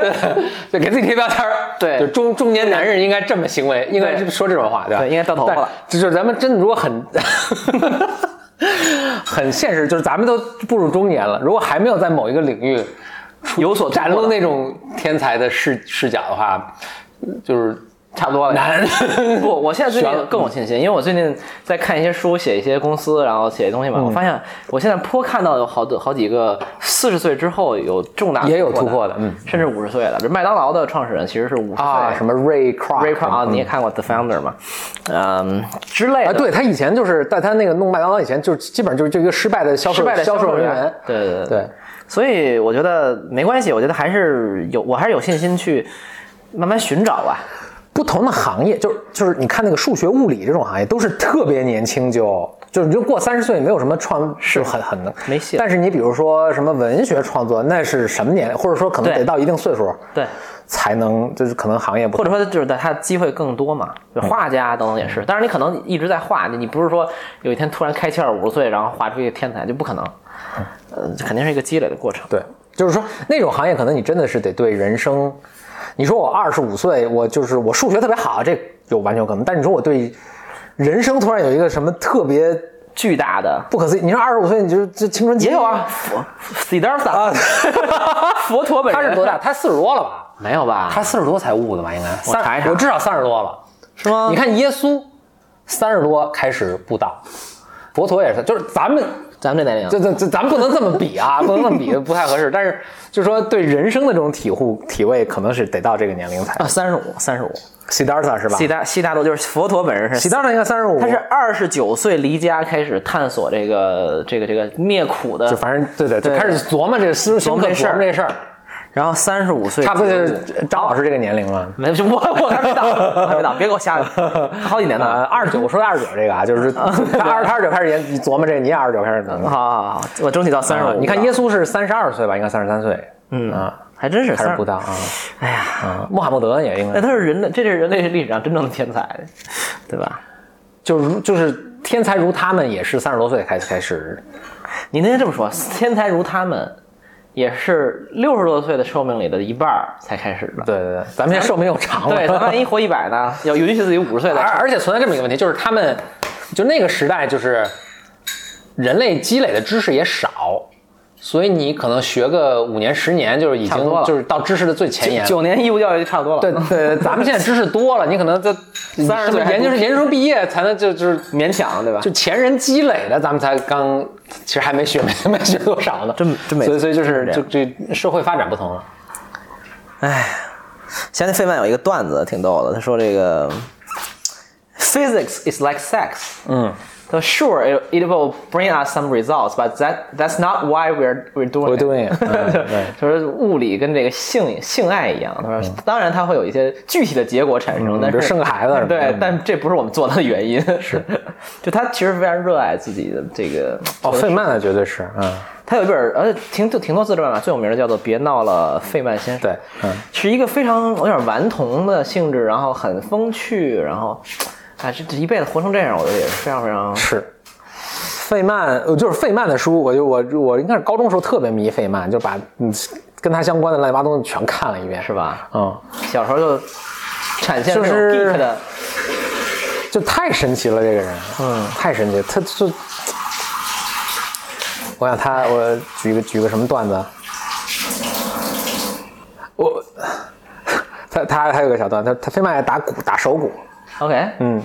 B: 就给自己贴标签儿 *laughs*
A: 对
B: 就中中年男人应该这么行为，应该是说这种话，对吧？
A: 对应该掉头发了
B: 但就是咱们真的如果很 *laughs* 很现实，就是咱们都步入中年了，如果还没有在某一个领域有所展露那种天才的视视角的话，就是
A: 差不多了
B: 难。
A: 不，我现在最
B: 悬
A: 近
B: 了
A: 更有信心，因为我最近在看一些书，写一些公司，然后写一些东西嘛。我
B: 嗯
A: 发现我现在颇看到有好多好几个四十岁之后有重大
B: 也有
A: 突
B: 突破
A: 的
B: 的，嗯
A: 甚至五十岁的，比如麦当劳的创始人其实是五十岁
B: 啊，什么 Ray Kroc
A: Ray Kroc 啊，你也看过 The Founder 嘛，嗯之类
B: 啊，
A: 的。
B: 对他以前就是在他那个弄麦当劳以前，就是基本上就是就一个失败的销售
A: 失败的
B: 销售
A: 售
B: 人员。
A: 对对对
B: 对，
A: 所以我觉得没关系，我觉得还是有，我还是有信心去慢慢寻找吧。
B: 不同的行业，就是就是你看那个数学、物理这种行业，都是特别年轻就就是你就过三十岁，没有什么创是很很能
A: 没戏了
B: 但是你比如说什么文学创作，那是什么年龄，或者说可能
A: 对
B: 得到一定岁数
A: 对，
B: 才能，就是可能行业不
A: 或者说就是在他机会更多嘛，就
B: 嗯
A: 画家等等也是。但是你可能一直在画，你你不是说有一天突然开窍五十岁，然后画出一个天才，就不可能。
B: 嗯
A: 呃，这肯定是一个积累的过程。
B: 对，就是说那种行业可能你真的是得对人生，你说我二十五岁，我就是我数学特别好，这有完全有可能，但你说我对人生突然有一个什么特别
A: 巨大的
B: 不可思议，你说二十五岁你就是这青春期
A: 也有啊，佛 s i d d a r t
B: 嗯啊
A: *laughs* 佛陀本
B: *laughs* 他
A: 人
B: 是多大？？他四十多了吧？
A: 没有吧？
B: 他四十多才悟的吧？应该
A: 我查一
B: 三，
A: 查
B: 我至少三十多了。
A: 是吗？
B: 你看耶稣三十多开始布道，佛陀也是，就是咱们
A: 咱们这年龄
B: 这，这这咱不能这么比啊，不能这么比不太合适。但是就是说对人生的这种体悟体味，可能是得到这个年龄才
A: 啊，。三十五，三十五，
B: 悉达塔是吧
A: 悉？达悉达多就是佛陀本人
B: 悉
A: 是。
B: 达塔应该三十五，
A: 他是二十九岁离家开始探索这个这个这个灭苦的
B: 就，反正对对，
A: 对
B: 就开始琢磨这思
A: 琢磨这事儿
B: 琢磨这事儿，
A: 然后三十五岁
B: 差不多就是张老师这个年龄了。
A: 没 *laughs* 我我还没到，我还没到，别给我瞎了，好几年啊呢。
B: *laughs* 呃，二十九，我说二十九这个啊，
A: *laughs*
B: 就是他二他二十九开始研你琢磨这个，你也二十九开始琢磨
A: 好。好好，我争取到三十
B: 啊
A: 五。
B: 你看耶，稣是三十二岁吧，应该三十三岁，嗯啊，
A: 还真是
B: 开始
A: 三
B: 布
A: 十。
B: 道啊
A: 哎呀，
B: 啊，穆罕默德也应
A: 那
B: 该
A: 他是人类，这是人类历史上真正的天才，对吧？
B: 就是如就是天才如他们也是三十多岁开始开始，
A: 你那天这么说，天才如他们，也是六十多岁的寿命里的一半儿才开始的。
B: 对对对，咱们这寿命又长了， *laughs*
A: 对，咱万一活一百呢？要允许自己五十岁
B: 而
A: 的。
B: 而且存在这么一个问题，就是他们就那个时代就是人类积累的知识也少。所以你可能学个五年十年，就是已
A: 差不多
B: 经
A: 了
B: 就是到知识的最前沿了。
A: 九年义务教育就差不多了。
B: 对对，咱们现在知识多了，你可能 *laughs* 在
A: 30岁还
B: 研究生研究生毕业才能就就是
A: *laughs* 勉强对吧
B: 就？前人积累的，咱们才刚，其实还没学 *laughs* 没没学多少呢，
A: 真真没
B: 所以所以就是
A: 真
B: 就是这社会发展不同了，
A: 前天费曼有一个段子挺逗的，他说这个 physics is like sex。嗯。他说 Sure, it, it will bring us some results, but that that's not why we're we're doing.
B: 我对，
A: *laughs*
B: 嗯对嗯
A: 他说物理跟这个性性爱一样，他说当然它会有一些具体的结果产生，但
B: 比如
A: 是
B: 生个孩子什
A: *laughs*
B: 么的
A: 对
B: 嗯，
A: 但这不是我们做它的原因。是， *laughs* 就他其实非常热爱自己的这个
B: 哦，费曼的绝对是，嗯，
A: 他有一本儿，而且挺挺多自传吧，最有名的叫做《别闹了，费曼先生》。
B: 对嗯
A: 是一个非常有点顽童的性质，然后很风趣，然后，哎，这这一辈子活成这样，我觉得也是非常非常
B: 是。费曼，呃就是费曼的书，我就我我应该是高中时候特别迷费曼，就把嗯跟他相关的乱七八糟东西全看了一遍，
A: 是？吧？
B: 嗯，
A: 小时候就展现这
B: 就
A: 种
B: 是
A: geek 的，
B: 就太神奇了，这个人，嗯，太神奇了，他就，我想他，我举个举个什么段子啊，我， *laughs* 他他还有个小段，他他非卖打鼓打手鼓，
A: OK，嗯，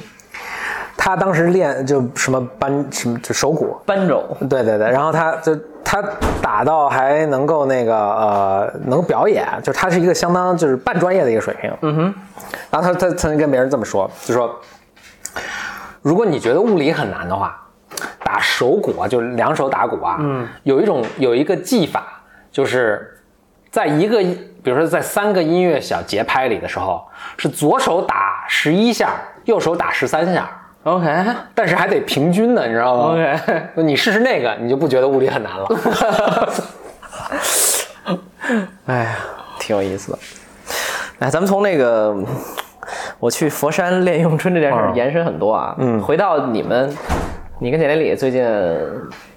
B: 他当时练就什么扳什么就手鼓，
A: 搬走，
B: 对对对，然后他就他打到还能够那个呃能表演，就他是一个相当就是半专业的一个水平。嗯哼。然后他他曾经跟别人这么说，就说如果你觉得物理很难的话，打手鼓啊，就是两手打 *laughs* 鼓啊，嗯，有一种有一个技法，就是在一个比如说在三个音乐小节拍里的时候，是左手打十一下，右手打十三下，
A: OK
B: 但是还得平均呢，你知道吗
A: OK，
B: 你试试那个，你就不觉得物理很难了。
A: 哎呀，挺有意思的。哎，咱们从那个我去佛山练咏春这件事儿延伸很多啊，嗯，回到你们，你跟简连里最近，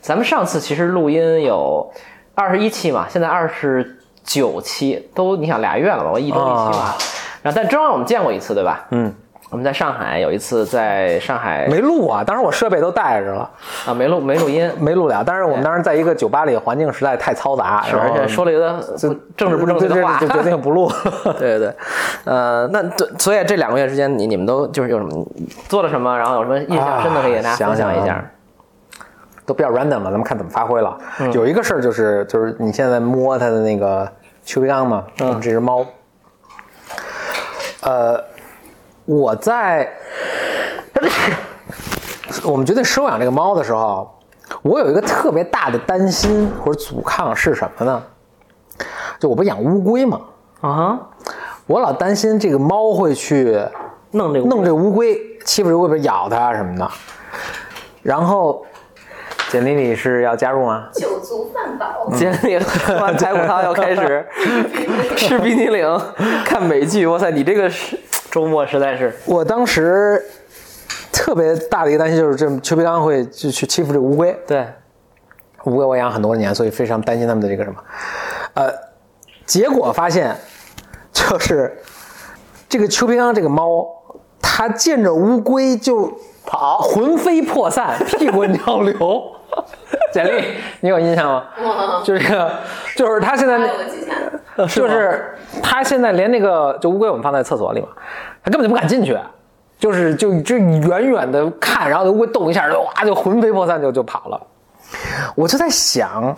A: 咱们上次其实录音有二十一期嘛，现在二十九期，都你想俩月了吧，我一周一期嘛，然后但中间我们见过一次对吧？
B: 啊嗯，
A: 我们在上海有一次在上海
B: *laughs* 没录啊，当时我设备都带着了，
A: 啊没录没录音，
B: 没录了。但是我们当时在一个酒吧里，环境实在太嘈杂，然
A: 而
B: 后
A: 且说了一个不政治不正确的话，
B: 就决定不录。
A: *laughs* 对对对，呃，那对，所以这两个月之间，你你们都就是有什么做了什么，然后有什么印象深的可以给大家分享一
B: 啊
A: 下。
B: 都比较 random 了，咱们看怎么发挥了。有一个事儿就是，就是你现在摸它的那个邱培刚嘛，我们这只猫，呃，我在 *coughs* 我们决定收养这个猫的时候，我有一个特别大的担心或者阻抗是什么呢？就我不养乌龟嘛，
A: 啊哈，
B: 我老担心这个猫会去
A: 弄这个
B: 弄这乌龟，欺负这乌龟，咬它什么的。然后，简历里是要加入吗？
F: 酒足饭饱，
A: 今天喝完排骨汤要开 *laughs* 始吃冰激凌，看美剧。哇塞，你这个是 *laughs* 周末实在是
B: 我当时特别大的一个担心就是，这邱培刚会就去欺负这个乌龟。
A: 对，
B: 乌龟我养很多年，所以非常担心他们的这个什么。呃，结果发现就是这个邱培刚这个猫，它见着乌龟就跑，魂飞魄散，屁滚尿流。 *laughs* 简历，你有印象吗？
F: *laughs*
B: 就是这个，就是它现在
F: 还有个几天，
B: 就是他现在连那个就乌龟我们放在厕所里嘛，他根本就不敢进去，就是就就远远的看，然后乌龟动一下，就哇就魂飞魄散就就跑了。我就在想，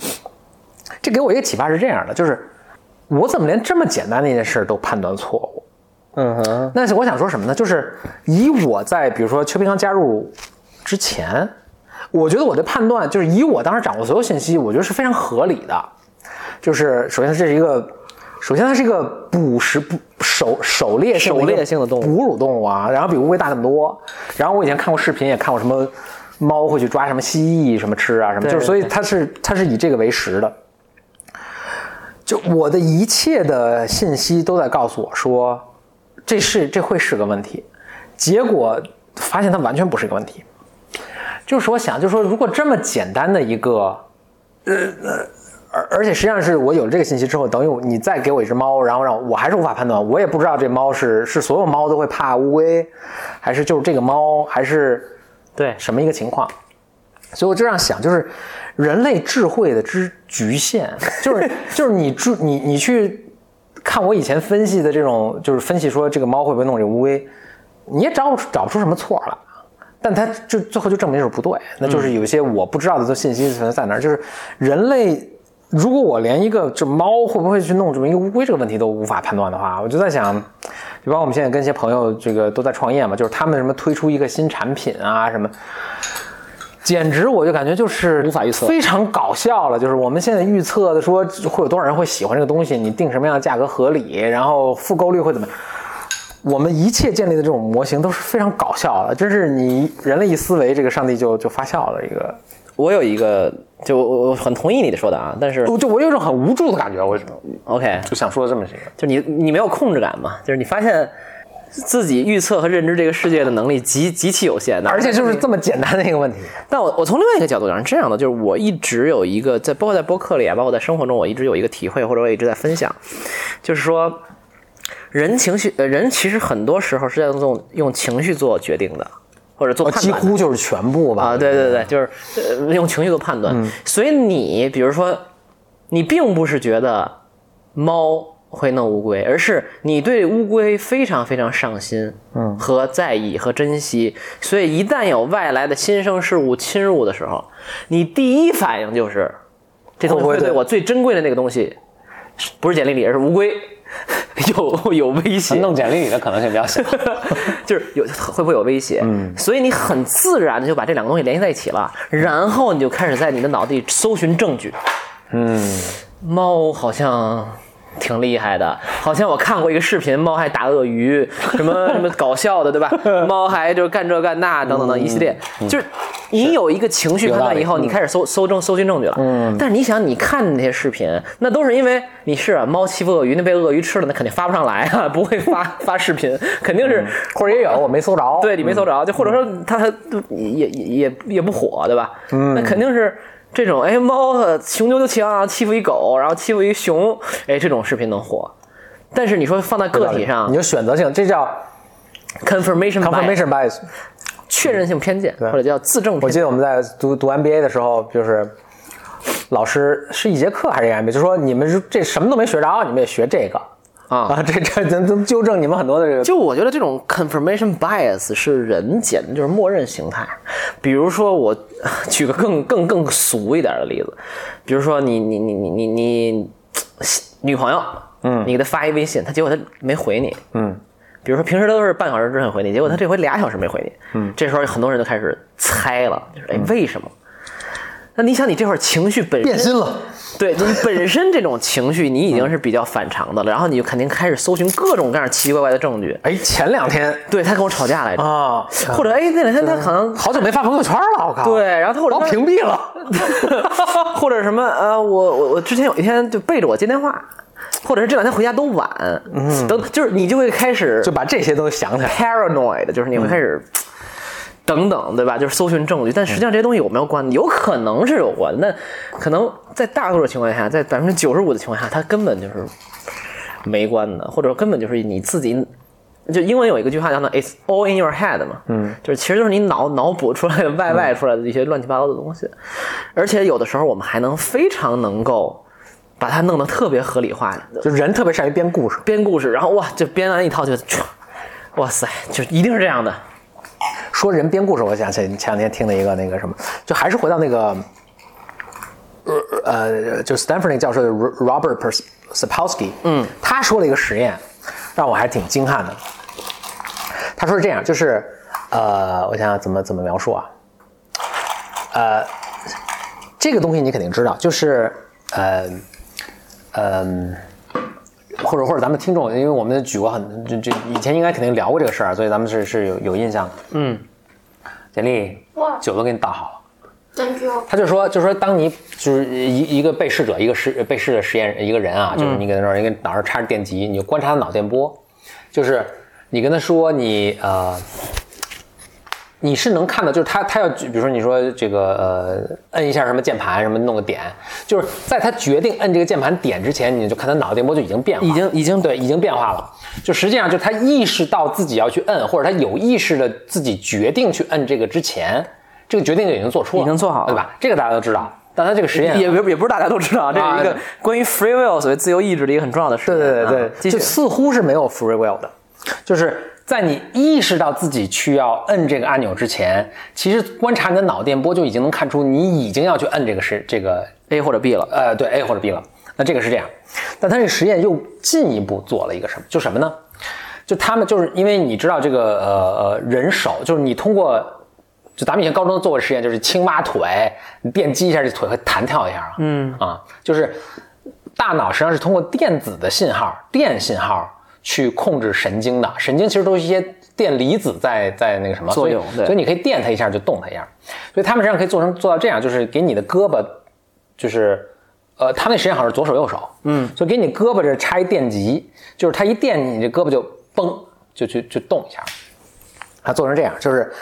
B: 这给我一个启发是这样的，就是我怎么连这么简单的一件事都判断错误？嗯哼，那是我想说什么呢？就是以我在比如说邱培康加入之前，我觉得我的判断就是以我当时掌握所有信息，我觉得是非常合理的。就是首先这是一个，首先它是一个捕食捕狩狩猎性
A: 狩猎性的动物
B: 物，哺乳动物啊，然后比乌龟大那么多。然后我以前看过视频，也看过什么猫会去抓什么蜥蜴什么吃啊什么，
A: 对
B: 就是所以它是它是以这个为食的。就我的一切的信息都在告诉我说，这是这会是个问题，结果发现它完全不是个问题。就是我想，就是说，如果这么简单的一个，呃，呃而而且实际上是我有了这个信息之后，等于我你再给我一只猫，然后让我我还是无法判断，我也不知道这猫是是所有猫都会怕乌龟，还是就是这个猫，还是
A: 对
B: 什么一个情况？所以我就这样想，就是人类智慧的之局限， *laughs* 就是就是你注你你去看我以前分析的这种，就是分析说这个猫会不会弄这乌龟，你也找不出找不出什么错来。但它就最后就证明是不对，那就是有一些我不知道的信息存在那儿，就是人类。如果我连一个这猫会不会去弄这么一个乌龟这个问题都无法判断的话，我就在想，就包括我们现在跟一些朋友这个都在创业嘛，就是他们什么推出一个新产品啊什么，简直我就感觉就是无
A: 法预测
B: 非常搞笑了。就是我们现在预测的说会有多少人会喜欢这个东西，你定什么样的价格合理，然后复购率会怎么样。我们一切建立的这种模型都是非常搞笑的，真是你人类一思维，这个上帝就就发笑了。一个，
A: 我有一个，就我我我很同意你说的啊，但是
B: 我就我有一种很无助的感觉，我就
A: OK，
B: 就想说这么一个。
A: 就你你没有控制感嘛，就是你发现自己预测和认知这个世界的能力极极其有限的，
B: 而且就是这么简单的一个 *laughs* 问题，
A: 但我我从另外一个角度讲是这样的，就是我一直有一个在，包括在播客里啊，包括在生活中，我一直有一个体会，或者我一直在分享，就是说，人情绪，呃，人其实很多时候是在用用情绪做决定的，或者做
B: 哦
A: 判
B: 几
A: 断的。
B: 乎就是全部吧。
A: 啊，对对对，就是、呃、用情绪做判断。所以你比如说，你并不是觉得猫会弄乌龟，而是你对乌龟非常非常上心，嗯，和在意和珍惜。所以一旦有外来的新生事物侵入的时候，你第一反应就是这东西
B: 会不会
A: 会对
B: 对
A: 我最珍贵的那个东西，不是简历里，而是乌龟。 *laughs* 有有威胁，
E: 弄简历里的可能性比较小。
A: *laughs* 就是有会不会有威胁？嗯，所以你很自然的就把这两个东西联系在一起了，然后你就开始在你的脑子里搜寻证据。嗯，猫好像挺厉害的，好像我看过一个视频，猫还打鳄 *laughs* 鱼，什么什么搞笑的，对吧？猫还就干这干那等等等一系列，就是你有一个情绪判断以后，你开始搜搜证搜寻证据了。嗯，但是你想，你看那些视频，那都是因为你是啊猫欺负鳄鱼，那被鳄鱼吃了，那肯定发不上来啊，不会 *laughs* 发发视频，肯定是
B: 或者也有我没搜着，
A: 对，你没搜着，就或者说
B: 嗯
A: 它它也也也也不火，对吧？嗯，那肯定是这种，哎，猫呃雄赳赳强啊，欺负一狗，然后欺负一熊，哎，这种视频能火。但是你说放在个体上
B: 你就选择性，这叫
A: ，confirmation bias
B: confirmation bias。
A: 确认性偏见，或者叫自证
B: 我
A: 偏
B: 记
A: 见。
B: 得我们在读读 MBA 的时候，就是老师是一节课还是一个 MBA，就说你们这什么都没学着，你们也学这个
A: 啊
B: 啊，这这能能纠正你们很多的这个。
A: 就我觉得这种 confirmation bias 是人简直就是默认形态。比如说我举个更更更俗一点的例子，比如说你你你你你你女朋友，嗯，你给她发一微信，她结果她没回你，嗯。比如说平时都是半小时之后回你，结果她这回俩小时没回你，嗯，这时候很多人就开始猜了，就是哎为什么？那你想你这会儿情绪本身
B: 变心了，
A: 对，就你本身这种情绪，你已经是比较反常的了，然后你就肯定开始搜寻各种各样奇奇怪怪的证据。
B: 哎，前两天
A: 对他跟我吵架来着，
B: 啊，
A: 或者哎那两天他可能
B: 好久没发朋友圈了，我靠，
A: 对，，然后他或
B: 把
A: 者
B: 我屏蔽了，
A: 他 *laughs* 或者什么呃，我我我之前有一天就背着我接电话，或者是这两天回家都晚，嗯，等就是你就会开始
B: 就把这些东西想起来。
A: paranoid，就是你会开始。等等，对吧？就是搜寻证据，但实际上这些东西有没有关？有可能是有关，那可能在大多数情况下，在百分之九十五的情况下，它根本就是没关的，或者根本就是你自己。就英文有一个句话叫做 "It's all in your head" 嘛，嗯，就是其实就是你脑脑补出来的、外外出来的一些乱七八糟的东西，而且有的时候我们还能非常能够把它弄得特别合理化，
B: 就人特别善于编故事，
A: 编故事，然后哇，就编完一套就，哇塞，就一定是这样的。
B: 说人编故事，我想起前两天听的一个那个什么，就还是回到那个，呃呃，就 Stanford 那个教授 Ro- Robert Pers- Sapolsky，嗯，他说了一个实验，让我还挺惊叹的。他说是这样，就是呃，我想想怎么怎么描述啊，呃，这个东西你肯定知道，就是呃，嗯、或者或者咱们听众，因为我们举过很这这以前应该肯定聊过这个事儿，啊所以咱们是是有有印象的。简历
F: 哇
B: 酒都给你倒好了。
F: ，Thank you。
B: 他就说，就说当你就是一一个被试者，一个实被试的实验人一个人啊，就是你给他那儿一个脑上插着电极，你就观察他脑电波，就是你跟他说你呃，你是能看到，就是他他要举比如说你说这个呃摁一下什么键盘什么弄个点，就是在他决定摁这个键盘点之前，你就看他脑电波就已经变化了，
A: 已经已经
B: 对已经变化了，就实际上就他意识到自己要去摁，或者他有意识的自己决定去摁这个之前。这个决定就已经做出了，
A: 已经做好了
B: 对吧？这个大家都知道，但他这个实验
A: 嗯也也也不是大家都知道，这是一个
B: 啊
A: 关于 free will 所谓自由意志的一个很重要的事情。
B: 对对对
A: 啊继
B: 对，
A: 续
B: 就似乎是没有 free will 的，就是在你意识到自己去要摁这个按钮之前，其实观察你的脑电波就已经能看出你已经要去摁这个是这个
A: A 或者 B 了。
B: 呃，对 A 或者 B 了。那这个是这样，但他这实验又进一步做了一个什么？就什么呢？就他们就是因为你知道这个呃呃人手，就是你通过，就咱们以前高中做过实验，就是青蛙腿，你电击一哎下这腿会弹跳一下啊，嗯啊，就是大脑实际上是通过电子的信号、电信号去控制神经的，神经其实都是一些电离子在在那个什么
A: 作用
B: 所
A: 对
B: 以所以你可以电它一下就动它一下，所以他们实际上可以做成做到这样，就是给你的胳膊就是，呃，他那实际上好像是左手右手，嗯，就给你胳膊这插一电极，就是他一电你，你这胳膊就嘣就去就动一下，他做成这样，就是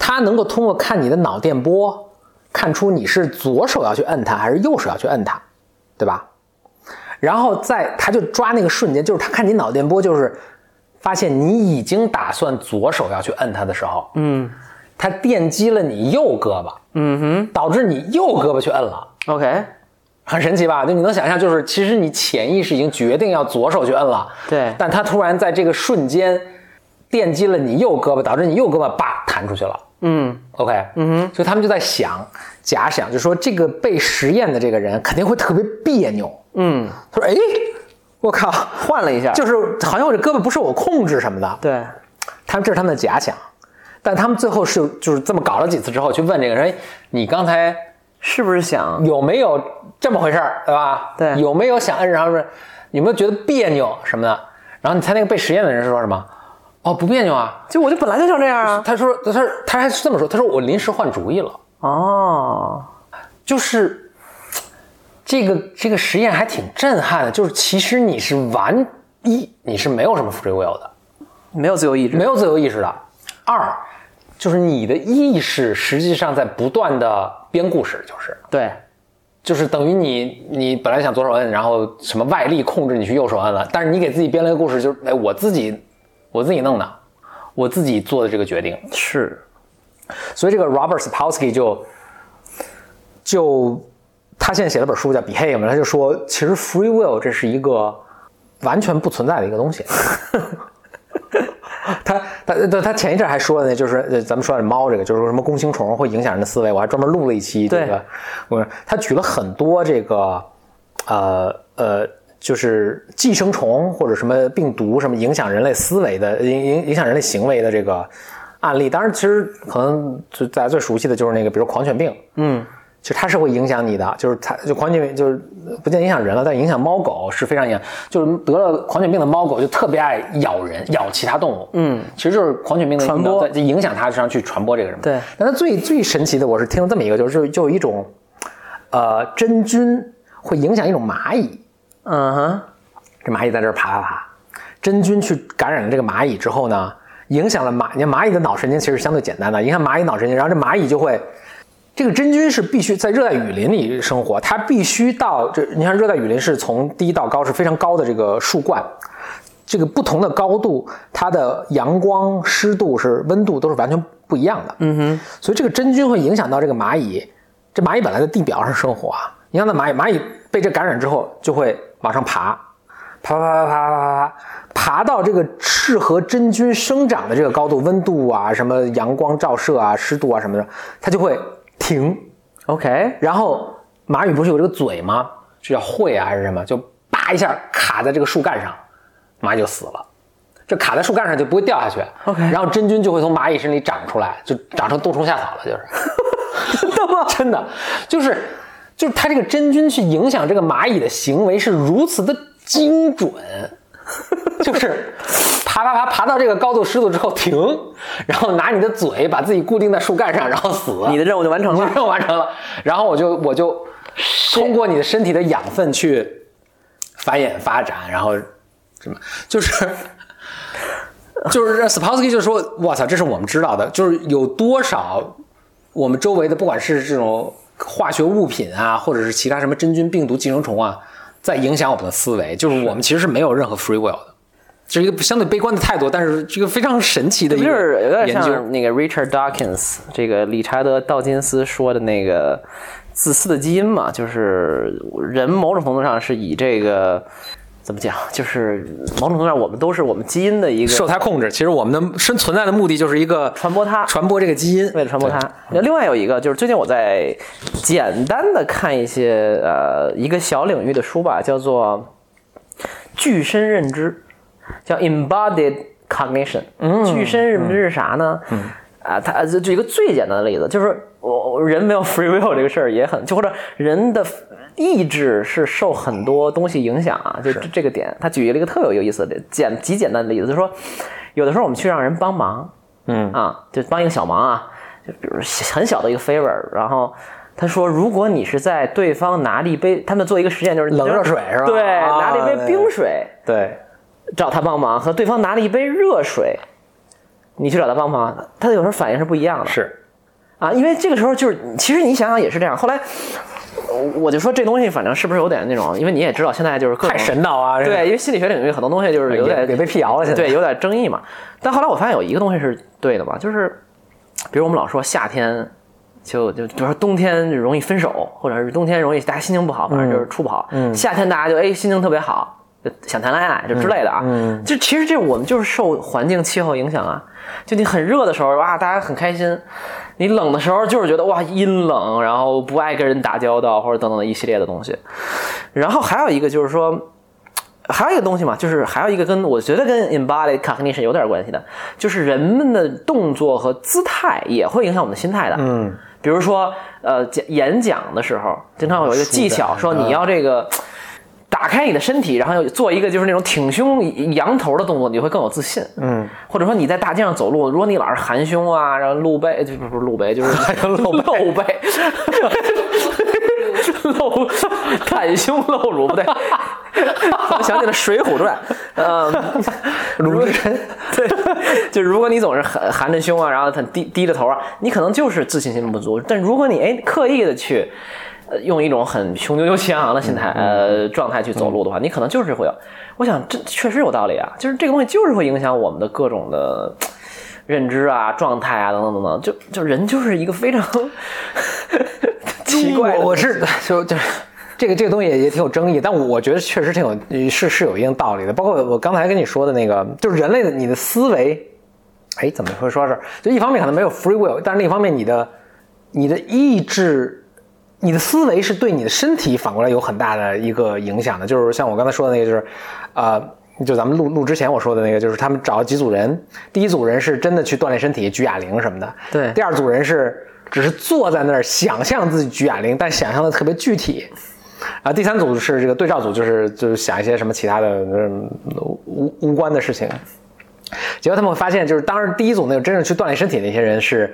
B: 他能够通过看你的脑电波，看出你是左手要去摁它还是右手要去摁它，对吧？然后在他就抓那个瞬间，就是他看你脑电波，就是发现你已经打算左手要去摁它的时候，嗯，他电击了你右胳膊，嗯哼，导致你右胳膊去摁了。
A: OK，
B: 很神奇吧？就你能想象，就是其实你潜意识已经决定要左手去摁了，
A: 对
B: 但他突然在这个瞬间电击了你右胳膊，导致你右胳膊叭弹出去了。
A: 嗯，
B: OK，嗯哼，所以他们就在想，假想，就说这个被实验的这个人肯定会特别别扭。嗯，他说：“哎，我靠，
A: 换了一下，
B: 就是好像我这胳膊不受我控制什么的。”
A: 对，
B: 他们这是他们的假想，但他们最后是就是这么搞了几次之后，去问这个人哎：“你刚才
A: 是不是想
B: 有没有这么回事儿，对吧？
A: 对
B: 有没有想摁上？是有没有觉得别扭什么的？然后你猜那个被实验的人是说什么？哦，不别扭啊。
E: 就我就本来就想这样啊。
B: 他说，他说他还是这么说，他说我临时换主意了，
E: 哦，
B: 就是这个这个实验还挺震撼的，就是其实你是完一你是没有什么 free will 的，
E: 没有自由意志，
B: 没有自由意识的。二就是你的意识实际上在不断的编故事，就是
E: 对，
B: 就是等于你你本来想左手摁，然后什么外力控制你去右手摁了，但是你给自己编了一个故事，就是哎我自己我自己弄的，我自己做的这个决定。
E: 是
B: 所以这个 Robert Sapolsky 就就他现在写了本书叫《Behave》嘛，他就说其实 free will 这是一个完全不存在的一个东西。他他他他前一阵还说呢，就是呃咱们说的猫这个，就是说什么弓形虫会影响人的思维，我还专门录了一期这
E: 对
B: 个，我他举了很多这个呃呃，就是寄生虫或者什么病毒什么影响人类思维的影影影响人类行为的这个案例。当然，其实可能就大家最熟悉的就是那个，比如狂犬病，嗯，其实它是会影响你的，就是它就狂犬病就是不见影响人了，但影响猫狗是非常严，就是得了狂犬病的猫狗就特别爱咬人，咬其他动物，嗯，其实就是狂犬病的
E: 传播
B: 疫苗在就影响它，上去传播这个什么。
E: 对
B: 但它最最神奇的，我是听了这么一个，就是就有一种。呃，真菌会影响一种蚂蚁，
E: 嗯哼，
B: 这蚂蚁在这儿爬爬爬，真菌去感染了这个蚂蚁之后呢，影响了蚂，你看蚂蚁的脑神经其实相对简单的，影响蚂蚁脑神经，然后这蚂蚁就会，这个真菌是必须在热带雨林里生活，它必须到这，你看热带雨林是从低到高是非常高的这个树冠。这个不同的高度，它的阳光、湿度是温度都是完全不一样的。嗯哼，所以这个真菌会影响到这个蚂蚁。这蚂蚁本来在地表上生活啊，你看那蚂蚁，蚂蚁被这感染之后就会往上爬，爬爬爬爬爬爬爬，爬到这个适合真菌生长的这个高度，温度啊、什么阳光照射啊、湿度啊什么的，它就会停。
E: ，OK，
B: 哎然后蚂蚁不是有这个嘴吗？这叫喙啊还是什么？就叭一下卡在这个树干上，蚂蚁就死了。这卡在树干上就不会掉下去。
E: OK
B: 然后真菌就会从蚂蚁身里长出来，就长成冬虫夏草了，就是。真的吗？ *laughs* 真的，就是就是它这个真菌去影响这个蚂蚁的行为是如此的精 *laughs* 准，就是爬爬爬爬到这个高度湿度之后停，然后拿你的嘴把自己固定在树干上，然后死。
E: 你的任务就完成
B: 你
E: 了
B: *laughs* 任。务完成了，然后我就我就通过你的身体的养分去繁衍发展，然后什么就是。就是 Spolsky 就说：“我操，这是我们知道的，就是有多少我们周围的，不管是这种化学物品啊，或者是其他什么真菌、病毒、寄生虫啊，在影响我们的思维。就是我们其实是没有任何 free will 的，这是一个相对悲观的态度，但是这个非常神奇的一
A: 就
B: 个
A: 是有点
B: 研究。
A: 像那个 Richard Dawkins 这个理查德·道金斯说的那个自私的基因嘛，就是人某种程度上是以这个怎么讲，就是某种程度上我们都是我们基因的一
B: 受
A: 个
B: 它控制，其实我们的生存在的目的就是一个
A: 传播它。
B: 传播这个基因，
A: 为了传播它
B: 对。
A: 那另外有一个就是最近我在简单的看一些呃一个小领域的书吧，叫做具身认知，叫 embodied cognition。嗯，具身认知是啥呢？嗯，啊，它就就一个最简单的例子，就是我我人没有 free will 这个事儿也很，就或者人的。意志是受很多东西影响啊，就这这个点，他举了一个特别有意思的简极简单的例子，就是说，有的时候我们去让人帮忙，啊，就帮一个小忙啊，就比如小很小的一个 favor，然后他说，如果你是在对方拿了一杯，他们做一个实验，就是
B: 冷热水是吧
A: 对，
B: 啊
A: 拿了一杯冰水
B: 对，
A: 找他帮忙，和对方拿了一杯热水，你去找他帮忙，他有时候反应是不一样的。
B: 是
A: 啊，因为这个时候就是，其实你想想也是这样。后来我我就说这东西，反正是不是有点那种，因为你也知道现在就是各种
B: 太神道啊！这
A: 对，因为心理学领域很多东西就是有
B: 也
A: 点
B: 也被辟谣了，现在
A: 对，有点争议嘛。但后来我发现有一个东西是对的吧，就是比如我们老说夏天就就比如说冬天就容易分手，或者是冬天容易大家心情不好，反正
B: 嗯
A: 就是处不好。夏天大家就哎心情特别好，就想谈恋爱就之类的啊。
B: 嗯
A: 就其实这我们就是受环境气候影响啊。就你很热的时候哇，大家很开心；你冷的时候就是觉得哇阴冷，然后不爱跟人打交道或者等等的一系列的东西。然后还有一个就是说。还有一个东西嘛，就是还有一个跟我觉得跟 embodied cognition 有点关系的，就是人们的动作和姿态也会影响我们的心态的。嗯，比如说呃，讲演讲的时候，经常有一个技巧，说你要这个打开你的身体，然后做一个就是那种挺胸扬头的动作，你会更有自信。嗯，或者说你在大街上走路，如果你老是含胸啊，然后露背，就不是不是露背，就是露 *laughs* 露背， *laughs* 露袒胸露乳，不对。我想起了《水浒 *laughs* 传》，嗯，鲁智深， *laughs* 对，就如果你总是含含着胸啊，然后很低低着头啊，你可能就是自信心不足。但如果你哎刻意的去，呃，用一种很雄赳赳 *laughs* 气昂昂的心态、呃状态去走路的话，你可能就是会有。我想这确实有道理啊，就是这个东西就是会影响我们的各种的。认知啊，状态啊，等等等等，就就人就是一个非常 *laughs* 奇怪的
B: 我我是 *laughs* 就就是这个这个东西也也挺有争议，但我我觉得确实挺有是是有一定道理的。包括我刚才跟你说的那个，就是人类的你的思维，哎，怎么说说这儿？就一方面可能没有 free will，但是另一方面你的你的意志。你的思维是对你的身体反过来有很大的一个影响的，就是像我刚才说的那个，就是，呃，就咱们录录之前我说的那个，就是他们找几组人，第一组人是真的去锻炼身体，举哑铃什么的，
A: 对
B: 第二组人是只是坐在那儿想象自己举哑铃，但想象的特别具体。啊，第三组是这个对照组，就是就是想一些什么其他的嗯无无关的事情。结果他们会发现，就是当时第一组那个真正去锻炼身体那些人是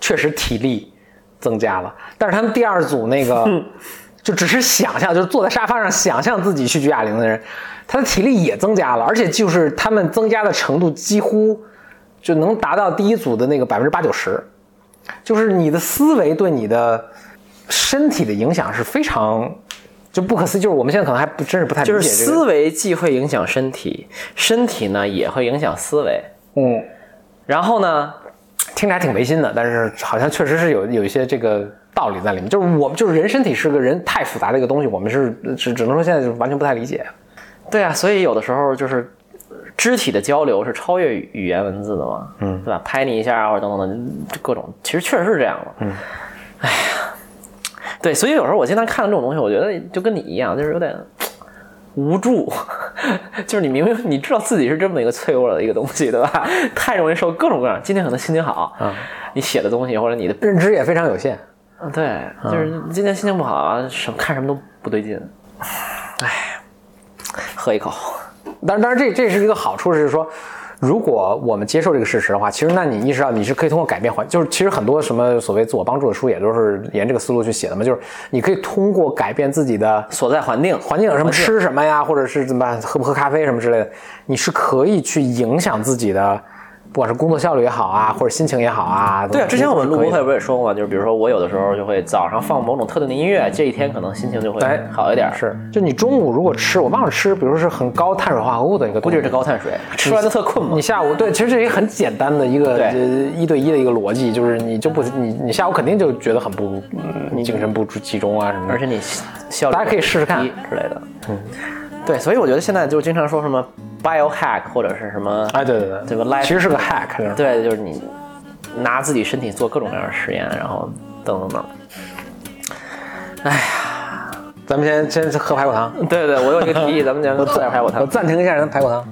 B: 确实体力增加了，但是他们第二组那个就只是想象，就是坐在沙发上想象自己去举哑铃的人，他的体力也增加了，而且就是他们增加的程度几乎就能达到第一组的那个百分之八九十，就是你的思维对你的身体的影响是非常。就不可思议，就是我们现在可能还不真是不太理解
A: 就是
B: 这个。
A: 思维既会影响身体，身体呢也会影响思维。
B: 嗯，
A: 然后呢，
B: 听着还挺违心的，但是好像确实是有有一些这个道理在里面。就是我们就是人身体是个人太复杂的一个东西，我们是只只能说现在就完全不太理解。
A: 对啊，所以有的时候就是呃肢体的交流是超越语语言文字的嘛，嗯，对吧？拍你一下啊或者等等的各种，其实确实是这样的。嗯，哎呀，对，所以有时候我经常看到这种东西，我觉得就跟你一样，就是有点。无助， *laughs* 就是你明明你知道自己是这么一个脆弱的一个东西，对吧？太容易受各种各样。今天可能心情好，嗯、你写的东西或者你的
B: 认知也非常有限，
A: 嗯，对，就是今天心情不好啊，什么看什么都不对劲。哎，喝一口。
B: 但当然这这是一个好处是说，如果我们接受这个事实的话，其实那你意识到你是可以通过改变环，就是其实很多什么所谓自我帮助的书也都是沿这个思路去写的嘛，就是你可以通过改变自己的
A: 所在环境，
B: 环境有什么吃什么呀，或者是怎么办喝不喝咖啡什么之类的，你是可以去影响自己的，不管是工作效率也好啊，或者心情也好啊。
A: 对啊，
B: 都
A: 之前我们录播
B: 都
A: 课
B: 是
A: 不是也说过吗？就是比如说我有的时候就会早上放某种特定的音乐，这一天可能心情就会
B: 哎
A: 好一点。
B: 可以，的是，就你中午如果吃，我忘了吃，比如说是很高碳水化合物的一个
A: 估
B: 东西，
A: 计是高碳水，吃完就特困嘛
B: 你。下午对，其实这是一个很简单的一个
A: 对
B: 呃一对一的一个逻辑，就是你就不你你下午肯定就觉得很不，嗯、精神不集中啊什么的
A: 而。且你效率
B: 大家可以试试看
A: 低之类的。嗯，对，所以我觉得现在就经常说什么 biohack 或者是什么，
B: 哎，对对对，
A: 这个 life
B: 其实是个 hack，这种
A: 对，就是你拿自己身体做各种各样的实验，然后等等等。
B: 咱们先先喝排骨汤，
A: 对对，我有一个提议，咱们先喝点排骨汤
B: 我。暂停一下咱们排骨汤。